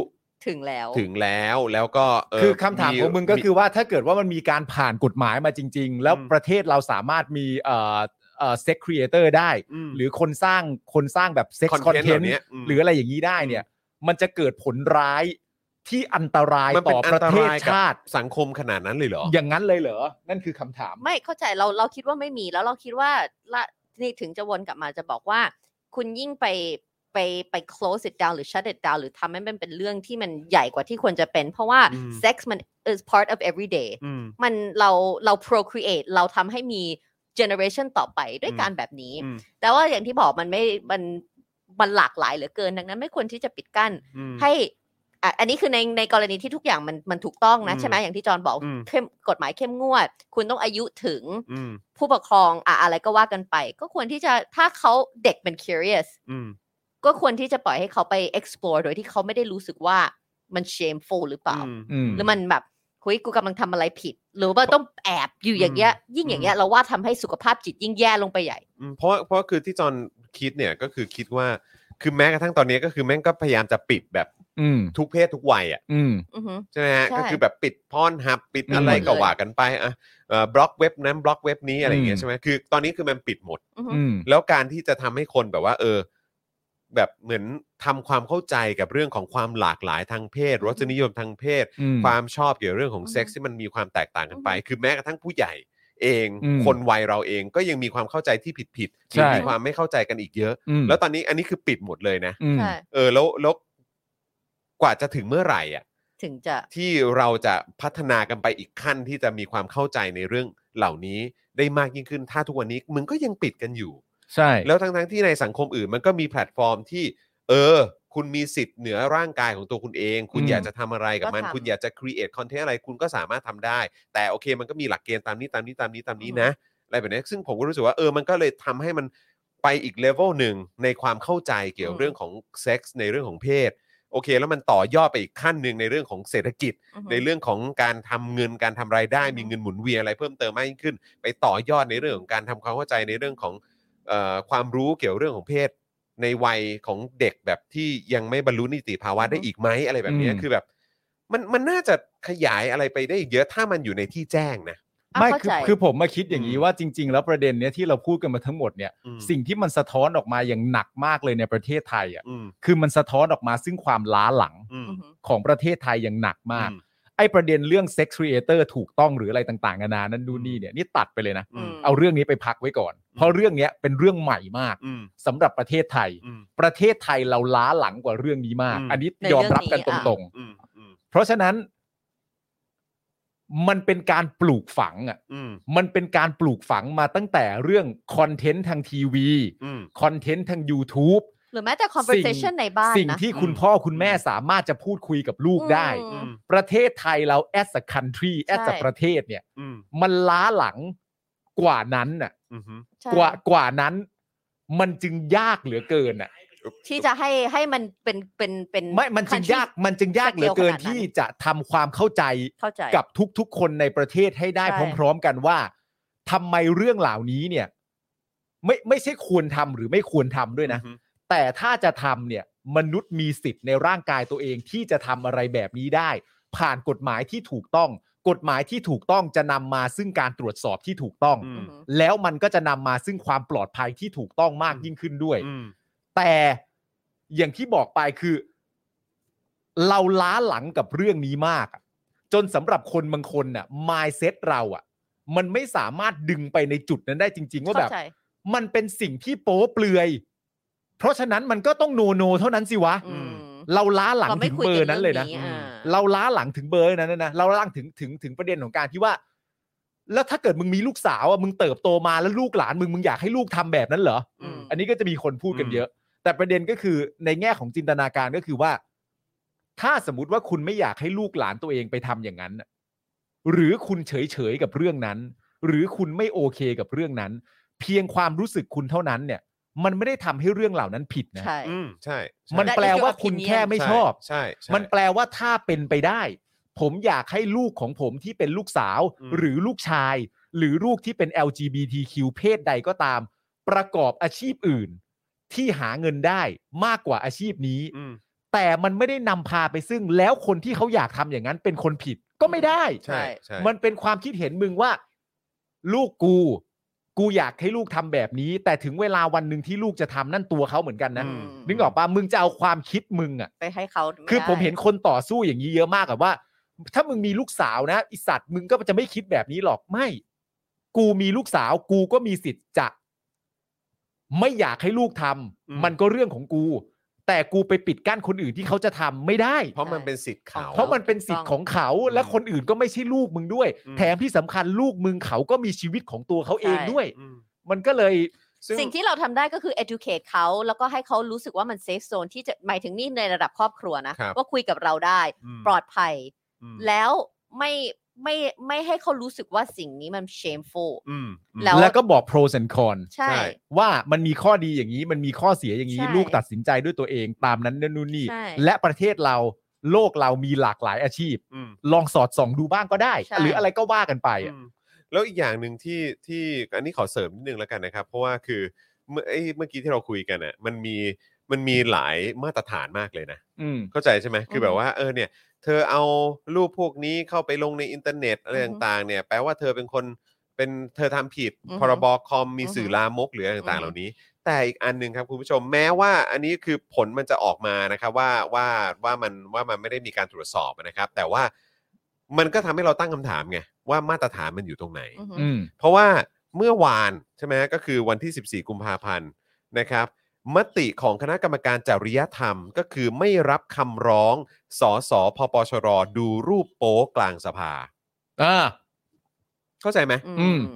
S3: ถึงแล้ว
S1: ถึงแล้วแล้วก็เ
S2: คือคำถามของมึงก็คือว่าถ้าเกิดว่ามันมีการผ่านกฎหมายมาจริง ๆ แล้ว
S1: อืม
S2: ประเทศเราสามารถมีเอ่อเอ่อเซ็กครีเอเตอร์ได้
S1: ม
S2: หรือคนสร้างคนสร้างแบบเซ็ก
S1: คอน
S2: คอน
S1: เทนต์เหล่า
S2: เทนต์
S1: นี้ม
S2: หรืออะไรอย่างนี้ได้เนี่ย มันจะเกิดผลร้ายที่อันตราย
S1: มันเป็
S2: ต่
S1: น
S2: อ
S1: อั
S2: ประ
S1: นต
S2: เทศ
S1: รายกับ
S2: ชาติ
S1: สังคมขนาดนั้นเลยเหรอ
S2: อย่างนั้นเลยเหรอ นั่นคือคำถาม
S3: ไม่เข้าใจเราเราคิดว่าไม่มีแล้วเราคิดว่าละนี่ถึงจะวนกลับมาจะบอกว่า คุณยิ่งไปไปไป close it down หรือ shut it down หรือทำให้มันเป็นเรื่องที่มันใหญ่กว่าที่ควรจะเป็น เพราะว่า
S1: อืม
S3: sex มัน is part of everyday
S1: อืม
S3: มันเราเรา procreate เราทำให้มี generation ต่อไปด้วย
S1: อืม
S3: การแบบนี้
S1: อืม
S3: แต่ว่าอย่างที่บอกมันไม่มันมันหลากหลายเหลือเกินดังนั้น ไม่ควรที่จะปิดกั้น
S1: อืม
S3: ให้อ่ะอันนี้คือในในกรณีที่ทุกอย่างมันมันถูกต้องนะ
S1: อืม
S3: ใช่ไหมอย่างที่จอห์นบอก
S1: อืม
S3: เข้มกฎหมายเข้มงวด คุณต้องอายุถึง
S1: อืม
S3: ผู้ปกครองอ่ะอะไรก็ว่ากันไป ก็ควรที่จะถ้าเขาเด็กเป็น curious
S1: อืม
S3: ก็ควรที่จะปล่อยให้เขาไป explore โดยที่เขาไม่ได้รู้สึกว่ามัน shameful หรือเปล่า หรือมันแบบเฮ้ยกูกำลังทำอะไรผิด หรือว่าต้องแอบอยู่อย่างเงี้ยยิ่งอย่างเงี้ยเราว่าทำให้สุขภาพจิตยิ่งแย่ลงไปใหญ่
S1: อืมเพราะว่าเพราะว่าคือที่จอห์นคิดเนี่ยก็คือคิดว่าคือแม้กระทั่งตอนนี้ก็คือแม่งก็พยายามจะปิดแบบ
S2: อืม
S1: ทุกเพศทุกวัยอ่ะ
S2: อืม
S3: อือฮึ
S1: ใช่ไหมฮะ
S3: ใช่
S1: ก็คือแบบปิดพอนฮับปิดอะไร
S2: อืม
S1: ก็ว่ากันไปอ่ะเอ่อบล็อกเว็บนั้นบล็อกเว็บนี้อะไรอย่างเงี้ยใช่ไหมคือตอนนี้คือมันปิดหมด
S3: อือฮึ
S2: อืม
S1: แล้วการที่จะทำให้คนแบบว่า เออ แบบเหมือนทำความเข้าใจกับเรื่องของความหลากหลายทางเพศรสนิยมทางเพศ
S2: อืม
S1: ความชอบเกี่ยวกับเรื่องของเซ็ก
S3: อื
S1: ซ์
S3: ม
S1: ที่มันมีความแตกต่างกันไป
S3: อืม
S1: คือแม้กระทั่งผู้ใหญ่เอง
S2: อืม
S1: คนวัยเราเองก็ยังมีความเข้าใจที่ผิดผิดๆหรื
S2: ใช่
S1: อมีความไม่เข้าใจกันอีกเยอะ
S2: อืม
S1: แล้วตอนนี้อันนี้คือปิดหมดเลยนะ
S2: อืม
S3: ใช่
S1: เออแล้วแล้วกว่าจะถึงเมื่อไหร่อ่ะ
S3: ถึงจะ
S1: ที่เราจะพัฒนากันไปอีกขั้นที่จะมีความเข้าใจในเรื่องเหล่านี้ได้มากยิ่งขึ้น ถ้าทุกวันนี้มึงก็ยังปิดกันอยู่
S2: ใช่
S1: แล้วทั้งๆที่ในสังคมอื่นมันก็มีแพลตฟอร์มที่ เออ คุณมีสิทธิ์เหนือร่างกายของตัวคุณเอง คุณอยากจะทำอะไรกับมัน คุณอยากจะ create content อะไรคุณก็สามารถทำได้ แต่โอเคมันก็มีหลักเกณฑ์ตามนี้ตามนี้ตามนี้ตามนี้นะอะไรแบบนี้ซึ่งผมก็รู้สึกว่าเออมันก็เลยทำให้มันไปอีกเลเวลหนึ่งในความเข้าใจเกี่ยวกับเรื่องของเซ็กซ์ในเรื่องของเพศ โอเค แล้วมันต่อยอดไปอีกขั้นหนึ่งในเรื่องของเศรษฐกิจ
S3: อือฮึ
S1: ในเรื่องของการทำเงินการทำรายได้
S3: อือฮึ
S1: มีเงินหมุนเวียนอะไรเพิ่มเติมมากยิ่งขึ้น ไปต่อยอดในเรื่องของการทำความเข้าใจในเรื่องของเออความรู้เกี่ยวเรื่องของเพศ ในวัยของเด็กแบบที่ยังไม่บรรลุนิติภาวะได้อีกไหมอะไรแบบเนี้ยคือแบบ มันมันน่าจะขยายอะไรไปได้อีกเยอะถ้ามันอยู่ในที่แจ้งนะ
S3: อ่ะ
S2: ไม่
S3: เข้า
S2: คือ
S3: ใจ
S2: คือผมมาคิดอย่างนี้ว่าจริง ๆ แล้วประเด็นเนี้ยที่เราพูดกันมาทั้งหมดเนี่ย
S1: อืม
S2: สิ่งที่มันสะท้อนออกมาอย่างหนักมากเลยในประเทศไทยอ่ะ
S1: อืม
S2: คือมันสะท้อนออกมาซึ่งความล้าหลัง
S1: อืม
S3: อือฮึ
S2: ของประเทศไทยอย่างหนักมาก
S1: อืม
S2: ไอ อ้ประเด็นเรื่องเซ็กซ์ครีเอเตอร์ถูกต้องหรืออะไรต่างๆนานานั้นดูนนี่เนี่ยนี่ตัดไปเลยนะ
S1: อืม
S2: เอาเรื่องนี้ไปพักไว้ก่อน เพราะเรื่องเนี้ยเป็นเรื่องใหม่มาก
S1: อืม
S2: สำหรับประเทศไทย
S1: อืม
S2: ประเทศไทยเราล้าหลังกว่าเรื่องนี้มาก
S1: อืม
S2: อันนี้
S3: ใน
S2: ยอม
S3: เรื่อง
S2: รับกัน
S3: นี้
S2: ต
S3: อ่ะ
S2: รง
S1: อืมอืม
S2: ๆ เพราะฉะนั้น มันเป็นการปลูกฝังอ่ะ
S1: อืม
S2: มันเป็นการปลูกฝังมาตั้งแต่เรื่องคอนเทนต์ทางทีวี
S1: อืม
S2: คอนเทนต์ทาง YouTube
S3: หรือแม้แต่ conversation ในบ้าน
S2: สิ่ง
S3: นะ
S2: ที่
S1: อืม
S2: คุณพ่อคุณแม่สามารถจะพูดคุยกับลูกได้
S3: อื
S1: อืม
S2: ประเทศไทยเรา as a country as
S3: ใช่
S2: a ประเทศเนี่ย
S1: อืม
S2: มันล้าหลังกว่านั้นน่ะ
S1: อืมอืม
S3: ใช่
S2: กว่ากว่านั้น มันจึงยากเหลือเกินน่ะ
S3: ที่จะให้ให้มันเป็นเป็นเป็น
S2: ไม่มันจึงยาก
S3: คัน
S2: มันจึงยากเหลือเกิน
S3: สเกลขนาดนั้น
S2: ที่จะทำความเข้าใจ
S3: เข้าใจ
S2: กับทุกๆ คนในประเทศให้ได้
S3: ใช่
S2: พร้อม ๆ กันว่าทำไมเรื่องเหล่านี้เนี่ย ไม่ไม่ใช่ควรทำหรือไม่ควรทำด้วยนะ
S1: อืม
S2: แต่ถ้าจะทำเนี่ย มนุษย์มีสิทธิ์ในร่างกายตัวเองที่จะทำอะไรแบบนี้ได้ ผ่านกฎหมายที่ถูกต้อง กฎหมายที่ถูกต้องจะนำมาซึ่งการตรวจสอบที่ถูกต้อง
S1: อื
S3: อื
S1: ม
S3: ม
S2: แล้วมันก็จะนำมาซึ่งความปลอดภัยที่ถูกต้องมากยิ่งขึ้นด้วย
S1: อืม
S2: แต่อย่างที่บอกไปคือ เราล้าหลังกับเรื่องนี้มากอะจนสำหรับคนบางคนน่ะ mindset เราอ่ะ มันไม่สามารถดึงไปในจุดนั้นได้จริง ๆ ว่าแบบ
S3: เข้าใจ
S2: มันเป็นสิ่งที่โป๊เปลือย เพราะฉะนั้นมันก็ต้องโนโนเท่านั้นสิวะ
S3: อืม
S2: เราล้าหลัง
S3: เราไม่
S2: ถึง
S3: คุย
S2: เบอ
S3: กั
S2: ร์
S3: น
S2: นั้นเลยนะ
S3: เรื่องนี้อ่า
S2: เราล้าหลังถึงเบอร์นั้นนะ เราล้าหลังถึงถึงถึงประเด็นของการที่ว่า แล้วถ้าเกิดมึงมีลูกสาวอ่ะ มึงเติบโตมาแล้วลูกหลานมึงมึงอยากให้ลูกทำแบบนั้นเหรอ
S3: อืม
S2: อันนี้ก็จะมีคนพูดกัน
S1: อืม
S2: เยอะ แต่ประเด็นก็คือในแง่ของจินตนาการก็คือว่า ถ้าสมมติว่าคุณไม่อยากให้ลูกหลานตัวเองไปทำอย่างนั้นน่ะหรือคุณเฉยเฉยๆกับเรื่องนั้น หรือคุณไม่โอเคกับเรื่องนั้น เพียงความรู้สึกคุณเท่านั้นเนี่ย มันไม่ได้ทำให้เรื่องเหล่านั้นผิดนะ
S3: ใช่
S1: อืมใช่ใช่
S2: มันแปลว่าคุณ
S3: Opinion
S2: แค่ไม่ชอบ
S1: ใช่ใช่
S2: มันแปลว่าถ้าเป็นไปได้ ผมอยากให้ลูกของผมที่เป็นลูกสาว
S1: อืม
S2: หรือลูกชาย หรือลูกที่เป็น LGBTQ เพศใดก็ตาม ประกอบอาชีพอื่น ที่หาเงินได้มากกว่าอาชีพนี้
S1: อืม
S2: แต่มันไม่ได้นำพาไปซึ่งแล้วคนที่เขาอยากทำอย่างนั้นเป็นคนผิดก็ไม่ได้
S1: ใช่ใช่
S2: มันเป็นความคิดเห็นมึงว่า ลูกกู กูอยากให้ลูกทำแบบนี้ แต่ถึงเวลาวันหนึ่งที่ลูกจะทำนั่นตัวเขาเหมือนกันนะ
S1: อืม
S2: นึกออกปะมึงจะเอาความคิดมึงอะ
S3: ไปให้เขาไ
S2: คือผม
S3: ได้
S2: เห็นคนต่อสู้อย่างนี้เยอะมากแบบว่า ถ้ามึงมีลูกสาวนะไอสัตว์มึงก็จะไม่คิดแบบนี้หรอกไม่ กูมีลูกสาว กูก็มีสิทธิ์จะ ไม่อยากให้ลูกทำ
S1: อืม
S2: มันก็เรื่องของกู แต่กูไปปิดกั้นคนอื่นที่เขาจะทำไม่ได้
S1: เพราะมันเป็นสิทธิ์เขา
S2: เพราะมันเป็นสิทธิ์ของเขาและคนอื่นก็ไม่ใช่ลูกมึงด้วย
S1: อืม
S2: แถมที่สำคัญลูกมึงเขาก็มีชีวิตของตัวเขาเองด้วย
S1: อืม
S2: มันก็เลย
S1: ซึ่ง
S3: สิ่งที่เราทำได้ก็คือ educate เขาแล้วก็ให้เขารู้สึกว่ามัน safe zone ที่จะหมายถึงนี่ในระดับครอบครัวนะ
S1: ครับ
S3: ว่าคุยกับเราได้ ปลอดภัย
S1: อืม
S3: แล้วไม่ไม่ไม่ให้เขารู้สึกว่าสิ่งนี้มัน shameful
S1: อืมอืม
S3: แล้ว
S2: แล้วก็บอก pros and cons
S3: ใช่
S1: ใช่
S2: ว่ามันมีข้อดีอย่างนี้มันมีข้อเสียอย่างนี้
S3: ใช่
S2: ลูกตัดสินใจด้วยตัวเองตามนั้นนั่นนู่นนี่
S3: ใช่
S2: และประเทศเราโลกเรามีหลากหลายอาชีพ
S1: อืม
S2: ลองสอดส่องดูบ้างก็ได้
S3: ใช่
S2: หรืออะไรก็ว่ากันไปอะ
S1: อืมแล้วอีกอย่างหนึ่งที่ที่อันนี้ขอเสริมนิดนึงแล้วกันนะครับ เพราะว่าคือเมื่อเอ้ยเมื่อกี้ที่เราคุยกันอ่ะมันมีมันมีหลายมาตรฐานมากเลยนะ
S2: อืม
S1: เข้าใจใช่ไหมคือแบบว่าเออเนี่ย เธอเอารูปพวกนี้เข้าไปลงในอินเทอร์เน็ตอะไร
S3: อือฮึ
S1: ต่างๆเนี่ยแปลว่าเธอเป็นคนเป็นเธอทำผิด
S3: อือฮึ
S1: พรบคอมมี
S3: อือฮึ
S1: สื่อลามกหรืออะไรต่างๆ
S3: อือฮึ
S1: เหล่านี้ แต่อีกอันหนึ่งครับคุณผู้ชมแม้ว่าอันนี้คือผลมันจะออกมานะครับว่าว่าว่ามันว่ามันไม่ได้มีการตรวจสอบนะครับ แต่ว่ามันก็ทำให้เราตั้งคำถามไงว่ามาตรฐานมันอยู่ตรงไหน
S3: อือหือ
S2: อืม
S1: เพราะว่าเมื่อวานใช่ไหมฮะก็คือวันที่ 14 กุมภาพันธ์นะครับ มติของคณะกรรมการจริยธรรม ก็คือไม่รับคำร้องสอสอพปชร ดูรูปโป๊กลางสภา
S2: อ่า
S1: เข้าใจไหม
S3: อืม
S2: อืม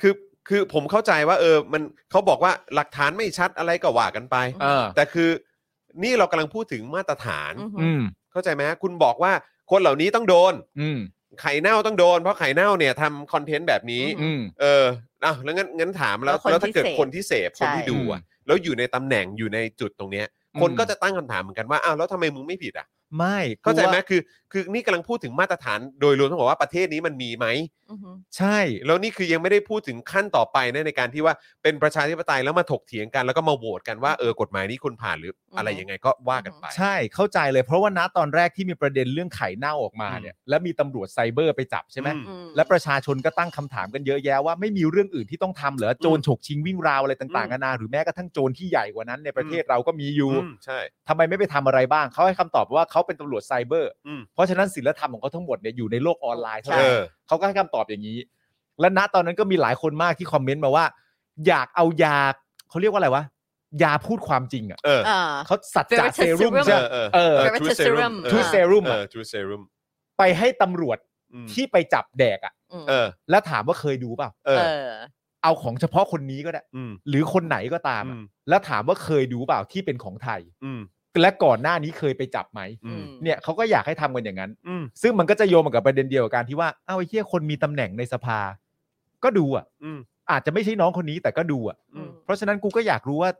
S1: คือคือผมเข้าใจว่าเออมันเขาบอกว่าหลักฐานไม่ชัดอะไรก็ว่ากันไป
S2: อ่า
S1: แต่คือนี่เรากำลังพูดถึงมาตรฐาน
S3: อือหือ
S2: อืม
S1: เข้าใจไหมฮะคุณบอกว่าคนเหล่านี้ต้องโดน
S2: อืม
S1: ไข่เน่าต้องโดน เพราะไข่เน่าเนี่ยทำคอนเทนต์แบบนี้
S2: อืม
S1: เอออ้าวแล้วงั้นงั้นถามแล้ว
S3: แล้วคน
S1: แล้วถ้าเกิด
S3: ที่เสพ
S1: คนที่เสพ
S3: ใช่
S1: คนที่ดูอะแล้วอยู่ในตำแหน่งอยู่ในจุดตรงเนี้ย คน
S2: อืม
S1: ก็จะตั้งคำถามเหมือนกันว่า อ้าว แล้วทำไมมึงไม่ผิดอ่ะ
S2: ไม่
S1: เข้าใจไหม
S2: กูว่
S1: คือ คือนี่กำลังพูดถึงมาตรฐานโดยรวมทั้งหมดว่าประเทศนี้มันมีไหม
S3: อือหือ
S2: ใช่
S1: แล้วนี่คือยังไม่ได้พูดถึงขั้นต่อไปนะในการที่ว่าเป็นประชาธิปไตยแล้วมาถกเถียงกันแล้วก็มาโหวตกันว่าเออกฎหมายนี้คุณผ่านหรืออะไร
S3: อืม
S1: ยังไงก็ว่ากันไป
S2: ใช่เข้าใจเลย เพราะว่าณตอนแรกที่มีประเด็นเรื่องไข่เน่าออกมาเนี่ย แล้วมีตำรวจไซเบอร์ไปจับใช่ไหม
S1: อืม
S3: อืม
S2: และประชาชนก็ตั้งคำถามกันเยอะแยะว่าไม่มีเรื่องอื่นที่ต้องทำเหรอโจรฉกชิงวิ่งราวอะไรต่างๆนานาหรือแม้กระทั่งโจรที่ใหญ่กว่านั้นในประเทศเราก็มีอยู่
S1: อืมใช่
S2: ทำไมไม่ไปทำอะไรบ้างเขาให้คำตอบว่าเขาเป็นตำรวจไซเบอร์
S1: อืม
S2: พ ราะฉะนั้นศิลธรรมของเขาทั้งหมดเนี่ยอยู่ในโลกออนไลน์เท่า
S1: เอ
S2: นั้น
S1: อ
S2: เขาก็ให้คำตอบอย่างนี้ และณตอนนั้นก็มีหลายคนมากที่คอมเมนต์มาว่า อยากเอายาเขาเรียกว่าอะไรวะ ยาพูดความจริงอ่ะ
S1: เออ
S3: เออ
S2: เขาสัจจะ
S3: Veritas
S2: เซรุ่ม
S3: Serum
S2: ใช่ไหม
S1: เออ
S2: เออ
S1: True Serum
S3: เออ
S2: ทูเซรุ่ม
S1: เออ True Serum
S2: ไปให้ตำรวจ
S1: อืม
S2: ที่ไปจับแดกอ่ะ
S3: อืม
S1: เออ
S2: แล้วถามว่าเคยดูเปล่า
S1: เออ
S3: เออ
S2: เอาของเฉพาะคนนี้ก็ได้
S1: อืม
S2: หรือคนไหนก็ตามอะ
S1: อืม
S2: แล้วถามว่าเคยดูเปล่าที่เป็นของไทย
S1: อืม
S2: และก่อนหน้านี้เคยไปจับไหม
S1: อืม
S2: เนี่ยเขาก็อยากให้ทำกันอย่างนั้น
S1: อืม
S2: ซึ่งมันก็จะโยงมากับประเด็นเดียวกับการที่ว่าอ้าวไอ้เหี้ยคนมีตำแหน่งในสภา ก็ดูอ่ะ
S1: อืม
S2: อาจจะไม่ใช่น้องคนนี้แต่ก็ดูอ่ะ
S1: อืม
S2: เพราะฉะนั้นกูก็อยากรู้ว่า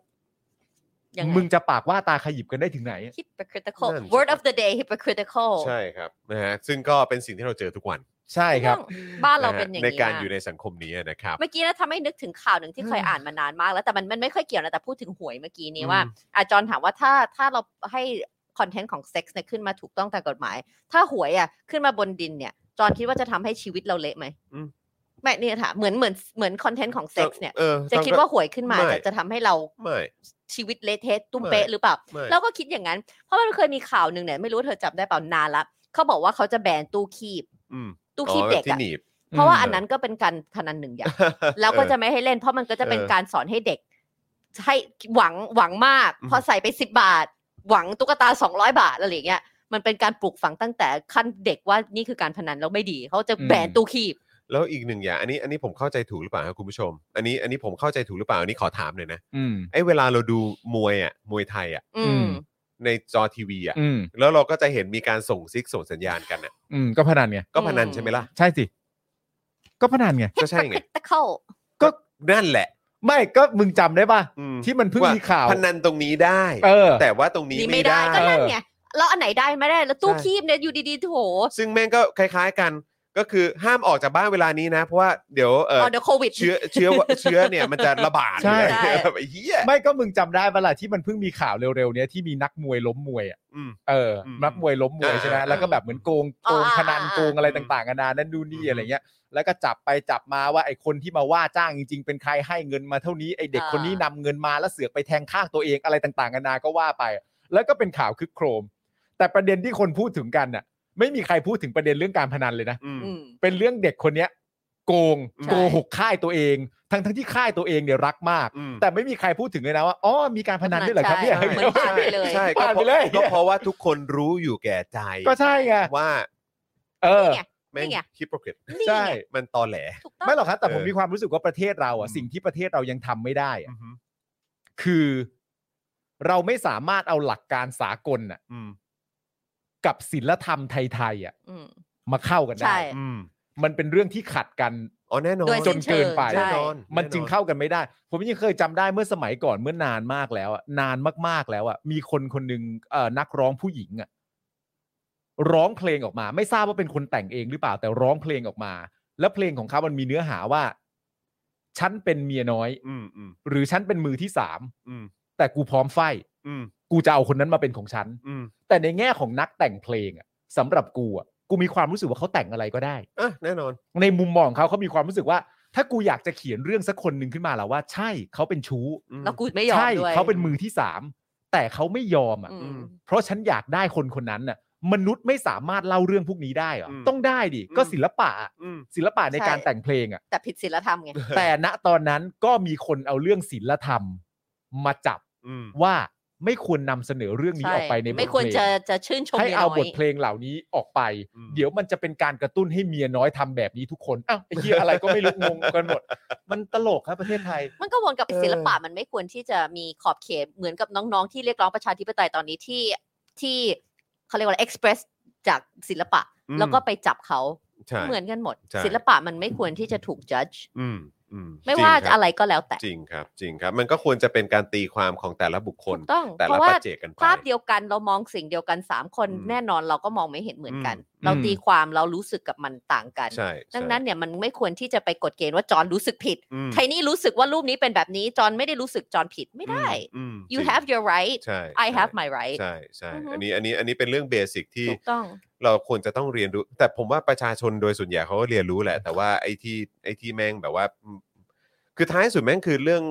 S3: ยังไง
S2: มึงจะปากว่าตาขยิบกันได้ถึงไหน
S3: hypocritical
S1: นั่นสิ
S3: word of the day hypocritical
S1: ใช่ครับ นะฮะ ซึ่งก็เป็นสิ่งที่เราเจอทุกวัน
S2: ใช่ครับ
S3: บ้านเรา
S1: ะฮะ
S3: เป็นอย่าง
S1: ใน
S3: นี้
S1: การอยู่
S3: นะ
S1: ในสังคมนี้นะครับ
S3: เมื่อกี้นะทำให้นึกถึงข่าวหนึ่งที่เคยอ่านมานานมาก แล้วแต่มันมันไม่ค่อยเกี่ยวนะแต่พูดถึงหวยเมื่อกี้นี้
S1: อืม
S3: ว่าอาจารย์ถามว่าถ้าถ้าเราให้คอนเทนต์ของเซ็กส์เนี่ยขึ้นมาถูกต้องตามกฎหมาย ถ้าหวยอ่ะขึ้นมาบนดินเนี่ย จอห์นคิดว่าจะทำให้ชีวิตเราเละไหม
S1: อืม
S3: ไม่เนี่ยค่ะเหมือนเหมือนเหมือนคอนเทนต์ของเซ็กส์เนี่ย
S1: ออต้
S3: จะ
S1: อง
S3: คิด
S1: ก็
S3: ว่าหวยขึ้นมา
S1: ไม่
S3: จะจะทำให้เรา
S1: ไม่
S3: ชีวิตเละเทะตุ้ม
S1: ไม่
S3: เป๊ะหรือเปล่า
S1: ไม่
S3: เราก็คิดอย่างนั้น เพราะมันเคยมีข่าวหนึ่งเนี่ยไม่รู้เธอจำได้เปล่านานละเขาบอกว่าเขาจะแบนตู้คีบ
S1: อืม
S3: ตู้
S1: อ๋อ
S3: คีบเด็ก
S1: ที่
S3: อะ
S1: หนีบ
S3: เพราะว่า
S2: อืม
S3: อันนั้นก็เป็นการพนันหนึ่งอย่าง แล้วก็จะไม่ให้เล่น เพราะมันก็จะเป็น
S1: เออ
S3: การสอนให้เด็ก ให้หวังหวังมาก
S1: อืม
S3: พอใส่ไปสิบบาท หวังตุ๊กตาสองร้อยบาทอะไรอย่างเงี้ยมันเป็นการปลูกฝังตั้งแต่ขั้นเด็กว่านี่คือการพนันแล้วไม่ดี เขาจะ
S2: อืม
S3: แบนตู้คีบ
S1: แล้วอีกหนึ่งอย่างอันนี้อันนี้ผมเข้าใจถูกหรือเปล่าครับคุณผู้ชม อันนี้อันนี้ผมเข้าใจถูกหรือเปล่าอันนี้ขอถามหน่อยนะ
S2: อืม
S1: ไอ้เวลาเราดูมวยอ่ะมวยไทยอ่ะ
S3: อื
S2: อื
S3: ม
S2: ม
S1: ในจอทีวีอ่ะ
S2: อืม
S1: แล้วเราก็จะเห็นมีการส่งซิกส่งสัญญาณกันอ่ะ
S2: อืมก็พนันไง
S1: ก็พนัน
S3: อืม
S1: ใช่ไหมล่ะ
S2: ใช่สิก็พนันไง
S1: ก็ใช่ไง
S3: แต่เข้า
S2: ก็
S1: นั่นแหละ
S2: ไม่ก็มึงจำได้ป่ะ
S1: อืม
S2: ที่มันเพิ่งมีข่าว
S1: พนันตรงนี้ได้
S2: เออ
S1: แต่ว่าตรงนี้
S3: นี่
S1: ไม่
S3: ไม่ได้
S1: ได้
S3: ก็นั่นไงแล้วอันไหนได้ไม่ได้แล้วตู้
S1: ใช่
S3: คีบเนี่ยอยู่ดีๆโถ
S1: ซึ่งแม่งก็คล้าย ๆกันก็คือห้ามออกจากบ้านเวลานี้นะ เพราะว่าเดี๋ยวเออ
S3: เอาเดี๋ยวโควิด
S1: เชื้อเชื้อเชื้อเนี่ยมันจะระบาด
S2: ใช่
S1: หรืออะไรแบบไอ้เหี้ย
S2: ไม่ก็มึงจำได้ปะล่ะที่มันเพิ่งมีข่าวเร็วๆเนี้ยที่มีนักมวยล้มมวยอ่ะ
S1: อืม
S2: เอออ
S1: ม
S2: นักมวยล้มมวย
S1: อ่า
S2: ใช่ไหม
S1: อ่า
S2: แล้วก็แบบเหมือนโกงโกง
S3: อ่า
S2: พนัน
S3: อ่า
S2: โกงอะไรต่างๆกันานานั่นดูนนี่อะไรเงี้ย แล้วก็จับไปจับมาว่าไอ้คนที่มาว่าจ้างจริงๆ เป็นใครให้เงินมาเท่านี้ไอ้เด็กคนนี้นำเงินมาแล้วเสือกไปแทงข้างตัวเองอะไรต่างๆกันานาก็ว่าไป แล้วก็เป็นข่าวคึกโครม แต่ประเด็นที่คนพูดถึงกันน่ะ ไม่มีใครพูดถึงประเด็นเรื่องการพนันเลยนะ
S1: อืม
S3: อืม
S2: เป็นเรื่องเด็กคนเนี้ยโกง
S1: ใช่
S2: โกหกค่ายตัวเอง ทั้งทั้งๆที่ค่ายตัวเองเนี่ยรักมาก
S1: อืม
S2: แต่ไม่มีใครพูดถึงเลยนะว่าอ๋อมีการพนันด้วยเหรอครับเนี่ย
S3: ใช่เหมือนผ่านไปเลย
S1: ใช่ก็
S2: ผ่าน
S1: เพ
S2: ไป
S1: ราะ
S2: เลย
S1: ก็เพราะว่าทุกคนรู้อยู่แก่ใจ
S2: ก็ใช่ไง
S1: ว่า
S2: เออ
S3: นี่ไง
S1: แม่ง
S3: นี่ไง
S1: ฮิปโปรคริต
S3: นี่
S2: ใช่
S3: ไง
S1: มันตอแหล
S3: ถูกต้อง
S2: ไม่หรอกครับแต่
S1: เออ
S2: ผมมีความรู้สึกว่าประเทศเราอ่ะ
S1: อืม
S2: สิ่งที่ประเทศเรายังทำไม่ได้อะ
S1: อือฮึ
S2: คือเราไม่สามารถเอาหลักการสากลน่ะ
S1: อืม
S2: กับศิลธรรมไทยๆอ่ะ
S3: อืม
S2: มาเข้ากัน
S3: ใช่
S2: ได้
S1: อืม
S2: มันเป็นเรื่องที่ขัดกัน
S1: อ๋อแน่นอน
S3: โดย
S2: จ
S3: สิ้
S2: น
S3: ชิ
S2: เกิ
S3: ง
S2: นไป
S1: แน่
S3: ใช่
S1: นอน
S2: มันจึง
S1: แอ
S2: เข้ากันไม่ได้ ผมยังเคยจำได้เมื่อสมัยก่อนเมื่อนานมากแล้วอะนานมากๆแล้วอะมีคนคนหนึ่งเอ่อนักร้องผู้หญิงอะร้องเพลงออกมา ไม่ทราบว่าเป็นคนแต่งเองหรือเปล่าแต่ร้องเพลงออกมา แล้วเพลงของเขามันมีเนื้อหาว่าฉันเป็นเมียน้อย
S1: อืมอืม
S2: หรือฉันเป็นมือที่สาม
S1: อืม
S2: แต่กูพร้อมไฟท์
S1: อืม
S2: กูจะเอาคนนั้นมาเป็นของฉัน
S1: อืม
S2: แต่ในแง่ของนักแต่งเพลงอะสำหรับกูอะกูมีความรู้สึกว่าเขาแต่งอะไรก็ได้
S1: อ่ะแน่นอน
S2: ในมุมมองของเขาเขามีความรู้สึกว่า ถ้ากูอยากจะเขียนเรื่องสักคนหนึ่งขึ้นมาแล้วว่า ใช่เขาเป็นชู้
S1: อืม
S3: แล้วกูไม่ยอม
S2: ใช่
S3: ด้วย
S2: เขาเป็นมือที่สามแต่เขาไม่ยอมอ่ะ
S3: อื
S1: อื
S3: ม
S1: ม
S2: เพราะฉันอยากได้คนคนนั้นน่ะ มนุษย์ไม่สามารถเล่าเรื่องพวกนี้ได้เหรอ
S1: อืม
S2: ต้องได้ดิก็
S1: อืม
S2: ศิลปะอะ
S1: อืม
S2: ศิลปะในการ
S3: ใช่
S2: แต่งเพลงอ่ะ
S3: แต่ผิดศีลธรรมไง
S2: แต่ณตอนนั้นก็มีคนเอาเรื่องศิลธรรม มาจับ
S1: อืม
S2: ว่าไม่ควรนำเสนอเรื่องนี้
S3: ใช่
S2: ออกไปในบท
S3: ไม่ควร
S2: เพลง
S3: จะจะชื่นชม
S2: ให้
S3: มีย
S2: เอา
S3: น้ย
S2: บทเพลงเหล่านี้ออกไป
S1: อืม
S2: เดี๋ยวมันจะเป็นการกระตุ้นให้เมียน้อยทำแบบนี้ทุกคนอ้าวไอ้เหี้ยอะไรก็ไม่รู้งงกันหมด มันตลกครับประเทศไทย
S3: มันก็วนกลับไป
S2: เออ
S3: ศิลปะมันไม่ควรที่จะมีขอบเขตเหมือนกับน้องๆ ที่เรียกร้องประชาธิปไตยตอนนี้ที่ที่เขาเรียกว่าเอ็กซ์เพรสจากศิลปะ
S1: อืม
S3: แล้วก็ไปจับเขา
S1: ใช่
S3: เหมือนกันหมด
S1: ใช่
S3: ศิลปะมันไม่ควรที่จะถูก judge
S1: อืมอืม
S3: ไม่ว่า
S1: จงคบ
S3: อะไรก็แล้วแต่
S1: จริงครับ จริงครับ มันก็ควรจะเป็นการตีความของแต่ละบุคค
S3: ถู
S1: ล
S3: กต้อง
S1: แต่
S3: เพ
S1: ละ
S3: ราะว่า
S1: ปัจเจกกันไป
S3: ภาพเดียวกันเรามองสิ่งเดียวกันสามคน
S1: อืม
S3: แน่นอนเราก็มองไม่เห็นเหมือนกัน
S1: อืม
S3: เรา
S2: อืม
S3: ตีความเรารู้สึกกับมันต่างกัน
S1: ใช่
S3: ดัง
S1: ใช่
S3: นั้นเนี่ยมันไม่ควรที่จะไปกดเกณฑ์ว่าจอห์นรู้สึกผิด
S1: อืม
S3: ไทนี่รู้สึกว่ารูปนี้เป็นแบบนี้จอห์นไม่ได้รู้สึกจอห์นผิดไม่ได้
S1: อืม
S3: you
S1: จริง
S3: have your right
S1: ใช่
S3: I have my right
S1: ใช่ใช่
S3: อือฮึ
S1: อันนี้อันนี้อันนี้เป็นเรื่องเบสิกที่
S3: ถูกต้อง
S1: เราควรจะต้องเรียนรู้ แต่ผมว่าประชาชนโดยส่วนใหญ่เขาก็เรียนรู้แหละ แต่ว่าไอ้ที่ไอ้ที่แม่งแบบว่า คือท้ายสุดแม่งคือเรื่อง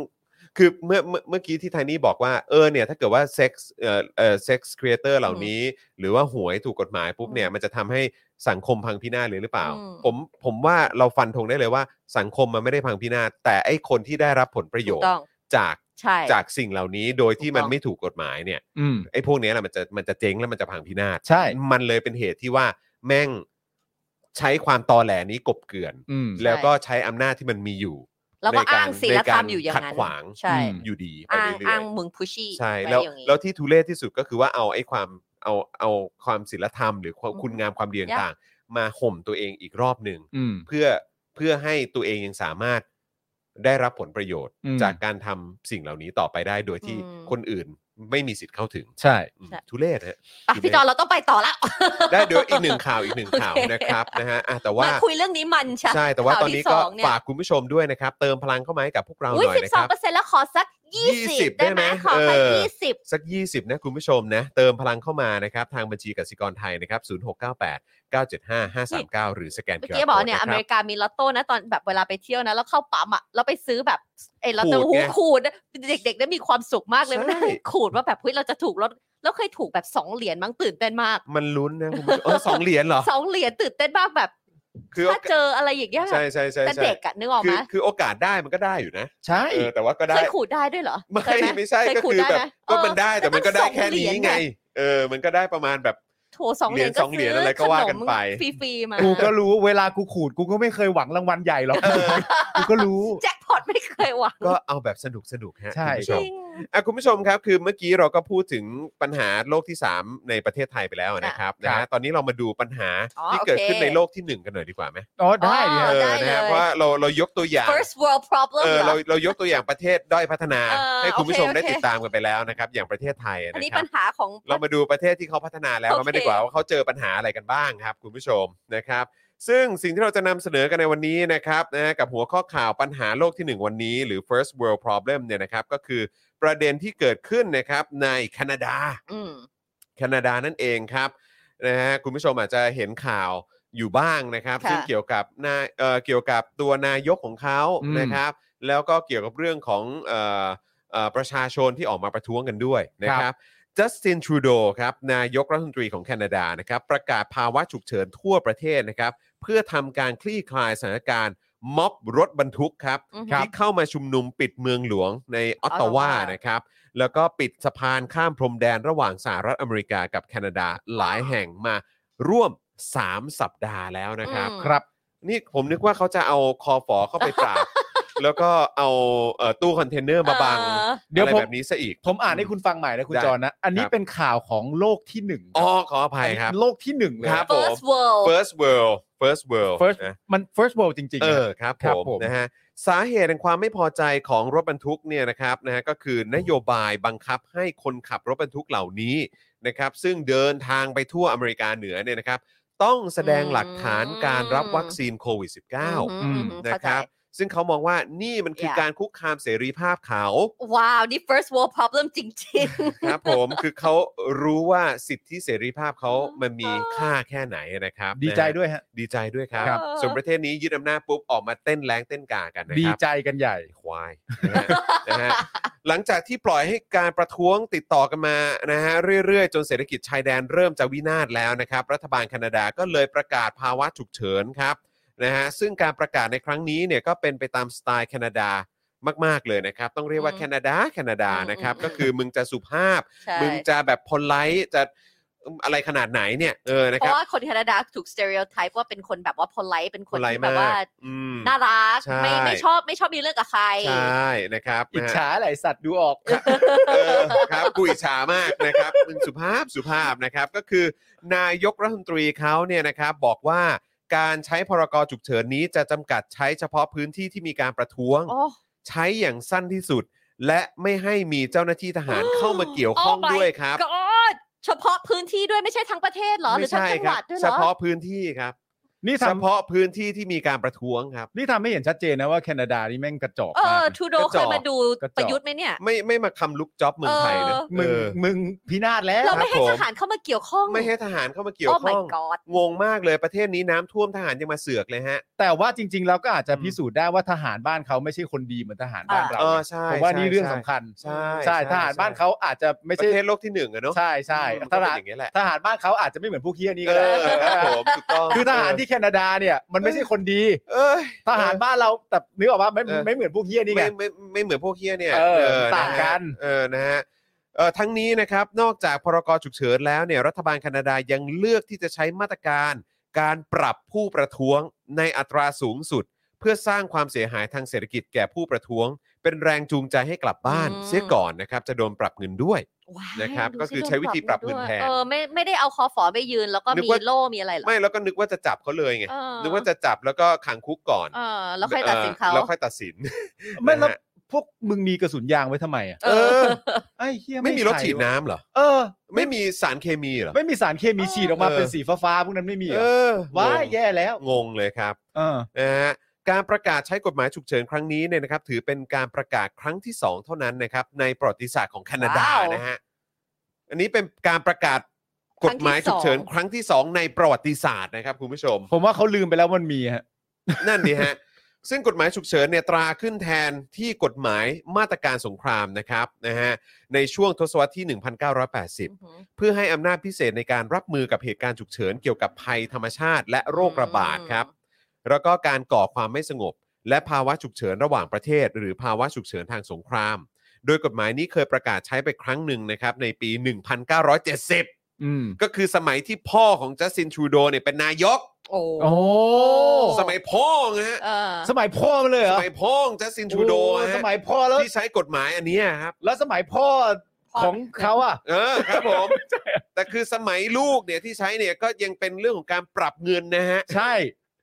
S1: คือเมื่อเมื่อเมื่อกี้ที่ไทนี่บอกว่าเออเนี่ยถ้าเกิดว่าเซ็กซ์เอ่อเอ่อเซ็กซ์ครีเอเตอร์เหล่านี้ หรือว่าหวยถูกกฎหมายปุ๊บเนี่ยมันจะทำให้สังคมพังพินาศเลยหรือเปล่า
S3: อืม
S1: ผมผมว่าเราฟันธงได้เลยว่าสังคมมันไม่ได้พังพินาศแต่ไอ้คนที่ได้รับผลประโย
S3: ถู
S1: ช
S3: ก
S1: น์
S3: ต้อง
S1: จาก
S3: ใช่
S1: จากสิ่งเหล่านี้โดยที่
S3: ถูกต้
S1: มั
S3: อนง
S1: ไม่ถูกกฎหมายเนี่ย
S2: อืม
S1: ไอ้พวกเนี้ยแหละมันจะมันจะเจ๊งแล้วมันจะพังพินาศ
S2: ใช่
S1: มันเลยเป็นเหตุที่ว่าแม่งใช้ความตอแหลนี้กบเกลื่อน
S2: อืม
S1: แล้วก็ใช้อำนาจที่มันมีอยู่
S3: แล้วก็
S1: ในการ
S3: อ้างศีลธรรมอยู่อย่าง
S1: ในการขั
S3: นั้
S1: ด
S3: น
S1: ขวาง
S3: ใช่
S2: อืม
S1: อยู่ดีไป
S3: อ้าง
S1: เรื่
S3: อ้า
S1: อย
S3: งมึงพุชชี่
S1: ๆใช่
S3: ไว้
S1: แล้ว
S3: อย่างนี้
S1: แล้วที่ทุเรศที่สุดก็คือว่าเอาไอ้ความเอาเอาความศิลธรรม หรือความ
S3: อืม
S1: คุณงามความดี
S3: ยาก
S1: ต่างๆมาห่มตัวเองอีกรอบหนึ่ง
S2: อืม
S1: เพื่อเพื่อให้ตัวเองยังสามารถได้รับผลประโยชน์
S2: อืม
S1: จากการทำสิ่งเหล่านี้ต่อไปได้โดยที่
S3: อืม
S1: คนอื่นไม่มีสิทธิ์เข้าถึง
S2: ใช่
S1: อืมทุเรศฮะ
S3: อ่ะพี่จอนเราต้องไปต่อละ
S1: ได้เดี๋ยวอีกหนึ่งข่าวอีกหนึ่งข่าว
S3: โอเค
S1: นะครับนะฮะอ่ะแต่ว่า
S3: มาคุยเรื่องนี้มันใช่
S1: ใช่แต่ว่าตอนนี้ก็
S3: ข่วที่สงเนี่ย
S1: ฝากคุณผู้ชมด้วยนะครับ เติมพลังเข้ามาให้กับพวกเรา
S3: อุ้ย
S1: หน่อย
S3: สิบ
S1: นะค
S3: สอง
S1: รับ
S3: เปอร์เซ็นต์แล้วขอสักยี่สิบ
S1: 20
S3: ได้ไหม
S1: ได้ไหม
S3: ขอสัก
S1: เออ
S3: ยี่สิบ
S1: สัก 20 นะ คุณผู้ชมนะ เติมพลังเข้ามานะครับ ทางบัญชีกสิกรไทยนะครับ 0698 975 539 หรือสแกน QR
S3: เมื่อกี้บอกเนี่ย
S1: code
S3: อ
S1: นะคบ
S3: เมริกามีลอตโต้นะตอนแบบเวลาไปเที่ยวนะ แล้วเข้าปั๊มอ่ะแล้วไปซื้อแบบไอ้ลอตโต้
S1: ขูด
S3: หู
S1: ไง
S3: ขูดนะเด็กๆได้มีความสุขมากเลย
S1: ใช่
S3: มันได้ขูดว่าแบบเฮ้ยเราจะถูกลดแล้วเคยถูกแบบสองเหรียญมั้งตื่นเต้นมาก
S1: มันลุ้นนะคุณผู้ชมเออสองเหรียญเหรอ
S3: สองเหรียญตื่นเต้นมากแบบ
S1: คือ
S3: ถ้าเจออะไรอย่างเงี้ย
S1: ใช่ใช่ใช่
S3: แต่
S1: ใช่
S3: เด็กอะนึกออก
S1: คื
S3: ไหม
S1: อคือโอกาสได้มันก็ได้อยู่นะ
S2: ใช่
S1: เออแต่ว่าก็ได้
S3: เคยขูดได้ด้วยเหรอ
S1: ไม่
S3: เคยห
S1: ไม่ใช่
S3: เคย
S1: ก็
S3: ขูด
S1: คือ
S3: ได้
S1: แบบ
S3: ไหม
S1: ก็มันได้แต่มันก็ได้
S3: อง
S1: แค่นี้
S3: เหรียญ
S1: ไง เออ มันก็ได้ประมาณแบบ
S3: โถสอง
S1: เห
S3: เห
S1: รี
S3: รี
S1: ย
S3: ย
S1: ญ
S3: ญก็
S1: สองเหรียญอะไรก็ว่ากันไป
S3: ฟรีๆมา
S2: กูก็รู้เวลากูขูดกูก็ไม่เคยหวังรางวัลให ญ่หรอก
S1: เออ
S2: กูก็รู้
S3: แจ็คพอตไม่เคยหวัง
S1: ก็เอาแบบสนุกสนุกๆฮะ
S2: ใช่
S1: คุณผู้
S3: จ
S1: ช
S3: ริ
S1: ม
S3: ง
S1: อ่ะคุณผู้ชมครับคือเมื่อกี้เราก็พูดถึงปัญหาโลกที่ 3 ในประเทศไทยไปแล้วนะครับนะฮะตอนนี้เรามาดูปัญหา
S3: อ๋อ
S1: ที่เกิด
S3: โอเค
S1: ขึ้นในโลกที่ 1 กันหน่อยดีกว่าไหม
S2: อ๋อได้ดิ
S3: อ๋อ
S1: เอ
S2: ฮะ
S1: อ
S3: ได้
S1: นะฮะ
S3: เลย
S1: เพราะว่าเราเรายกตัวอย่าง
S3: first world problem
S1: เออ
S3: เหรอ
S1: เราเรายกตัวอย่างประเทศด้อยพัฒนา
S3: เออ
S1: ให้คุณผู้ชม
S3: โอเค
S1: ได้
S3: โอเค
S1: ติดตามกันไปแล้วนะครับ อย่างประเทศไทย
S3: อัน
S1: นะ
S3: นี้
S1: ครั
S3: ปั
S1: บ
S3: ญหาของ
S1: เรามาดูประเทศที่เขาพัฒนาแล้ว
S3: โอเค
S1: กันไม่ดีกว่าว่าเขาเจอปัญหาอะไรกันบ้างครับ คุณผู้ชมนะครับ ซึ่งสิ่งที่เราจะนำเสนอกันในวันนี้นะครับนะฮะกับหัวข้อข่าวปัญหาโลกทีหนึ่งวันนี้ หรือ first world problem เนี่ยนะครับก็คือประเด็นที่เกิดขึ้นนะครับในแคนาดา
S3: อืม
S1: แคนาดานั่นเองครับนะฮะคุณผู้ชมอาจจะเห็นข่าวอยู่บ้างนะครับ
S3: ค่ะ
S1: ซึ่งเกี่ยวกับนายเอ่อเกี่ยวกับตัวนายกของเขา
S2: อืม
S1: นะครับ แล้วก็เกี่ยวกับเรื่องของเอ่อเอ่อประชาชนที่ออกมาประท้วงกันด้วยนะครับจัสตินทรูโดครับนายกรัฐมนตรีของแคนาดานะครับ ประกาศภาวะฉุกเฉินทั่วประเทศนะครับ เพื่อทำการคลี่คลายสถานการณ์ม็อบรถบรรทุกครับ
S3: อือฮึ
S1: ที่เข้ามาชุมนุมปิดเมืองหลวงในออตตาวา
S3: Ottawa
S1: นะครับ แล้วก็ปิดสะพานข้ามพรมแดนระหว่างสหรัฐอเมริกากับแคนาดาหลายแห่งมาร่วม 3 สัปดาห์แล้วนะครับ
S3: อืม
S2: ครับ
S1: นี่ผมนึกว่าเขาจะเอาคอฝอเข้าไปปราบ แล้วก็เอาเอ่อตู้คอนเทนเนอร์มาบัง
S3: เออ
S2: เดี๋ยว
S1: อะไร
S2: ผม
S1: แบบนี้ซะอีก
S2: ผมอ่านให้คุณฟังใหม่นะคุณ
S1: ได้
S2: จอห์นนะ อันนี้
S1: ครับ
S2: เป็นข่าวของโลกที่หนึ่ง
S1: อ๋อขออภัยค
S2: อั
S1: รั
S2: น
S1: บ
S2: นี้โลกที่หนึ่งเลย
S1: ครับ ผม
S3: first world
S1: first world first world
S2: first
S1: นะ
S2: มัน first world จริงๆ
S1: เอ
S2: นะ
S1: อครับ
S2: ครับ
S1: ผ
S2: ผม ม
S1: นะฮะสาเหตุแห่งความไม่พอใจของรถบรรทุกเนี่ยนะครับนะฮะก็คือนโยบายบังคับให้คนขับรถบรรทุกเหล่านี้นะครับซึ่งเดินทางไปทั่วอเมริกาเหนือเนี่ยนะครับต้องแสดงหลักฐานการรับวัคซีนโควิด -19
S3: อืม
S2: อืม
S3: เข้า
S1: นะ
S3: ใจ
S1: ครับซึ่งเขามองว่านี่มันคือ
S3: Yeah
S1: การคุกคามเสรีภาพเขา
S3: ว้าว นี่ first world problem จริง
S1: ครับ ผม คือเขารู้ว่าสิทธิเสรีภาพเขามันมีค่าแค่ไหนนะครับ
S2: ดีใจ
S1: นะฮะ
S2: ด้วยฮะ
S1: ดีใจด้วยครับ
S2: ครับ
S1: ส่วนประเทศนี้ยึดอำนาจปุ๊บออกมาเต้นแรงเต้นกากันนะ
S2: ดี
S1: ครับ
S2: ใจกันใหญ่
S1: ควาย นะฮะ นะฮะหลังจากที่ปล่อยให้การประท้วงติดต่อกันมานะฮะเรื่อยๆ จนเศรษฐกิจชายแดนเริ่มจะวินาศแล้วนะครับ รัฐบาลแคนาดาก็เลยประกาศภาวะฉุกเฉินครับนะฮะซึ่งการประกาศในครั้งนี้เนี่ยก็เป็นไปตามสไตล์แคนาดามาก ๆ เลยนะครับ ต้องเรียกว่า
S3: อืม
S1: แคนาดาแคนาดานะครับ
S3: อืมอืม
S1: ก็คือมึงจะสุภาพ
S3: ๆ ใช่
S1: มึงจะแบบพลไลจะอะไรขนาดไหนเนี่ยเออนะ
S3: เพ
S1: ครับ
S3: ราะว่าคนแคนาดาถูก stereotype ว่าเป็นคนแบบว่า polite เป็นค
S1: พล
S3: น
S1: ไล
S3: ที่
S1: มา
S3: แบบว่าก
S1: อืม
S3: น่ารัก
S1: ใช่
S3: ไม่ไม่ชอบไม่ชอบมีเรื่องกับใคร
S1: ใช่นะครับ
S2: อิจ
S1: นะฮะ
S2: ฉาอะไรสัตว์ดูออก
S1: เออครับกูอิจฉามากนะครับมึงสุภาพสุภาพนะครับ ก็คือนายกรัฐมนตรีเขาเนี่ยนะครับบอกว่าการใช้พรกฉุกเฉินนี้จะจำกัดใช้เฉพาะพื้นที่ที่มีการประท้วง
S3: โอ้
S1: ใช้อย่างสั้นที่สุด และไม่ให้มีเจ้าหน้าที่ทหารเข้ามาเกี่ยวข้อง
S3: Oh my
S1: ด้วยครับ
S3: กอดเฉพาะพื้นที่ด้วยไม่ใช่ทั้งประเทศเหรอ หรื
S1: ไม่
S3: อทั้ง
S1: ใช่
S3: จัง
S1: ค
S3: ห
S1: รั
S3: วัด
S1: บ
S3: ด้วยเห
S1: เฉ
S3: รอ
S1: พาะพื้นที่ครับ
S2: นี่
S1: เฉ
S2: ทำ
S1: พาะพื้นที่ที่มีการประท้วงครับ
S2: นี่ทำให้เห็นชัดเจนนะว่าแคนาดานี่แม่งกระจอก
S3: เอ
S2: มาก
S3: อ
S2: นะ
S3: ทูโด
S1: กระจอก
S3: เคยมาดู
S2: กระจอก
S3: ประยุทธ์ไหมเนี่ย
S1: ไม่ไม่มาคำลุกจ็อบเมืองไทยนะ
S3: เออ
S2: มึง
S1: เออ
S2: มึงพินาศแล้ว
S3: เราไม่
S1: ค
S3: ให้
S1: รับผม
S3: ทหารเข้ามาเกี่ยวข้อง
S1: ไม่ให้ทหารเข้ามาเกี่ยวข้
S3: โอ้
S1: อง
S3: my god
S1: งงมากเลยประเทศนี้น้ำท่วมทหารยังมาเสือกเลยฮะ
S2: แต่ว่าจริง ๆ เราก็อาจจะ
S1: อืม
S2: พิสูจน์ได้ว่าทหารบ้านเขาไม่ใช่คนดีเหมือนทหารบ้าน
S3: อ่า
S2: เรา
S1: เออใช่
S2: ผมว่า
S1: ใช่
S2: นี่เรื่องสำ
S1: ใช่
S2: คัญ
S1: ใช่
S2: ใช่
S1: ใช่
S2: ทหาร
S1: ใช่
S2: บ้านเขาอาจจะไม่
S1: ป
S2: ใช่
S1: ระเทศโลกที่หนึ่งอะเนาะ
S2: ใช่ใช่
S1: อืมมัน
S2: ท
S1: ก็เป็น
S2: หาร
S1: อย่างนี้ยแหละ
S2: ทหารบ้านเขาอาจจะไม่เหมือนผู้เคี้ยนี้
S1: เอ
S2: ก็ได้
S1: อครับผมถูกต้อง
S2: คือทหารที่แคนาดาเนี่ยมันไม่ใช่คนดี
S1: เอ้ย
S2: ทหารบ้านเราแต่นึกออกว่าไม่
S1: เออ
S2: ไม่เหมือนพวกเฮียนี่ไง
S1: ไม่ไม่ไม่เหมือนพวกเฮียเนี่ย
S2: เออ
S1: นะฮะ
S2: ต่างกัน
S1: เออนะฮะเออทั้งนี้นะครับ นอกจากพรกฉุกเฉินแล้วเนี่ยรัฐบาลแคนาดายังเลือกที่จะใช้มาตรการ การปรับผู้ประท้วงในอัตราสูงสุด เพื่อสร้างความเสียหายทางเศรษฐกิจแก่ผู้ประท้วง เป็นแรงจูงใจให้กลับบ้าน
S3: อืม
S1: เสียก่อนนะครับ จะโดนปรับเงินด้วย
S3: ว้าย
S1: นะครับ
S3: ดู
S1: ก็คือ
S3: สิ
S1: ใช้วิธีปรับ
S3: โด
S1: เงิน
S3: ด้วย
S1: แทน
S3: เออไม่ไม่ได้เอาคอฝอไปยืน แล้วก็
S1: นึก
S3: มี
S1: ว่า
S3: โล่มีอะไรเหรอ
S1: ไม่แล้วก็นึกว่าจะจับเขาเลยไง
S3: เออ
S1: นึกว่าจะจับแล้วก็ขังคุกก่อน
S3: เออแล้วค่อยตัดสินเขา
S1: ออแล้วค่อยตัดสิน
S2: ไม่แล้ว
S1: นะฮะ
S2: พวกมึงมีกระสุนยางไว้ทำไมอ่ะ
S1: เออ
S2: ไอ้เฮีย
S1: ไม่มีรถ
S2: ใช่
S1: ฉีดน้ำเหรอ
S2: เออ
S1: ไม่มีสารเคมีเหรอ
S2: ไม่มีสารเคมีฉีดออกมา
S1: เออ
S2: เป็นสีฟ้าๆพวกนั้นไม่มีเหร
S1: เอ
S2: อ
S1: อ
S2: ว้าย
S1: งง
S2: แย่แล้ว
S1: งงเลยครับ
S2: เออ
S1: นะฮะการประกาศใช้กฎหมายฉุกเฉินครั้งนี้เนี่ยนะครับ ถือเป็นการประกาศครั้งที่ 2 เท่านั้นนะครับ ในประวัติศาสตร์ของแคนาดานะฮะอันนี้เป็นการประกาศกฎหมายฉุกเฉินครั้งที่ 2 ในประวัติศาสตร์นะครับคุณผู้ชม
S2: ผมว่าเขาลืมไปแล้วมันมีฮะ
S1: นั่นดีฮะ ซึ่งกฎหมายฉุกเฉินเนี่ยตราขึ้นแทนที่กฎหมายมาตรการสงครามนะครับนะฮะในช่วงทศวรรษที่ 1980
S3: อหือ
S1: เพื่อให้อำนาจพิเศษในการรับมือกับเหตุการณ์ฉุกเฉินเกี่ยวกับภัยธรรมชาติ และโรคระบาดครับ
S3: อื
S1: แล้วก็การก่อความไม่สงบ และภาวะฉุกเฉินระหว่างประเทศ หรือภาวะฉุกเฉินทางสงคราม โดยกฎหมายนี้เคยประกาศใช้ไปครั้งหนึ่งนะครับในปี 1970
S2: อืม
S1: ก็คือสมัยที่พ่อของจัสตินทรูโดเนี่ยเป็นนายก
S3: โอ้
S2: โอ้
S1: สมัยพ่อนะฮะ
S3: เออ
S2: สมัยพ่อมาเลยเหร
S1: ส
S2: อ
S1: มัยพ่อของจัสตินทรูโด
S2: อ้
S1: ฮะ
S2: สมัยพ่อแล้ว
S1: ที่ใช้กฎหมายอันเนี้ยครับ
S2: แล้วสมัยพ่อของเขาอ่ะ
S1: เออครับผม แต่คือสมัยลูกเนี่ยที่ใช้เนี่ยก็ยังเป็นเรื่องของการปรับเงินนะฮะ
S2: ใช่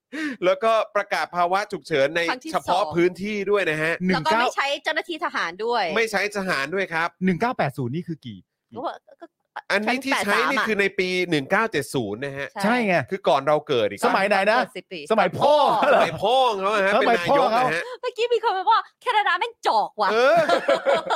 S1: แล้วก็ประกาศภาวะฉุกเฉินใน
S3: ครั้งที่
S1: เฉพาะ
S3: สอง
S1: พื้นที่ด้วยนะฮะ
S2: หนึ่
S3: แล้ว
S2: ง
S3: ก็
S2: เก้า
S3: ไม่ใช้เจ้าหน้าที่ทหารด้วย
S1: ไม่ใช้ทหารด้วยครับ
S2: หนึ่งเก้าแปดศูนย์นี่คือกี่
S3: ก็ว่าก็
S1: อันนี้ที่ใช้นี่
S3: แปดสามอะ
S1: คือในปี 1970 นะฮะ
S3: ใช่
S2: ใช่ไง
S1: คือก่อนเราเกิดอีก
S2: สมัยไหนนะ
S3: เปิดสิบปี
S2: สมัยพ่อ
S1: ส
S2: เหรอ
S1: มัยพ่อเขาอะฮะ
S2: ส
S1: เป็น
S2: มัย
S1: นา
S2: พ่อย
S1: ก
S2: เขา
S1: นะฮะ
S3: เมื่อกี้มีคนมาว่าแคนาดาแม่งจอกว่ะ
S1: เออ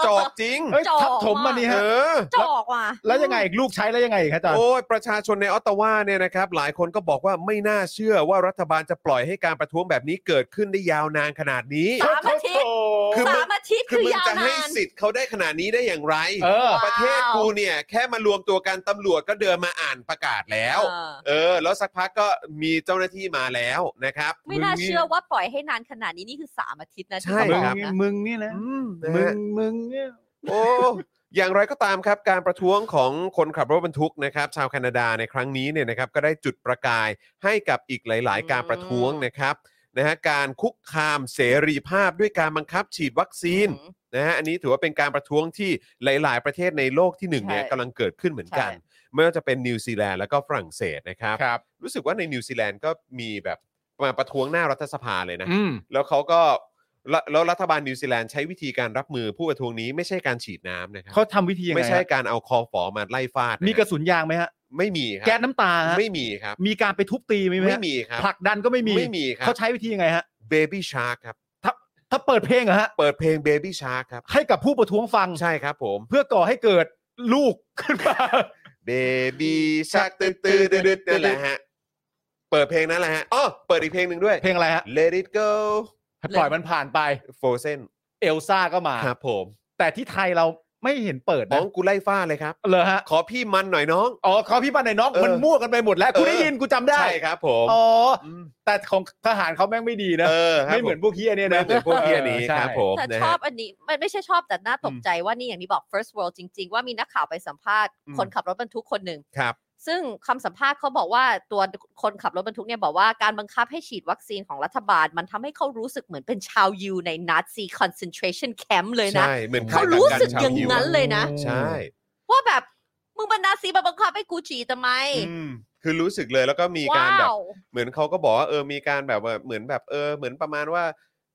S1: จอกจริง
S2: เฮ้ย
S3: จอก
S2: ทับถมมา
S3: อะ
S2: นี่
S1: เอ
S2: ฮะ
S1: อ
S3: จอกว่ะ
S2: แล้วยังไงอีกลูกใช้แล้วยังไงอีกครับอาจารย์
S1: โอ้ยประชาชนในออตตาวาเนี่ยนะครับ หลายคนก็บอกว่าไม่น่าเชื่อว่ารัฐบาลจะปล่อยให้การประท้วงแบบนี้เกิดขึ้นได้ยาวนานขนาดนี้
S3: สามอาทิตย์
S1: คือมึง
S3: สามอาทิตย์
S1: คื
S3: คือ อ
S1: มึง
S3: ยาว
S1: จะให้
S3: นาน
S1: สิทธิ์เขาได้ขนาดนี้ได้อย่างไร
S2: เออ
S3: ว้าว
S1: ประเทศกูเนี่ยแค่มารวมตัวกันตำรวจก็เดินมาอ่านประกาศแล้ว
S3: เออ
S1: เออ แล้วสักพักก็มีเจ้าหน้าที่มาแล้วนะครับ
S3: ไม่น่าเชื่อ
S1: มึง
S3: ว่าปล่อยให้นานขนาดนี้นี่คือสามอาทิตย์นะที่
S1: ใช่
S3: เขา
S2: มึ
S3: บ
S2: ง
S3: อก
S2: เนี่ย
S3: นะ
S2: มึงเนี่
S1: อืมนะ
S2: ยนะมึง
S1: ฮะ
S2: มึงเนี่ย
S1: โอ้อย่างไรก็ตามครับ การประท้วงของคนขับรถบรรทุกนะครับ ชาวแคนาดาในครั้งนี้เนี่ยนะครับก็ได้จุดประกายให้กับอีกหลาย ๆ การประท้วงนะครับนะฮะการคุกคามเสรีภาพด้วยการบังคับฉีดวัคซีน
S3: อืม
S1: นะฮะอันนี้ถือว่าเป็นการประท้วงที่หลาย ๆ ประเทศในโลกที่หนึ่งเนี่ย
S3: ใช่
S1: กำลังเกิดขึ้นเหมือนกัน
S3: ใช่
S1: ไม่ว่าจะเป็นนิวซีแลนด์แล้วก็ฝรั่งเศสนะครับ
S2: ครับ
S1: รู้สึกว่าในนิวซีแลนด์ก็มีแบบมาประท้วงหน้ารัฐสภาเลยนะ
S2: อืม
S1: แล้วเขาก็แล้วแล้วรัฐบาลนิวซีแลนด์ใช้วิธีการรับมือผู้ประท้วงนี้ไม่ใช่การฉีดน้ำนะครั
S2: เขาทำวิธียังไง
S1: ไม่ใช่
S2: ฮะ
S1: การเอาคอฟอมาไล่ฟาดนฮ
S2: มีกระสุนยางไหมฮะ
S1: ไม่มีครั
S2: แก๊สน้ำตาฮะ
S1: ไม่มีครับ
S2: มีการไปทุบตีไหมฮะ
S1: ไม่มีครับ
S2: ผลักดันก็ไม่มี
S1: ไม่มีครับ
S2: เขาใช้วิธียังไงฮะ
S1: เบบี้ชาร์กครับ
S2: ถ้าเปิดเพลงเหรอฮะ
S1: เปิดเพลงเบบี้ชาร์กครับ
S2: ให้กับผู้ประท้วงฟัง
S1: ใช่ครับผม
S2: เพื่อก่อให้เกิดลูกขึ้นมา
S1: เบบี้ชักตื้อตื้อดืดนั่นแหละฮะ เปิดเพลงนั้นแหละฮะอ๋อเปิดอีกเพลงหนึ่งด้วย
S2: เพลงอะไรฮะ
S1: Let it go
S2: ให้ปล่อยมันผ่านไป
S1: Frozen
S2: เอลซ่าก็มา
S1: ครับผม
S2: แต่ที่ไทยเราไม่เห็นเปิด
S1: น้
S2: นะ
S1: องกูไล่ฟ้าเลยครับ
S2: เลยฮะ
S1: ขอพี่มันหน่อยน้อง
S2: อ๋อเขาพี่ปันในน้อง
S1: เออ
S2: มันมั่วกันไปหมดแล้ว
S1: เออ
S2: กูได้ยินกูจำได้
S1: ใช่ครับผม
S2: อ๋อ
S1: ม
S2: แต่ของทหารเขาแม่งไม่ดีนะ
S1: เออครับ
S2: ไม่เหมือนพวกเฮียเนี่ย
S1: ไม่
S2: นะ
S1: เหมือนพวกเพี้ยนี้
S2: ใช่
S1: ครับผม
S3: แต่
S1: นะ
S3: ชอ
S1: ฮะ
S3: บอันนี้มันไม่ใช่ชอบแต่น่าตกใจว่านี่อย่างที่บอก first world จริง ๆ ว่ามีนักข่าวไปสัมภาษณ์
S1: อืม
S3: คนขับรถบรรทุกคนหนึ่ง
S1: ครับ
S3: ซึ่งคำสัมภาษณ์เขาบอกว่าตัวคนขับรถบรรทุกเนี่ยบอกว่าการบังคับให้ฉีดวัคซีนของรัฐบาล มันทำให้เขารู้สึกเหมือนเป็นชาวยูในนาซีคอนเซนเทรชันแคมป์เลยนะ
S1: ใช่เหมือนค่
S3: เขา
S1: กัก
S3: รู้
S1: น
S3: สึก
S1: ชว
S3: อย่าง
S1: ฮิว
S3: นั้นเลยนะ
S1: ใช่
S3: ว่าแบบ มึงเป็นนาซีมาบังคับให้กูฉีดทำไม
S1: อืมคือรู้สึกเลยแล้วก็มีการ
S3: ว้า
S1: แบบ
S3: ว
S1: เหมือนเขาก็บอกว่าเออมีการแบบว่าเหมือนแบบเออเหมือนประมาณว่า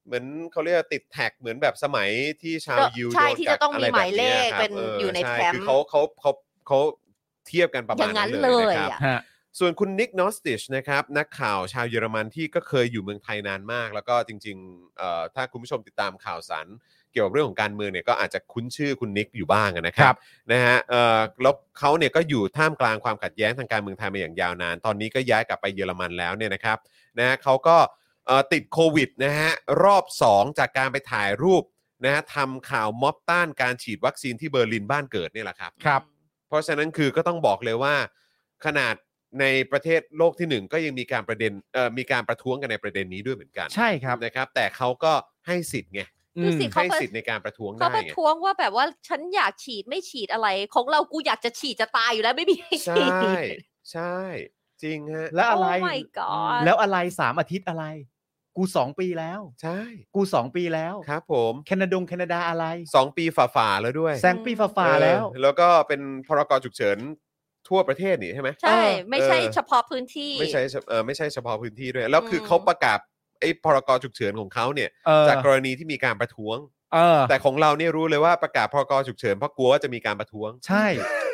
S1: เหมือนเขาเรียกว่าติดแท็กเหมือนแบบสมัยที่ชาว
S3: เออ
S1: ยู
S3: ใช่
S1: โดน
S3: ที่
S1: กั
S3: จะ
S1: ก
S3: ต้องมี
S1: ไรแบบ
S3: หมายเลข
S1: ครับ
S3: เป็น
S1: เ
S3: ยู่ใน
S1: ช่
S3: แฟ้ม
S1: คือเขาเขาเขาเขาเทียบกันประ
S3: อ
S1: มาณ
S3: ย่างนั้น
S1: เล
S3: เลย ย
S1: นะครับ
S3: อ่ะ
S2: ฮะ
S1: ส่วนคุณนิกนอสติชนะครับนักข่าวชาวเยอรมันที่ก็เคยอยู่เมืองไทยนานมาก แล้วก็จริงๆเอ่อถ้าคุณผู้ชมติดตามข่าวสารเกี่ยวกับเรื่องของการเมืองเนี่ยก็อาจจะคุ้นชื่อคุณนิกอยู่บ้างนะค
S2: ค
S1: รั
S2: รั
S1: บบ นะฮะเอ่อแล้วเขาเนี่ยก็อยู่ท่ามกลางความขัดแย้งทางการเมืองไทยมาอย่างยาวนาน ตอนนี้ก็ย้ายกลับไปเยอรมันแล้วเนี่ยนะครับนะฮะเขาก็เอ่อติดโควิดนะฮะรอบ 2 จากการไปถ่ายรูปนะฮะทำข่าวม็อบต้านการฉีดวัคซีนที่เบอร์ลินบ้านเกิดเนี่ยแหละครับ
S2: ครับ
S1: เพราะฉะนั้นคือก็ต้องบอกเลยว่า ขนาดในประเทศโลกที่หนึ่งก็ยังมีการประเด็นเอ่อมีการประท้วงกันในประเด็นนี้ด้วยเหมือนกัน
S2: ใช่ครับ
S1: นะครับ แต่เขาก็ให้สิทธิ์ไง
S3: ดูสิ เขา
S1: ให้
S3: ก็
S1: สิทธิ์ในการประท้วงได้
S3: เขาประ
S1: ไง
S3: ท้วงว่าแบบว่าฉันอยากฉีดไม่ฉีดอะไร ของเรากูอยากจะฉีดจะตายอยู่แล้วไม่มีให้
S1: ใช
S3: ฉีด
S1: ่ ใช่ จริงฮะ
S2: แล้วอะไร
S3: Oh my god
S2: แล้วอะไรสามอาทิตย์อะไร กูสองปีแล้ว
S1: ใช่
S2: กูสองปีแล้ว
S1: ครับผม
S2: แคนาดงแคนาดาอะไร
S1: สองปีฝ่าๆแล้วด้วย
S2: แซงปีฟ้าๆแล้ว
S1: เออแล้วก็เป็นพรกฉุกเฉินทั่วประเทศนี่ใช่ไหม
S3: ใช่
S2: เออ
S3: ไม่ใช่
S1: เออ
S3: เฉพาะพื้นที่
S1: ไม่ใช่เฉเอ่อไม่ใช่เฉพาะพื้นที่ด้วย แล้วคืออ
S3: ม
S1: เขาประกาศไอ้พรกฉุกเฉินของเขาเนี่ย
S2: เออ
S1: จากกรณีที่มีการประท้วง
S2: เออ
S1: แต่ของเราเนี่ยรู้เลยว่าประกาศพรกฉุกเฉินเพราะกลัวว่าจะมีการประท้วง
S2: ใช่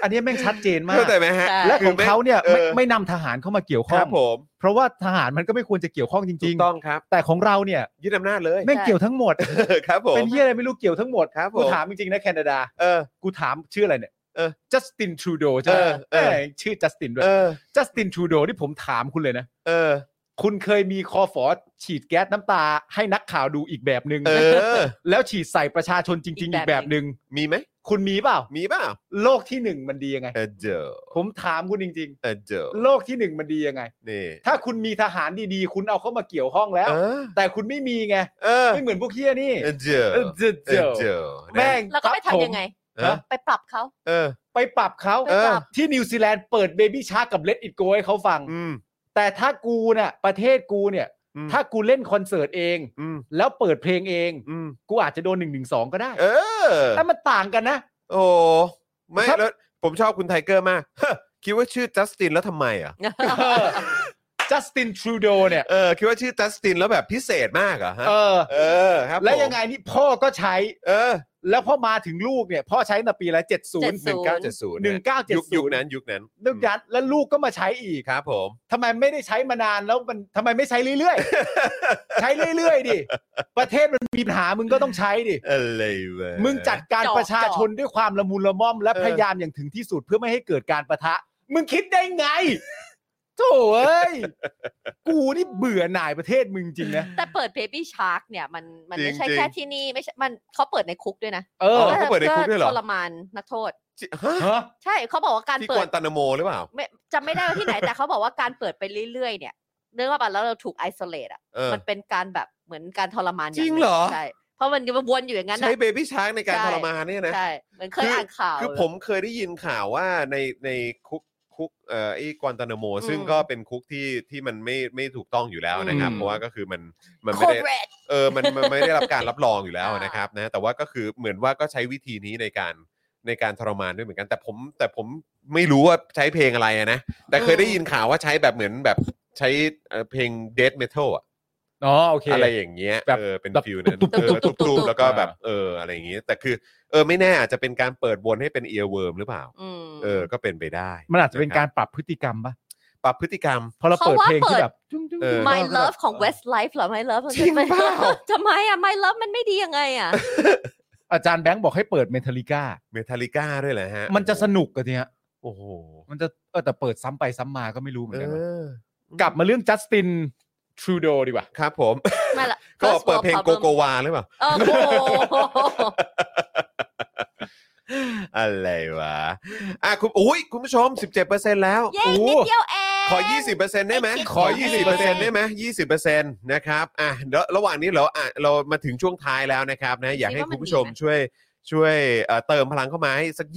S2: อันเนี้ยแม่งชัดเจนมาก
S1: เข้าใจไหมฮะ
S3: ใช่
S2: และของเขาเนี่ยไม่
S1: ออ
S2: ไม่นำทหารเข้ามาเกี่ยวข้
S1: ค
S2: อ
S1: รั
S2: ง
S1: บผม
S2: เพราะว่าทหารมันก็ไม่ควรจะเกี่ยวข้องจ
S1: ถู
S2: ริ
S1: ก
S2: ง
S1: ต้องครับ
S2: ๆ แต่ของเราเนี่ย
S1: ยึดอำนาจเลย
S2: แม่งเกี่ยวทั้งหมด
S1: ครับผม
S2: เป็นเฮียอะไรไม่รู้เกี่ยวทั้งหมด
S1: ครับผม
S2: กูถามจริงๆนะแคนาดา
S1: เออ
S2: กูถามชื่ออะไรเนี่ย
S1: เออ
S2: จัสตินทรูโดใช่ไหม
S1: เออเออ
S2: แม่งชื่อจัสตินด้วย
S1: เออ
S2: จัสตินทรูโดที่ผมถามคุณเลยนะ
S1: เออ
S2: คุณเคยมีคอฟอฉีดแก๊สน้ำตาให้นักข่าวดูอีกแบบหนึ
S1: เอ
S2: ง่ง
S1: อ
S2: แล้วฉีดใส่ประชาชนจริง ๆ
S3: อี
S2: อี
S3: ก
S2: ก
S3: แบ
S2: แบบ บ
S3: ห
S2: ห
S3: นึ่
S2: นึ่ง
S3: ง
S1: มีไหม
S2: คุณมีเปล่า
S1: มีเปล่า
S2: โลกที่หนึ่งมันดียังไง
S1: เออเจอ
S2: ผมถามคุณจริง
S1: เออเจอ
S2: ๆ โลกที่หนึ่งมันดียังไง
S1: นี่
S2: ถ้าคุณมีทหารดีๆ คุณเอาเข้ามาเกี่ยวข้องแล้ว
S1: เออ
S2: แต่คุณไม่มีไง
S1: เออ
S2: ไม่เหมือนพวกเฮียนี่
S1: เออเจอ
S2: เออเจอ
S1: เอ
S2: เจ
S1: อ
S2: อ
S1: เจอนะ
S2: แม่ง
S3: แล้วก็ไป
S2: ครับผ
S3: ทำ
S2: ม
S3: ยังไง
S1: ฮะ
S3: ไปปรับเขา
S1: เออ
S2: ไปปรับเขา
S1: เออ
S2: ที่นิวซีแลนด์เปิดเบบี้ชาร์กกับเลดอิดโกให้เขาฟัง
S1: อืม
S2: แต่ถ้ากูเนี่ยประเทศกูเนี่ย
S1: อืม
S2: ถ้ากูเล่นคอนเสิร์ตเอง
S1: อืม
S2: แล้วเปิดเพลงเอง
S1: อืม
S2: กูอาจจะโดนหนึ่งหนึ่งสองก็ได้
S1: เออ
S2: แต่มันต่างกันนะ
S1: โอ้ไม่
S2: ครับ
S1: แล้วผมชอบคุณไทเกอร์มาก เฮ้อคิดว่าชื่อจัสตินแล้วทำไมอ่ะ
S2: จัสตินทรูโดเนี่ย
S1: เออคิดว่าชื่อจัสตินแล้วแบบพิเศษมากเหรอะฮะ
S2: เออ
S1: เออครับผม
S2: แล้วยังไงนี่พ่อก็ใช้
S1: เออ
S2: แล้วพ่อมาถึงลูกเนี่ย พ่อใช้ตั้งแต่ปีละเจ็ดศูนย์
S1: หนึ่งเก้าเจ็ดศูนย์
S2: หนึ่งเก้าเจ็ด
S1: ยุค
S2: ศู
S1: ยุคน
S2: ย์
S1: นั้นยุคนั้น
S2: ลูกยัดแล้วลูกก็มาใช้อีก
S1: ครับผม
S2: ทำไมไม่ได้ใช้มานานแล้วมันทำไมไม่ใช้เรื่อยๆ ใช้เรื่อยๆดิประเทศมันมีปัญหามึงก็ต้องใช้ดิ
S1: อะไรวะ
S2: มึงจัดการ
S3: เจาะ
S2: ประชาชนด้วยความละมุนละม่อม และ
S1: เออ
S2: พยายามอย่างถึงที่สุดเพื่อไม่ให้เกิดการประทะ มึงคิดได้ไงโถ่เอ้ ย กูนี่เบื่อหน่ายประเทศมึงจริงนะ
S3: แต่เปิด Baby Shark เนี่ยมันมันไม่ใช่
S1: จริงๆ
S3: แค่ที่นี่ไม่ใช่มันเขาเปิดในคุกด้วยนะ
S2: เอ
S1: อ๋
S2: อ
S1: อเขาเปิดในคุกด้วยเหรอ
S3: พื่ทรมานนักโทษ
S1: จิฮะ
S2: ฮะ
S3: ใช่เขาบอกว่าการ
S1: ที่ก
S3: เปิ
S1: ว
S3: ด
S1: นตานาโมหรือเปล่า
S3: ไม่จำไม่ได้ว่าที่ไหน แต่เขาบอกว่าการเปิดไปเรื่อยๆเนี่ยเรื่องว่าแบบแล้วเราถูกไอโซเลตอ่ะ
S1: เออ
S3: มันเป็นการแบบเหมือนการทรมานย่า
S1: จริงเหรอ
S3: นึ่ใช่เพราะมันมันวนอยู่อย่างนั้น
S1: ใช้
S3: นะ
S1: เบบี้ช้างในการ
S3: ใช่
S1: ทรมานเนี่ยนะ
S3: ใช่เหมือนเค
S1: คื
S3: ย
S1: ออ่
S3: อ่านข่าว
S1: คือผมเคยได้ยินข่าวว่าในในคุกคุกเอ่อไอ้กวนตานาโม
S3: อืม
S1: ซึ่งก็เป็นคุกที่ที่มันไม่ไม่ถูกต้องอยู่แล้วนะครับ
S2: อืม
S1: เพราะว่าก็คือมันมัน
S3: โค
S1: ไม่ได้
S3: เรต
S1: เออ มัน มันไม่ได้รับการรับรองอยู่แล้ว
S3: อ่าน
S1: นะครับนะ แต่ว่าก็คือเหมือนว่าก็ใช้วิธีนี้ในการในการทรมานด้วยเหมือนกัน แต่ผมแต่ผมไม่รู้ว่าใช้เพลงอะไรอะนะ แต่เคยได้ยินข่าวว่าใช้แบบเหมือนแบบใช้เอ่อเพลง death metal อะ
S2: อ๋อโอเค
S1: อะไรอย่างเงี้ย
S2: แบบ
S1: เออ เป็น
S2: แบบ
S1: ฟิวนั้น
S2: ตุ๊บๆ
S1: เออ
S2: ตุ๊บๆตุ๊บ
S1: ๆ
S2: ๆ
S1: แล้วก็แบบ
S2: อ่า
S1: เอออะไรอย่างเงี้ย แต่คือเออไม่แน่อาจจะเป็นการเปิดวนให้เป็นเอียร์เวิร์มหรือเปล่า
S3: อืม
S1: เออ ก็เป็นไปได้
S2: มันอาจจะเป็นการปรับพฤติกรรมปะ
S1: ปรับพฤติกรรม
S2: พอเราเปิด
S3: เขาว่า
S2: เพลงที่
S3: เปิด
S2: แบบจุ้งจุ้ง
S1: เออ
S2: จุ้ง
S3: My Love ของ Westlife เหรอ My Love มัน
S1: จริงเปล่า
S3: ทำไมอ่ะ My Love มันไม่ดียังไง อ่ะ
S2: อาจารย์แบงค์บอกให้เปิดเมทัลิก้า
S1: เมทัลลิก้าด้วยแหละฮะ
S2: มันจะสนุกกันเนี่ย
S1: โอ้โห
S2: มันจะเออแต่เปิดซ้ำไปซ้ำมาก็ไม่รู้เหมือ
S1: เอน
S2: กันว่ะ
S1: อก
S2: ลับมาเรื่องจัสตินทรูโดดีกว่า
S1: ครับผม
S3: ไม่ละ
S1: เขาบอก
S3: First
S1: เปิดเพลง
S3: World
S1: โก
S3: Problem
S1: โกวาหรือเปล่า
S3: เออโอ้โห
S1: อะไรวะ อ่ะคุณอุ้ยคุณผู้ชม 17%แล้ว
S3: เย้
S2: โอ้
S3: นิดเดียวเอง
S1: ขอ 20%ได้ไหม
S3: ไอ้เจ๊
S1: ขอ
S3: ของ
S1: 20%
S3: แม่
S1: ได้ไหม20%นะครับ อ่ะแล้วระหว่างนี้เราอ่ะเรามาถึงช่วงท้ายแล้วนะครับนะ อยากให้คุณผู้ชมช่วยช่วยเอ่อเติมพลังเข้ามาให้สัก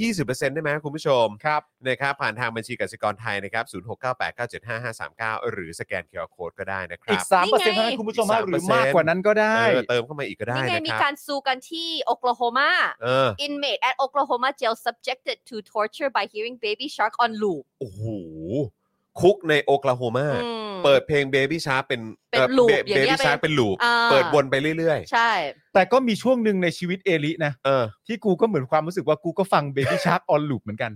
S1: 20%ได้ไหมคุณผู้ชม
S2: ครับ
S1: นะครับผ่านทางบัญชีกสิกรไทยนะครับ 0698975539 หรือสแกนเคอร์โคดก็ได้นะค
S2: อี
S1: รั
S2: ก
S1: บ
S2: สามเปอร์
S3: นี่
S2: เซ็นต์
S3: ไง
S2: เท่านั้นคุณผู้ชมฮะ
S1: อีก3%
S2: หรือมากกว่านั้นก็ได้
S1: เออเติมเข้ามาอีกก็ได้
S3: นี่ไง
S1: นะ
S3: มี
S1: ครับ
S3: การสู้กันที่โอคลาโฮมา
S1: เออ
S3: Inmate at Oklahoma jail subjected to torture by hearing baby shark on loop
S1: โอ้โหคุกในโอคลาโฮมา
S3: อืม
S1: เปิดเพลง Baby Shark เป็น
S3: เป็น loop อย่าง
S1: บี้
S3: เงี้ยเป็น
S1: ชาร์เป็นลูป
S3: อ่า
S1: เปิดวนไปเรื่อย
S3: ใช่
S2: แต่ก็มีช่วงหนึ่งในชีวิตเอลินะ
S1: ๆเออ
S2: ที่กูก็เหมือนความรู้สึกว่ากูก็ฟังเบบี้ชาร์ k ออนลูปเหมือนกัน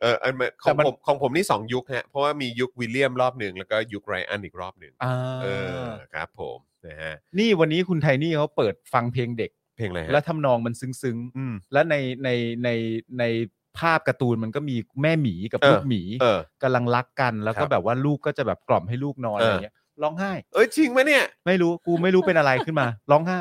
S1: เอออันข
S2: แต่
S1: อง
S2: มัน
S1: ผมของผมนี่ 2 ยุคฮะเพราะว่ามียุควิลเลียมรอบหนึ่งแล้วก็ยุคไรอันอีกรอบหนึ่ง
S2: อ่า
S1: เออครับผมนะฮะ
S2: นี่วันนี้คุณไทนี่เขาเปิดฟังเพลงเด็ก
S1: เพลงอะไรฮะ
S2: และทำนองมันซึ้ง
S1: อืม
S2: ๆ และในในในในภาพการ์ตูนมันก็มีแม่หมีกับ
S1: เออ
S2: ลูกหมี
S1: เออ
S2: กำลังรักกันแล้ว
S1: ค
S2: ก็
S1: รับ
S2: แบบว่าลูกก็จะแบบกล่อมให้ลูกนอน
S1: เออ
S2: อะ
S1: อ
S2: ไรเงี้ยร้องไห้
S1: เอ้ยจริงไหมเนี่ย
S2: ไม่รู้กูไม่รู้เป็นอะไรขึ้นมา ร้องไห้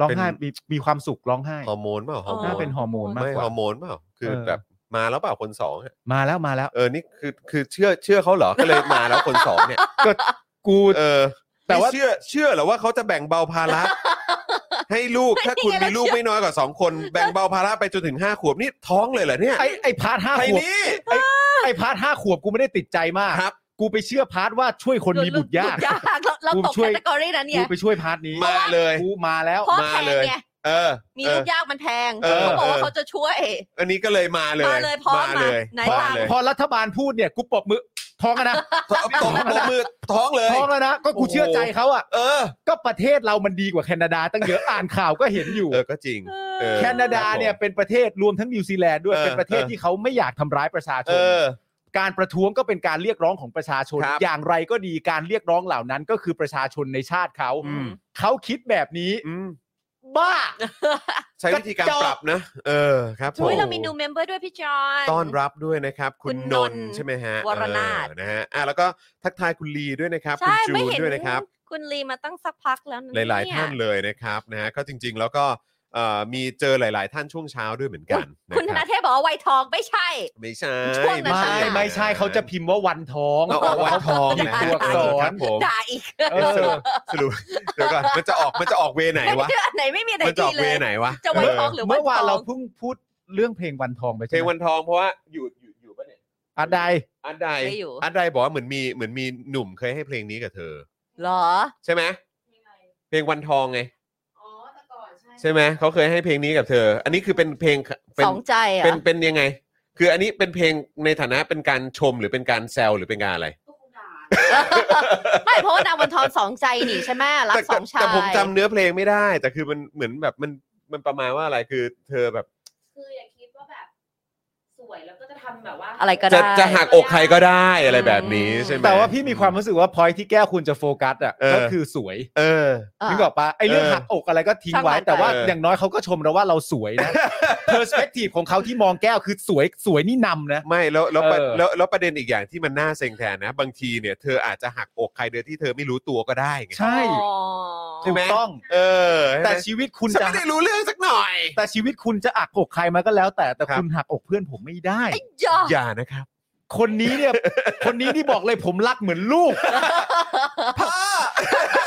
S2: ร้องไห้
S1: เป็น
S2: มีมีความสุขร้องไห้
S1: ฮอร์โมนเปล่าฮอร์โม
S2: น่าน เป็นฮอร์โมนมาก
S1: ไม่
S2: กว่า
S1: ฮอร์โมนเปล่าคือ
S2: เออ
S1: แบบมาแล้วเปล่าคนสองอะ
S2: มาแล้วมาแล้ว
S1: เออนี่คือคือเชื่อเชื่อเขาเหรอก็เลยมาแล้วคนสองเนี่ย
S2: กู
S1: เออ
S2: แต่
S1: แต่ว่า
S2: ว่า
S1: เชื่อเชื่อเหรอว่าเขาจะแบ่งเบาภาระ ให้ลู กถ้าคุณมีลูกไม่น้อยกว่าสองคน แบ่งเบาภาระไปจนถึงห้าขวบนี่ท้องเลยเหรอเนี่ย
S2: ไอไอพาร์ทห้า
S1: ใคร
S2: ขวบ
S1: นี่
S2: ไอพาร์ทห้าขวบกูไม่ได้ติดใจมาก
S1: ครับ
S2: กูไปเชื่อพาร์ทว่าช่วยคนมีบุตรยาก
S3: ยาก เราเรา
S2: กู
S3: ตก
S2: ช่ว
S3: แค
S2: ย
S3: ตตากรีนั้น
S2: กู
S3: เนี่ย
S2: ไปช่วยพาร์ทนี้
S1: มาเลย
S2: กูมาแล้ว
S3: เพราะ
S1: มา
S3: แพง
S1: เลย
S3: ไง
S1: เออ
S3: มี
S1: เอ
S3: ลู
S1: อ
S3: กยากมันแพง
S1: เออ
S3: เขาบอก
S1: เอ
S3: ว่า
S1: อ
S3: เขาจะช่วย
S1: อันนี้ก็เลยมาเลย
S3: มาเลยพร้อม
S1: มาเลย
S3: มาไหน
S1: มา
S3: ล่ะ
S1: เลย
S2: พอรัฐบาลพูดเนี่ยกูปรบมือท้องอะนะ
S1: ตบตบตบมือท้องเลย
S2: ท้องอะนะก็กู
S1: โอ้โห
S2: เชื่อใจเขาอ่ะ
S1: เออ
S2: ก็ประเทศเรามันดีกว่าแคนาดาตั้งเยอะอ่านข่าวก็เห็นอยู่
S1: เออก็จริง เออ
S2: แคนาดาเนี่ยเป็นประเทศรวมทั้งนิวซีแลนด์ด้วย
S1: เออ
S2: เป็นประเทศที่เขาไม่อยากทำร้ายประชาช
S1: เอน อ
S2: การประท้วงก็เป็นการเรียกร้องของประชาชน
S1: ครับ
S2: อย่างไรก็ดีการเรียกร้องเหล่านั้นก็คือประชาชนในชาติเขา
S1: อืม
S2: เขาคิดแบบนี้
S1: อืม
S2: บ้า
S1: ใช้วิธีการ
S2: กระจอก
S1: ปรับนะ เออครับผ
S3: ช่วย
S1: ม
S3: เรามีนูเมมเบอร์ด้วยพี่จอน
S1: ต้อนรับด้วยนะครับ คุณ
S3: คุณ
S1: น
S3: น
S1: น
S3: นท์
S1: ท์ใช่ไหมฮะ
S3: วรนาถ
S1: เออนะฮะอ่ะแล้วก็ทักทายคุณลีด้วยนะครับ คุณ
S3: ใช่
S1: จู
S3: ไม่
S1: น
S3: เห็น
S1: ด้วยนะครับ
S3: คุณลีมาตั้งสักพักแล้วนะ
S1: หลาย ๆ
S3: เ
S1: ท่านเลยนะครับนะฮะก็จริง ๆ แล้วก็เอ่อมีเจอหลาย ๆ ท่านช่วงเช้าด้วยเหมือนกันนะ
S3: คุณธ
S1: ค
S3: นา
S1: รับ
S3: เทพบอกว่าไวยทองไม่ใช่
S1: ไม่ใช่
S3: ช่วงนั้น
S2: ไม่ ไม่ใช่เขาจะพิมพ์ว่าวันท้อง
S1: เอาเอาวันทอง
S2: ผิด
S1: นะ
S2: ตัวอักษ
S1: ค
S2: ร
S1: รับผม
S3: ด่าอีก
S2: เอ
S1: เดี๋ยวสรุ
S2: อ
S1: ปสรุปเดี๋ยวก่อนมันจะออกมันจะออกเวไหนวะ
S3: อันไหนไม่มีไหน
S1: มันจะ
S3: ดี
S1: ออก
S3: เล
S1: เวย ไหนวะ
S3: จะไวยทอง
S1: เห
S3: รือ
S2: เมื่อวาน
S3: ทง
S2: เราเพิ่งพูดเรื่องเพลงวันทองไป
S1: เพล
S2: ใช่
S1: ง
S2: ไหม
S1: วันทองเพราะว่าอยู่อยู่อยู่ปะเนี่ย
S2: อันใด
S1: อันใด
S3: ไม่อยู่
S1: อันใดบอกว่าเหมือนมีเหมือนมีหนุ่มเคยให้เพลงนี้กับเธอ
S3: เหรอ
S1: ใช่ไหมเพลงวันทองไง
S4: อ๋อแต่ก่อนใช่
S1: ใช่ไหมเขาเคยให้เพลงนี้กับเธอ อันนี้คือเป็นเพลงเป็น
S3: สองใจอ่ะ
S1: เป็นเป็นยังไง คืออันนี้เป็นเพลงในฐานะเป็นการชมหรือเป็นการแซวหรือเป็นการอะไร
S3: ไม่เพราะว่านางวันทองสองใจนี่ใช่ไหมรัก
S1: แต่
S3: สองชาย
S1: แต่ผมจำเนื้อเพลงไม่ได้ แต่คือมันเหมือนแบบมันมันประมาณว่าอะไรคือ เธอแบบ
S4: คืออย่าคิดว่าแบบ สวยแล้วก็จะทำแบบว่า
S3: อะไรก็
S1: จะ
S3: ได้
S1: จะหักอกใครก็ได้อะไรแบบนี้
S3: อืม
S1: ใช่ไหม
S2: แต่ว่าพี่มีความรู้สึกว่าพอยที่แก้วคุณจะโฟกัสอ่ะ
S1: เออ
S2: ก็คือสวย
S1: เออ
S3: เออ
S2: นึกออกปะไอ้เรื่อง
S1: เออ
S2: หักอกอะไรก็ทิ้งไว้
S3: ช่างมัน
S2: แต่ว่า
S1: เอออ
S2: อย่างน้อยเขาก็ชมเราว่าเราสวยนะ เพอร์สเปกทีฟของเขาที่มองแก้วคือสวยสวยนี่นำนะ
S1: ไม่แล้วแล้วประ
S2: เออ
S1: แล้วแล้วประเด็นอีกอย่างที่มันน่าเซ็งแทนนะ บางทีเนี่ยเธออาจจะหักอกใครโดยที่เธอไม่รู้ตัวก็ได้ไง
S2: ใช่
S3: อ๋อ
S2: ถูกต้อง
S1: เออใช่ไหม
S2: แต่ชีวิตคุณ
S1: ฉัน
S2: จะ
S1: ไม่ได้รู้เรื่องสักหน่อย
S2: แต่ชีวิตคุณจะอักอกใครมาก็แล้วแต่แต่
S1: ครับ
S2: คุณหักอกเพื่อนผมไม่ได้
S3: ย่อ
S1: อย่านะครับ
S2: คนนี้เนี่ย คนนี้นี่บอกเลยผมรักเหมือนลูก
S1: พ่อ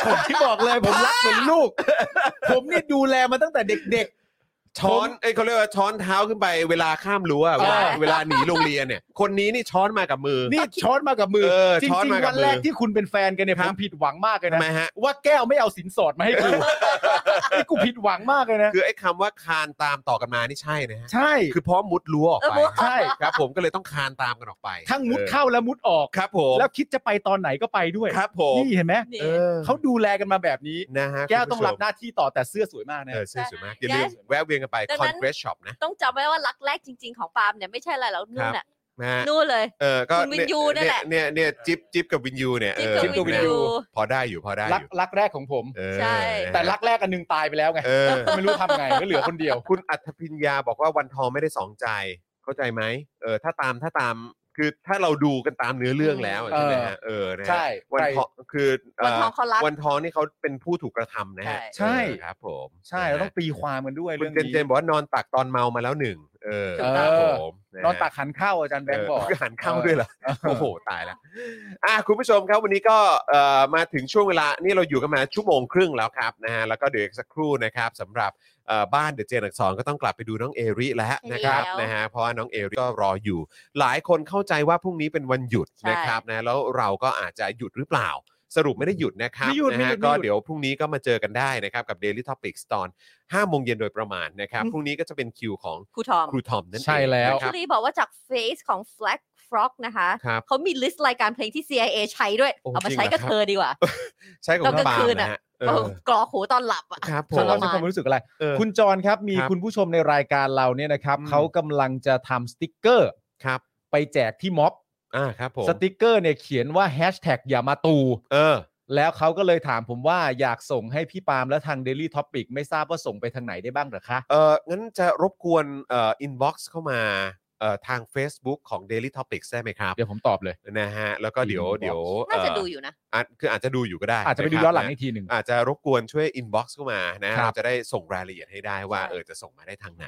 S2: ผมที่บอก เลยผมรักเหมือนลูก ผมนี่ดูแลมาตั้งแต่เด็ก
S1: ช้อนเอ้ยเขาเรียกว่าช้อนเท้าขึ้นไปเวลาข้ามรั้วอะเวลา
S2: ใช่
S1: เวลาหนีโรงเรียนเนี่ย คนนี้นี่ช้อนมากับมือ
S2: ๆ นี่ช้อนมากับมือ
S1: เออ
S2: จ
S1: ช้อน
S2: ริง
S1: มา
S2: ๆ
S1: กับ
S2: วัน
S1: มือ
S2: แรกที่คุณเป็นแฟนกันเนี่ย
S1: ครั
S2: ผ
S1: บ
S2: มผิดหวังมากเลย
S1: ทำ
S2: นะ
S1: ไมฮะ
S2: ว่าแก้วไม่เอาสินสอดมาให้ กู นี่กูผิดหวังมากเลยนะ
S1: คือไอ้คำว่าคานตามต่อกันมานี่ใช่นะฮะ
S2: ใช่
S1: คือเพราะมุดรั้วออกไป
S2: ใช่
S1: ครับผมก็เลยต้องคานตามกันออกไป
S2: ทั้งมุด
S1: ออ
S2: เข้าและมุดออก
S1: ครับผม
S2: แล้วคิดจะไปตอนไหนก็ไปด้วย
S1: ครับผม
S2: นี่เห็นไหม
S3: นี่
S1: เออ
S2: เขาดูแลกันมาแบบนี้
S1: นะฮะ
S2: แก้วต้องรับ
S1: คุณผู้ชม
S2: หน้าที่ต่อแต่เสื้อสวยมากนะ
S1: เออเสื้อสวยมากอย่าลืม
S3: แก้ว
S1: แวะเวียนกันไป
S3: ดังนั้น
S1: Congress Shop นะ
S3: ต้องจำไว้ว่ารักแรกจริง ๆ ของปาล์มเนี่ยไม่ใช่อะไรแล้วนู่นน่ะ
S1: นะฮะ
S3: นู่นเลย
S1: เออก็
S3: คุณวินยูนั่นแหละ
S1: เนี่ยเนี่ยเนี่ยจิ๊บจิ๊บกับวินยูเนี่ยเออ
S3: จิ๊บกับวินยู
S1: พอได้อยู่พอได้
S2: รัก
S1: อยู่
S2: รักแรกของผม
S1: เออ
S3: ใช่
S1: นะฮะ
S2: แต่รักแรกอันหนึงตายไปแล้วไง
S1: เออ
S2: ไม่รู้ทำไงก็เหลือคนเดียว
S1: คุณอัธพิญญาบอกว่าวันทองไม่ได้สองใจ เข้าใจไหมเออถ้าตามถ้าตามคือถ้าเราดูกันตามเนื้อเรื่องแล้วอะ
S2: เออ
S1: ใช่ไหมฮะเออนะฮะ
S2: ใช่
S1: วัน
S2: ไป
S1: ทองคือเ
S3: วันทองเขารัก
S1: วันทองนี่เขาเป็นผู้ถูกกระทำนะฮะ
S2: ใช่
S1: เออครับผม
S2: ใช่เราต้องตีความกันด้วย
S1: คุ
S2: เรื่
S1: ณ
S2: อง
S1: เจน
S2: นี้
S1: เจนบอกว่านอนตักตอนเมามาแล้วหนึ่งเออ
S2: เออ
S1: ครับผมะฮะ
S2: นอนตักหันเข้าอาจารย์แบงค์บอก
S1: เหันเข้าด้วยเหรอ
S2: เออ
S1: โอ้โหตายแล้วอ่ะคุณผู้ชมครับวันนี้ก็เอ่อมาถึงช่วงเวลานี่เราอยู่กันมาชั่วโมงครึ่งแล้วครับนะฮะแล้วก็เดี๋ยวอีกสักครู่นะครับสำหรับ เอ่อบ้านเดอะเจนอักสอนก็ต้องกลับไปดูน้องเอริแล้วนะครับ
S3: ใช่แล้ว
S1: นะฮะเพราะว่าน้องเอริก็รออยู่ หลายคนเข้าใจว่าพรุ่งนี้เป็นวันหยุด
S3: ใช่
S1: นะครับนะแล้วเราก็อาจจะหยุดหรือเปล่า สรุปไม่ได้หยุดนะครับ
S2: ไม่หยุด
S1: นะ
S2: ไม่ห
S1: ฮะ
S2: ยุดไม่หยุด
S1: ก็เดี๋ยวพรุ่งนี้ก็มาเจอกันได้นะครับกับ Daily Topics ตอน5โมงเย็นโดยประมาณนะครับพรุ่งนี้ก็จะเป็นคิวของ
S3: ครูทอม
S1: ครูทอมนั่นเอง
S2: ใช่แล้ว
S1: นะค
S3: คุ
S1: รับ
S3: รีบอกว่าจากเฟซของ Flag Frog นะคะ
S1: ครับ
S3: เขามีลิสต์รายการเพลงที่ CIA ใช้ด้วย
S1: โอ้
S3: เอามา
S1: จริง
S3: ใช้
S1: เหรอ
S3: กับ
S1: ครับ
S3: เธอดีกว่า
S1: ใช่ของ
S3: ตอนกลาง
S1: ปาล์ม
S3: คืนอะ
S1: นะฮะเออก
S3: รอกหูตอนหลับอ่ะ
S1: ครับผ
S3: ท
S1: ม
S2: เขา
S3: ร
S2: เรา
S3: ม
S2: ใช้
S3: น
S2: ความรู้สึกอะไร
S1: เออ
S2: คุณจรครับมี
S1: ครับ
S2: คุณผู้ชมในรายการเราเนี่ยนะครับ
S1: อืม
S2: เขากำลังจะทำสติกเกอร์
S1: ครับ
S2: ไปแจกที่ม็อบ
S1: อ่าครับผม
S2: สติกเกอร์เนี่ยเขียนว่าแฮชแท็กอย่ามาตู
S1: เออ
S2: แล้วเขาก็เลยถามผมว่าอยากส่งให้พี่ปาล์มและทาง Daily Topic ไม่ทราบว่าส่งไปทางไหนได้บ้างเหรอคะ
S1: เอองั้นจะรบกวนเอ่ออินบ็อกซ์เข้ามาเอ่อทาง Facebook ของ Daily Topics ได้ไหมครับ
S2: เดี๋ยวผมตอบเลย
S1: นะฮะแล้วก็เดี๋ยว
S2: Inbox
S1: เดี๋ยว
S3: น่าจะ
S1: เ
S3: ดูอยู่นะ
S1: อาจคืออาจจะดูอยู่ก็ได้
S2: อาจจะไป
S1: ค
S2: ดู
S1: รับ
S2: ย้อนหลังอีกทีหนึ่ง
S1: อาจจะรบกวนช่วยอินบ็อกซ์เข้ามานะครับ เราจะได้ส่งรายละเอียดให้ได้ว่า
S3: ใช่
S1: เออจะส่งมาได้ทางไหน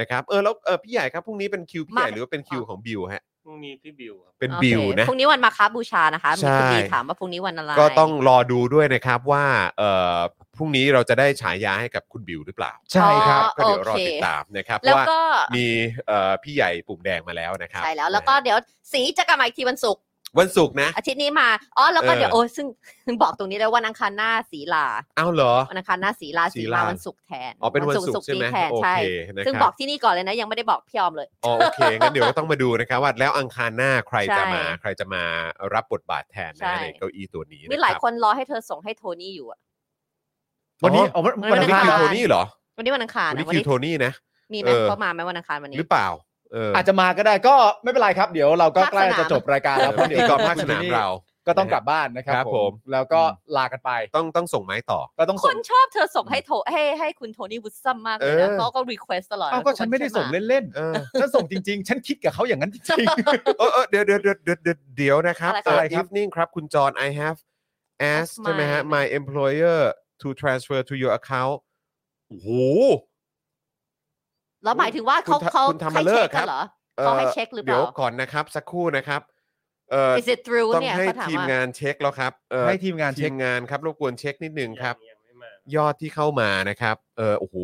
S1: นะครับเออแล้วเออพี่ใหญ่ครับพรุ่งนี้เป็นคิวพี่
S3: มา
S1: ใหญ่หรือว่าเป็นคิวของบิวฮะ
S5: พรุ่งนี้พี่บิวครับ
S1: เป็น
S3: โอเค
S1: บิวนะ
S3: พรุ่งนี้วันมาค้าบูชานะคะมีคุณ
S1: ใช่
S3: ดีถามว่าพรุ่งนี้วันอะไร
S1: ก็ต้องรอดูด้วยนะครับว่าเออพรุ่งนี้เราจะได้ฉายาให้กับคุณบิวหรือเปล่า
S2: ใช่ครับ
S1: ก็เดี๋ยวรอติดตามนะครับเพ
S3: แล้ว
S1: ราะว่า
S3: ก็
S1: มีเอ่อพี่ใหญ่ปุ่มแดงมาแล้วนะครับ
S3: ใช่แล้วแล้วก็เดี๋ยวสีจะกลับมาอีกทีวันศุกร์
S1: วันศุกร์นะ
S3: อาทิตย์นี้มาอ๋อแล้วก็
S1: เออ
S3: เดี๋ยวโอ้ยซึ่ง บอกตรงนี้เลยวันอังคารหน้าสี ลา
S1: อ้าวเหรอ
S3: วันอังคารหน้าสีลา
S1: ศรี
S3: สี
S1: ลา
S3: มาวันศุกร์แทน
S1: อ๋อเป็นวันศุกร์ใช่ไหม
S3: นี้แทน
S1: โอ
S3: ใช่
S1: เคนะ
S3: ซึ่ง
S1: ค
S3: บ
S1: รั
S3: อกที่นี่ก่อนเลยนะ ยังไม่ได้บอกพี่ออมเลย
S1: อ๋อโอ เคงั้นเดี๋ยวก็ต้องมาดูนะครับว่าแล้วอังคารหน้าใครจะมา
S3: ใช่
S1: ใครจะมารับบทบาทแทน
S3: ใช่
S1: นะในเก้าอี้ตัวนี้
S3: มี
S1: นะ
S3: หลาย
S1: รับ
S3: คนรอให้เธอส่งให้โทนี่อยู่อะ
S2: วันนี้เอา
S3: ไม่
S1: วั
S2: วัน น
S1: นี้
S2: นี้
S1: คิว
S3: ได้อัง
S1: โท
S3: คาร
S1: นี่เหรอ
S3: วันนี้วันอังคาร
S1: วันนี้
S3: นะ
S1: คิวโทนี่นะ
S3: มีไหม
S1: เออ
S3: เขามาไหมวันอังคารวันนี้
S1: หรือเปล่าเออ
S2: อาจจะมาก็ได้ก็ไม่เป็นไรครับ เดี๋ยวเราก็ใกล้จะจบรายการแล้วเพ
S1: พรุ่ง
S2: ราะเดี๋ยว
S1: นี้ก็
S2: จะ
S1: ภาคสนามเรา
S2: ก็ต้องกลับบ้านนะครับ
S1: ครับผม
S2: แล้วก็ลากันไป
S1: ต้องต้องส่งไม้ต่อ
S2: ก็ต้อง
S3: ค
S2: ส่ง
S3: นชอบเธอส่งให้โทให้ให้คุณโทนี่วุฒซัมมากเลยนะ
S1: เออ
S3: เขาก็รีเควสตลอด
S2: เอ้าก็ฉันไม่ได้ส่งเล่น
S1: เออ
S2: ๆฉันส่งจริง ๆ ฉันคิดกับเขาอย่างนั้นจริง
S1: เออเออเดี๋ยวเดี๋ยวเดี๋ยวเดี๋ยวเดี๋ยวเดี๋ยวนะครับ
S3: อะ
S1: เออ
S2: อะ
S3: ไรครับ
S2: ไรครับ
S1: evening ครับคุณจอห์น I have asked
S3: Ask
S1: ใช่ไหมฮะ
S3: mine
S1: my employer to transfer to your account โอ้โห
S3: แล้วหมายถึงว่า
S1: คุณทะ
S3: เขาเขา
S1: คุณทำมา
S3: ให้
S1: เลิ
S3: เช็
S1: ก
S3: ค
S1: ครั
S3: กับ นเหรอ เขาให้เช็คหรือเปล่า
S1: ดี๋ยวก่อนนะครับ สักครู่นะครับเออ
S3: is it through
S1: ต้อง
S3: เนี่ย
S1: ให้
S3: เขาถาม
S1: ทีม
S3: ว่า
S1: งานเช็คแล้วครับเออ
S2: ให้ทีมงาน
S1: ที
S2: เช็ค
S1: มงานครับรบกวนเช็คนิดนึงครับ
S5: ยังยังไม่มา
S1: ยอดที่เข้ามานะครับ เออโอ้โห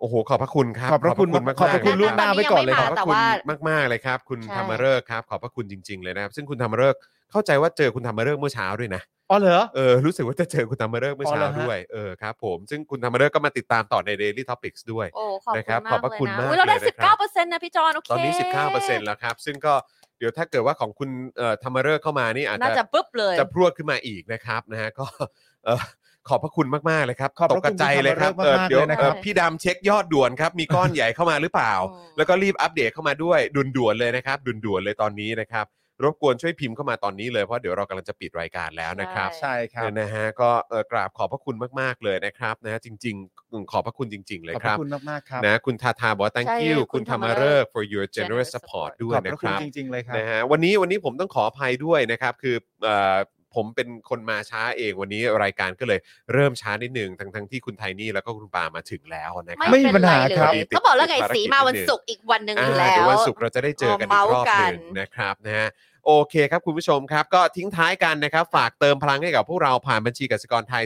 S1: โอ้โห ขอบพระคุณครับ
S2: ขอบพระคุณ
S1: มาก
S2: ขอบพระคุณ
S1: ๆ
S2: ล่วงหน้าไว้ก่อนเลย
S1: ข
S2: ค
S1: อบ
S2: รั
S1: พระ
S2: บ
S3: แต่
S1: คุณ
S3: ว่าม
S1: ากมากๆเลยครับ คุณ
S3: ใช่
S1: ธรรมฤกษ์ครับ ขอบพระคุณจริง ๆ เลยนะครับ ซึ่งคุณธรรมฤกษ์เข้าใจว่าเจอคุณธรรมฤกษ์เมื่อเช้าด้วยนะ
S2: อ๋อเหรอ
S1: เออรู้สึกว่าจะเจอคุณธรรมฤกษ์เมื่อ
S2: อ๋อ
S1: เช้า
S2: เหรอฮะ
S1: ด้วยเออครับผมซึ่งคุณธรรมฤกษ์ก็มาติดตามต่อใน Daily Topics ด้วย
S3: โอ้ขอบ
S1: นะ
S3: คุ
S1: ครับ
S3: ณมาก
S1: ขอบพระคุณ
S3: เลย
S1: มา
S3: นะ
S1: ก
S3: อุ๊ยเราได้
S1: เลยนะครับ
S3: สิบเก้าเปอร์เซ็นต์นะพี่จอนโอเค
S1: ตอนนี้ 19%แล้วครับ ซึ่งก็เดี๋ยวถ้าเกิดว่าของคุณเอ่อธรรมฤกษ์เข้ามานี่อาจ
S3: น่า
S1: จะ
S3: จะปุ๊บเลย
S1: จะพรวดขึ้นมาอีกนะครับนะฮะก็เอ่อขอบพระคุณมาก ๆ เลยครับ
S2: ขอบ
S1: ต
S2: พ
S1: ก
S2: ระคุณ
S1: กระจายเลยครับ
S2: คุณธรรมฤก
S1: เออ
S2: ษ์มากๆ
S1: เดี๋ยว
S2: เลยนะ
S1: เอ่
S2: ครั
S1: อบ พี่ดำเช็คยอดด่วนครับ มีก้อนใหญ่เข้ามาหรือเปล่า
S3: อืม
S1: แล้วก็รีบอัปเดตเข้ามาด้วยด่วนๆเลยนะครับด่วนๆเลยตอนนี้นะครับรบกวนช่วยพิมพ์เข้ามาตอนนี้เลยเพราะเดี๋ยวเรากำลังจะปิดรายการแล้วนะครับ
S3: ใช่
S2: ใช่ครับ
S1: นะฮะก็เอ่อกราบขอบพระคุณมากๆเลยนะครับนะฮะจริง ๆ ขอบพระคุณจริง ๆ เลย
S2: ขอบ
S1: ค
S2: พ
S1: รั
S2: ระ
S1: บ
S2: คุณมากๆครับ
S1: นะคุณทาทาบอกว่า thank
S3: ใช่
S1: you
S3: คุ
S1: คุณ
S3: ณ
S1: ธรรม
S3: ธรรม
S1: ฤ
S3: ฤ
S1: ก
S3: กษ์
S1: ษ์ for your generous
S3: generous
S1: support
S3: support
S1: ด้วย
S2: ขอบ
S1: นะ
S2: พระ
S1: ค
S2: คุณ
S1: รับ
S2: จริง ๆ เลยครับ
S1: นะฮะวันนี้วันนี้ผมต้องขออภัยด้วยนะครับคือเอ่อผมเป็นคนมาช้าเองวันนี้รายการก็เลยเริ่มช้านิดหนึ่งทั้งทั้งที่คุณไทนี่แล้วก็คุณปามาถึงแล้วนะครั
S2: ไม่มี
S3: เป็น
S2: ปัญหา
S3: เล
S2: ครับ
S3: ยก็บอกแล้วไง
S1: ติดภารกิจ
S3: สีมาวัน
S1: นิดนึง
S3: ศุกร์อีกวันหนึ่งอยู่
S1: อ่า
S3: แล้
S1: เดี๋ยว วันศุกร์เราจะได้เจอกันอีกรอบหนึ่งนะครับนะฮะโอเคครับคุณผู้ชมครับ ก็ทิ้งท้ายกันนะครับ ฝากเติมพลังให้กับพวกเราผ่านบัญชีกสิกรไทย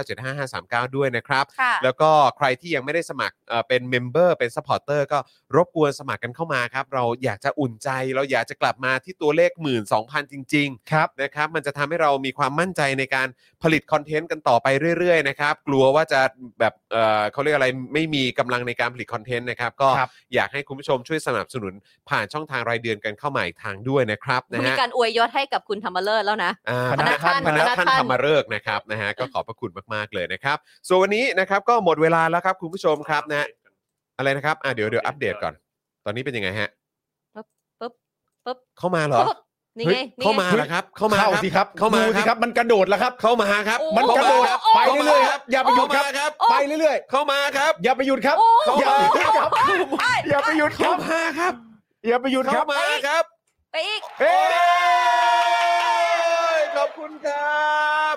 S1: 0698975539 ด้วยนะครับ
S3: ค่ะ
S1: แล้วก็ใครที่ยังไม่ได้สมัครเอ่อเป็นเมมเบอร์เป็น s u p p อร์เตอร์ก็รบกวนสมัครกันเข้ามาครับ เราอยากจะอุ่นใจ เราอยากจะกลับมาที่ตัวเลข 1 2 0 0 0 จริง
S2: ครับ
S1: ๆ นะครับ มันจะทำให้เรามีความมั่นใจในการผลิตคอนเทนต์กันต่อไปเรื่อยๆนะครับ กลัวว่าจะแบบเอ่อเขาเรียกอะไรไม่มีกำลังในการผลิตคอนเทนต์นะครับ ก็
S2: ครับ
S1: อยากให้คุณผู้ชมช่วยสนับสนุนผ่านช่องทางรายเดือนกันเข้ามาอีกทางด้วยนะครับนะ
S3: มี
S1: ฮะ
S3: การอวยยศให้กับคุณธรรมเลิศแล้วนะ
S1: อ่า
S3: พนักท่าน
S1: พนัก
S3: พนัก
S1: ท่าน
S3: ท่าน
S1: ธรรมฤกษ์นะครับนะฮะก็ขอบพระคุณมากๆเลยนะครับ ส่วนวันนี้นะครับก็หมดเวลาแล้วครับคุณผู้ชมครับนะ อะไรนะครับ อ่ะเดี๋ยวเดี๋ยวอัปเดตก่อน ตอนนี้เป็นยังไงฮะ
S3: ปุ๊บปุ๊บ
S1: เข้ามาเหรอ
S3: ปุ๊บนี่ไงนี่ไง
S1: เข้ามาเหรอครับ เข้ามา
S2: เข้า
S1: ครับ
S2: สิครับ
S1: เข้ามา
S2: ดูสิ
S1: ค
S2: ค
S1: รั
S2: รับ บ มันกระโดดแล้วครับ
S1: เข้ามาครับ
S2: มันกระโดด
S3: โอ้
S2: ไป
S3: โห
S2: เรื่อยๆครับ อย่าไปหยุดครับ
S1: เข้ามาครับ
S2: ไปเรื่อย
S1: เข้ามาครับ
S2: ๆ อย่าไปหยุดครับ
S3: โอ้โห
S2: อย่าไปหยุดครับ อย่าไปหยุดค
S1: เข้า
S2: รับ
S1: มาครับ
S2: อย่าไปหยุดค
S1: เข้า
S2: รับ
S1: มาครับ
S3: ไปอีก
S1: เฮ้ยขอบคุณครับ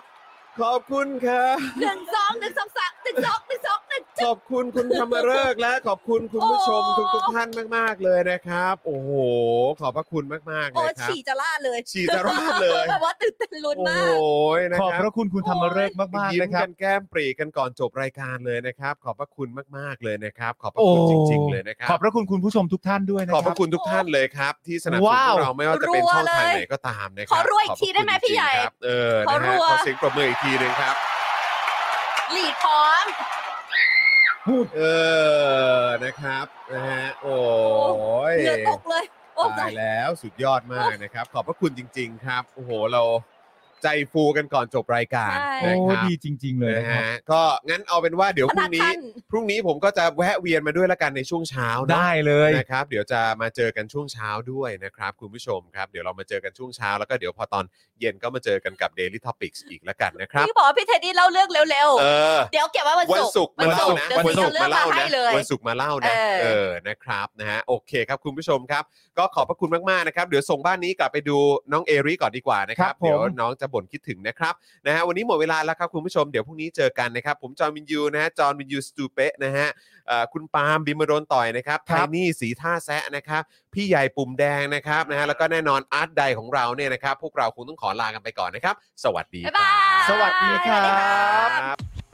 S1: ขอบคุณครับ
S3: หนึ่งสองหนึ่งสองสามหนึ่งสองหนึ่งสองหนึ่ง
S1: ขอบคุณคุณธรรมเริกษ์และขอบคุณคุณผู้ชมทุกทุกๆท่านมาก ๆ เลยนะครับ โอ้โห ขอบพระคุณมาก ๆ
S3: โอ้
S1: เลยครับ
S3: ฉี่จะล่าเลย
S1: ฉี่จะราดเลย
S3: แบบว่าตื่นเต้นลุ้น
S1: โอ้
S3: มา
S1: โห
S3: ก
S1: นะ
S2: ขอบ
S1: ครั
S2: พ
S1: บ
S2: ระคุณคุณธรรมเริกษ์มากๆ
S1: ยิ้
S2: นะ
S1: ม
S2: ครั
S1: กับ นแก้มปรีกันก่อนจบรายการเลยนะครับ ขอบพระคุณมาก ๆ เลยนะครับ ขอบพระคุณจริง ๆ เลยนะครั
S2: ขอบพระคุณคุณผู้ชมทุกท่านด้วยนะ
S1: ข
S2: ค
S1: อ
S2: รั
S1: บพระคุณทุกท่านเลยครับ ที่สนับสนุน
S2: ว้า
S1: พ
S2: ว
S1: วกเราไม่ว่าจะเป็น
S3: รัว
S1: ช่องทาง
S3: เลย
S1: ไหนก็ตามนะค
S3: ข
S1: รั
S3: อบรัวอีกทีได้ไหม
S1: ขอบพระคุณ
S3: พี่ใหญ่
S1: จริงๆครับเออ
S3: ขอ
S1: นะฮะ
S3: รัว
S1: ขอเสียงปรบมืออีกทีหนึ่งครับ
S3: หลีดพร้อม
S2: พูด
S1: เออ นะครับ นะฮะ โอ้ย
S3: เหงื่อตกเลย โอ้
S1: ตาย
S3: ย
S1: แล้วสุดยอดมากนะครับ ขอบพระคุณจริง ๆ ครับ โอ้โห เราใจฟูกันก่อนจบรายการ
S3: ใช่
S1: นะ
S2: โอ้
S1: ครับ
S2: ดีจริง ๆ เลย
S1: นะ
S2: นะครั
S1: ฮะ
S2: บ
S1: ก็งั้นเอาเป็นว่าเดี๋ยว
S3: พ
S1: พรุ่
S3: นั
S1: ง
S3: ก
S1: นี้
S3: ท่าน
S1: พรุ่งนี้ผมก็จะแวะเวียนมาด้วยละกันในช่วงเช้าเนอะ
S2: ได้เลย
S1: นะครับ เดี๋ยวจะมาเจอกันช่วงเช้าด้วยนะครับคุณผู้ชมครับ เดี๋ยวเรามาเจอกันช่วงเช้าแล้วก็เดี๋ยวพอตอนเย็นก็มาเจอกันกับ Daily Topics อีกละกันนะครับ
S3: พี่บอกว่าพี่เทดดี้เล่าเรื่องเร็ว
S1: เออ
S3: ๆ เดี๋ยวเก็บไว้วัน
S1: วัน
S3: ศุ
S1: ศุ
S3: ก
S1: ก
S3: ร์
S1: ร์มาเล่านะ
S3: เดี๋ยว
S1: วัน
S3: พี่
S1: ศุ
S3: เอา
S1: กร์มา
S3: เรื่องมา
S1: เล่า
S3: ให้
S1: นะ
S3: เลย
S1: วันศุกร์มาเล่านะ
S3: เออ
S1: เออนะครับนะฮะโอเคครับคุณผู้ชมครับ ก็ขอบพระคุณมากๆนะครับ เดี๋ยวส่งบ้านนี้กลับไปดูน้องเอริก่อนดีกว่านะครับ
S2: ครับผม
S1: เดี๋ยวน้องจะบ่นคิดถึงนะครับนะฮะวันนี้หมดเวลาแล้วครับคุณผู้ชมเดี๋ยวพรุ่งนี้เจอกันนะครับ ผมจอห์นวินยูนะฮะจอห์นวินยูสตูเปะนะฮะเอ่อคุณปาล์มบิมมาโดนต่อยนะครับไทนี่สีท่าแซะนะครับ พี่ใหญ่ปุ่มแดงนะครับนะฮะแล้วก็แน่นอนอาร์ตไดของเราเนี่ยนะครับ พวกเราคงต้องขอลากันไปก่อนนะครับ สวัสดีครับ
S3: ๊ายบาย
S1: บ
S2: สวัสดีครับ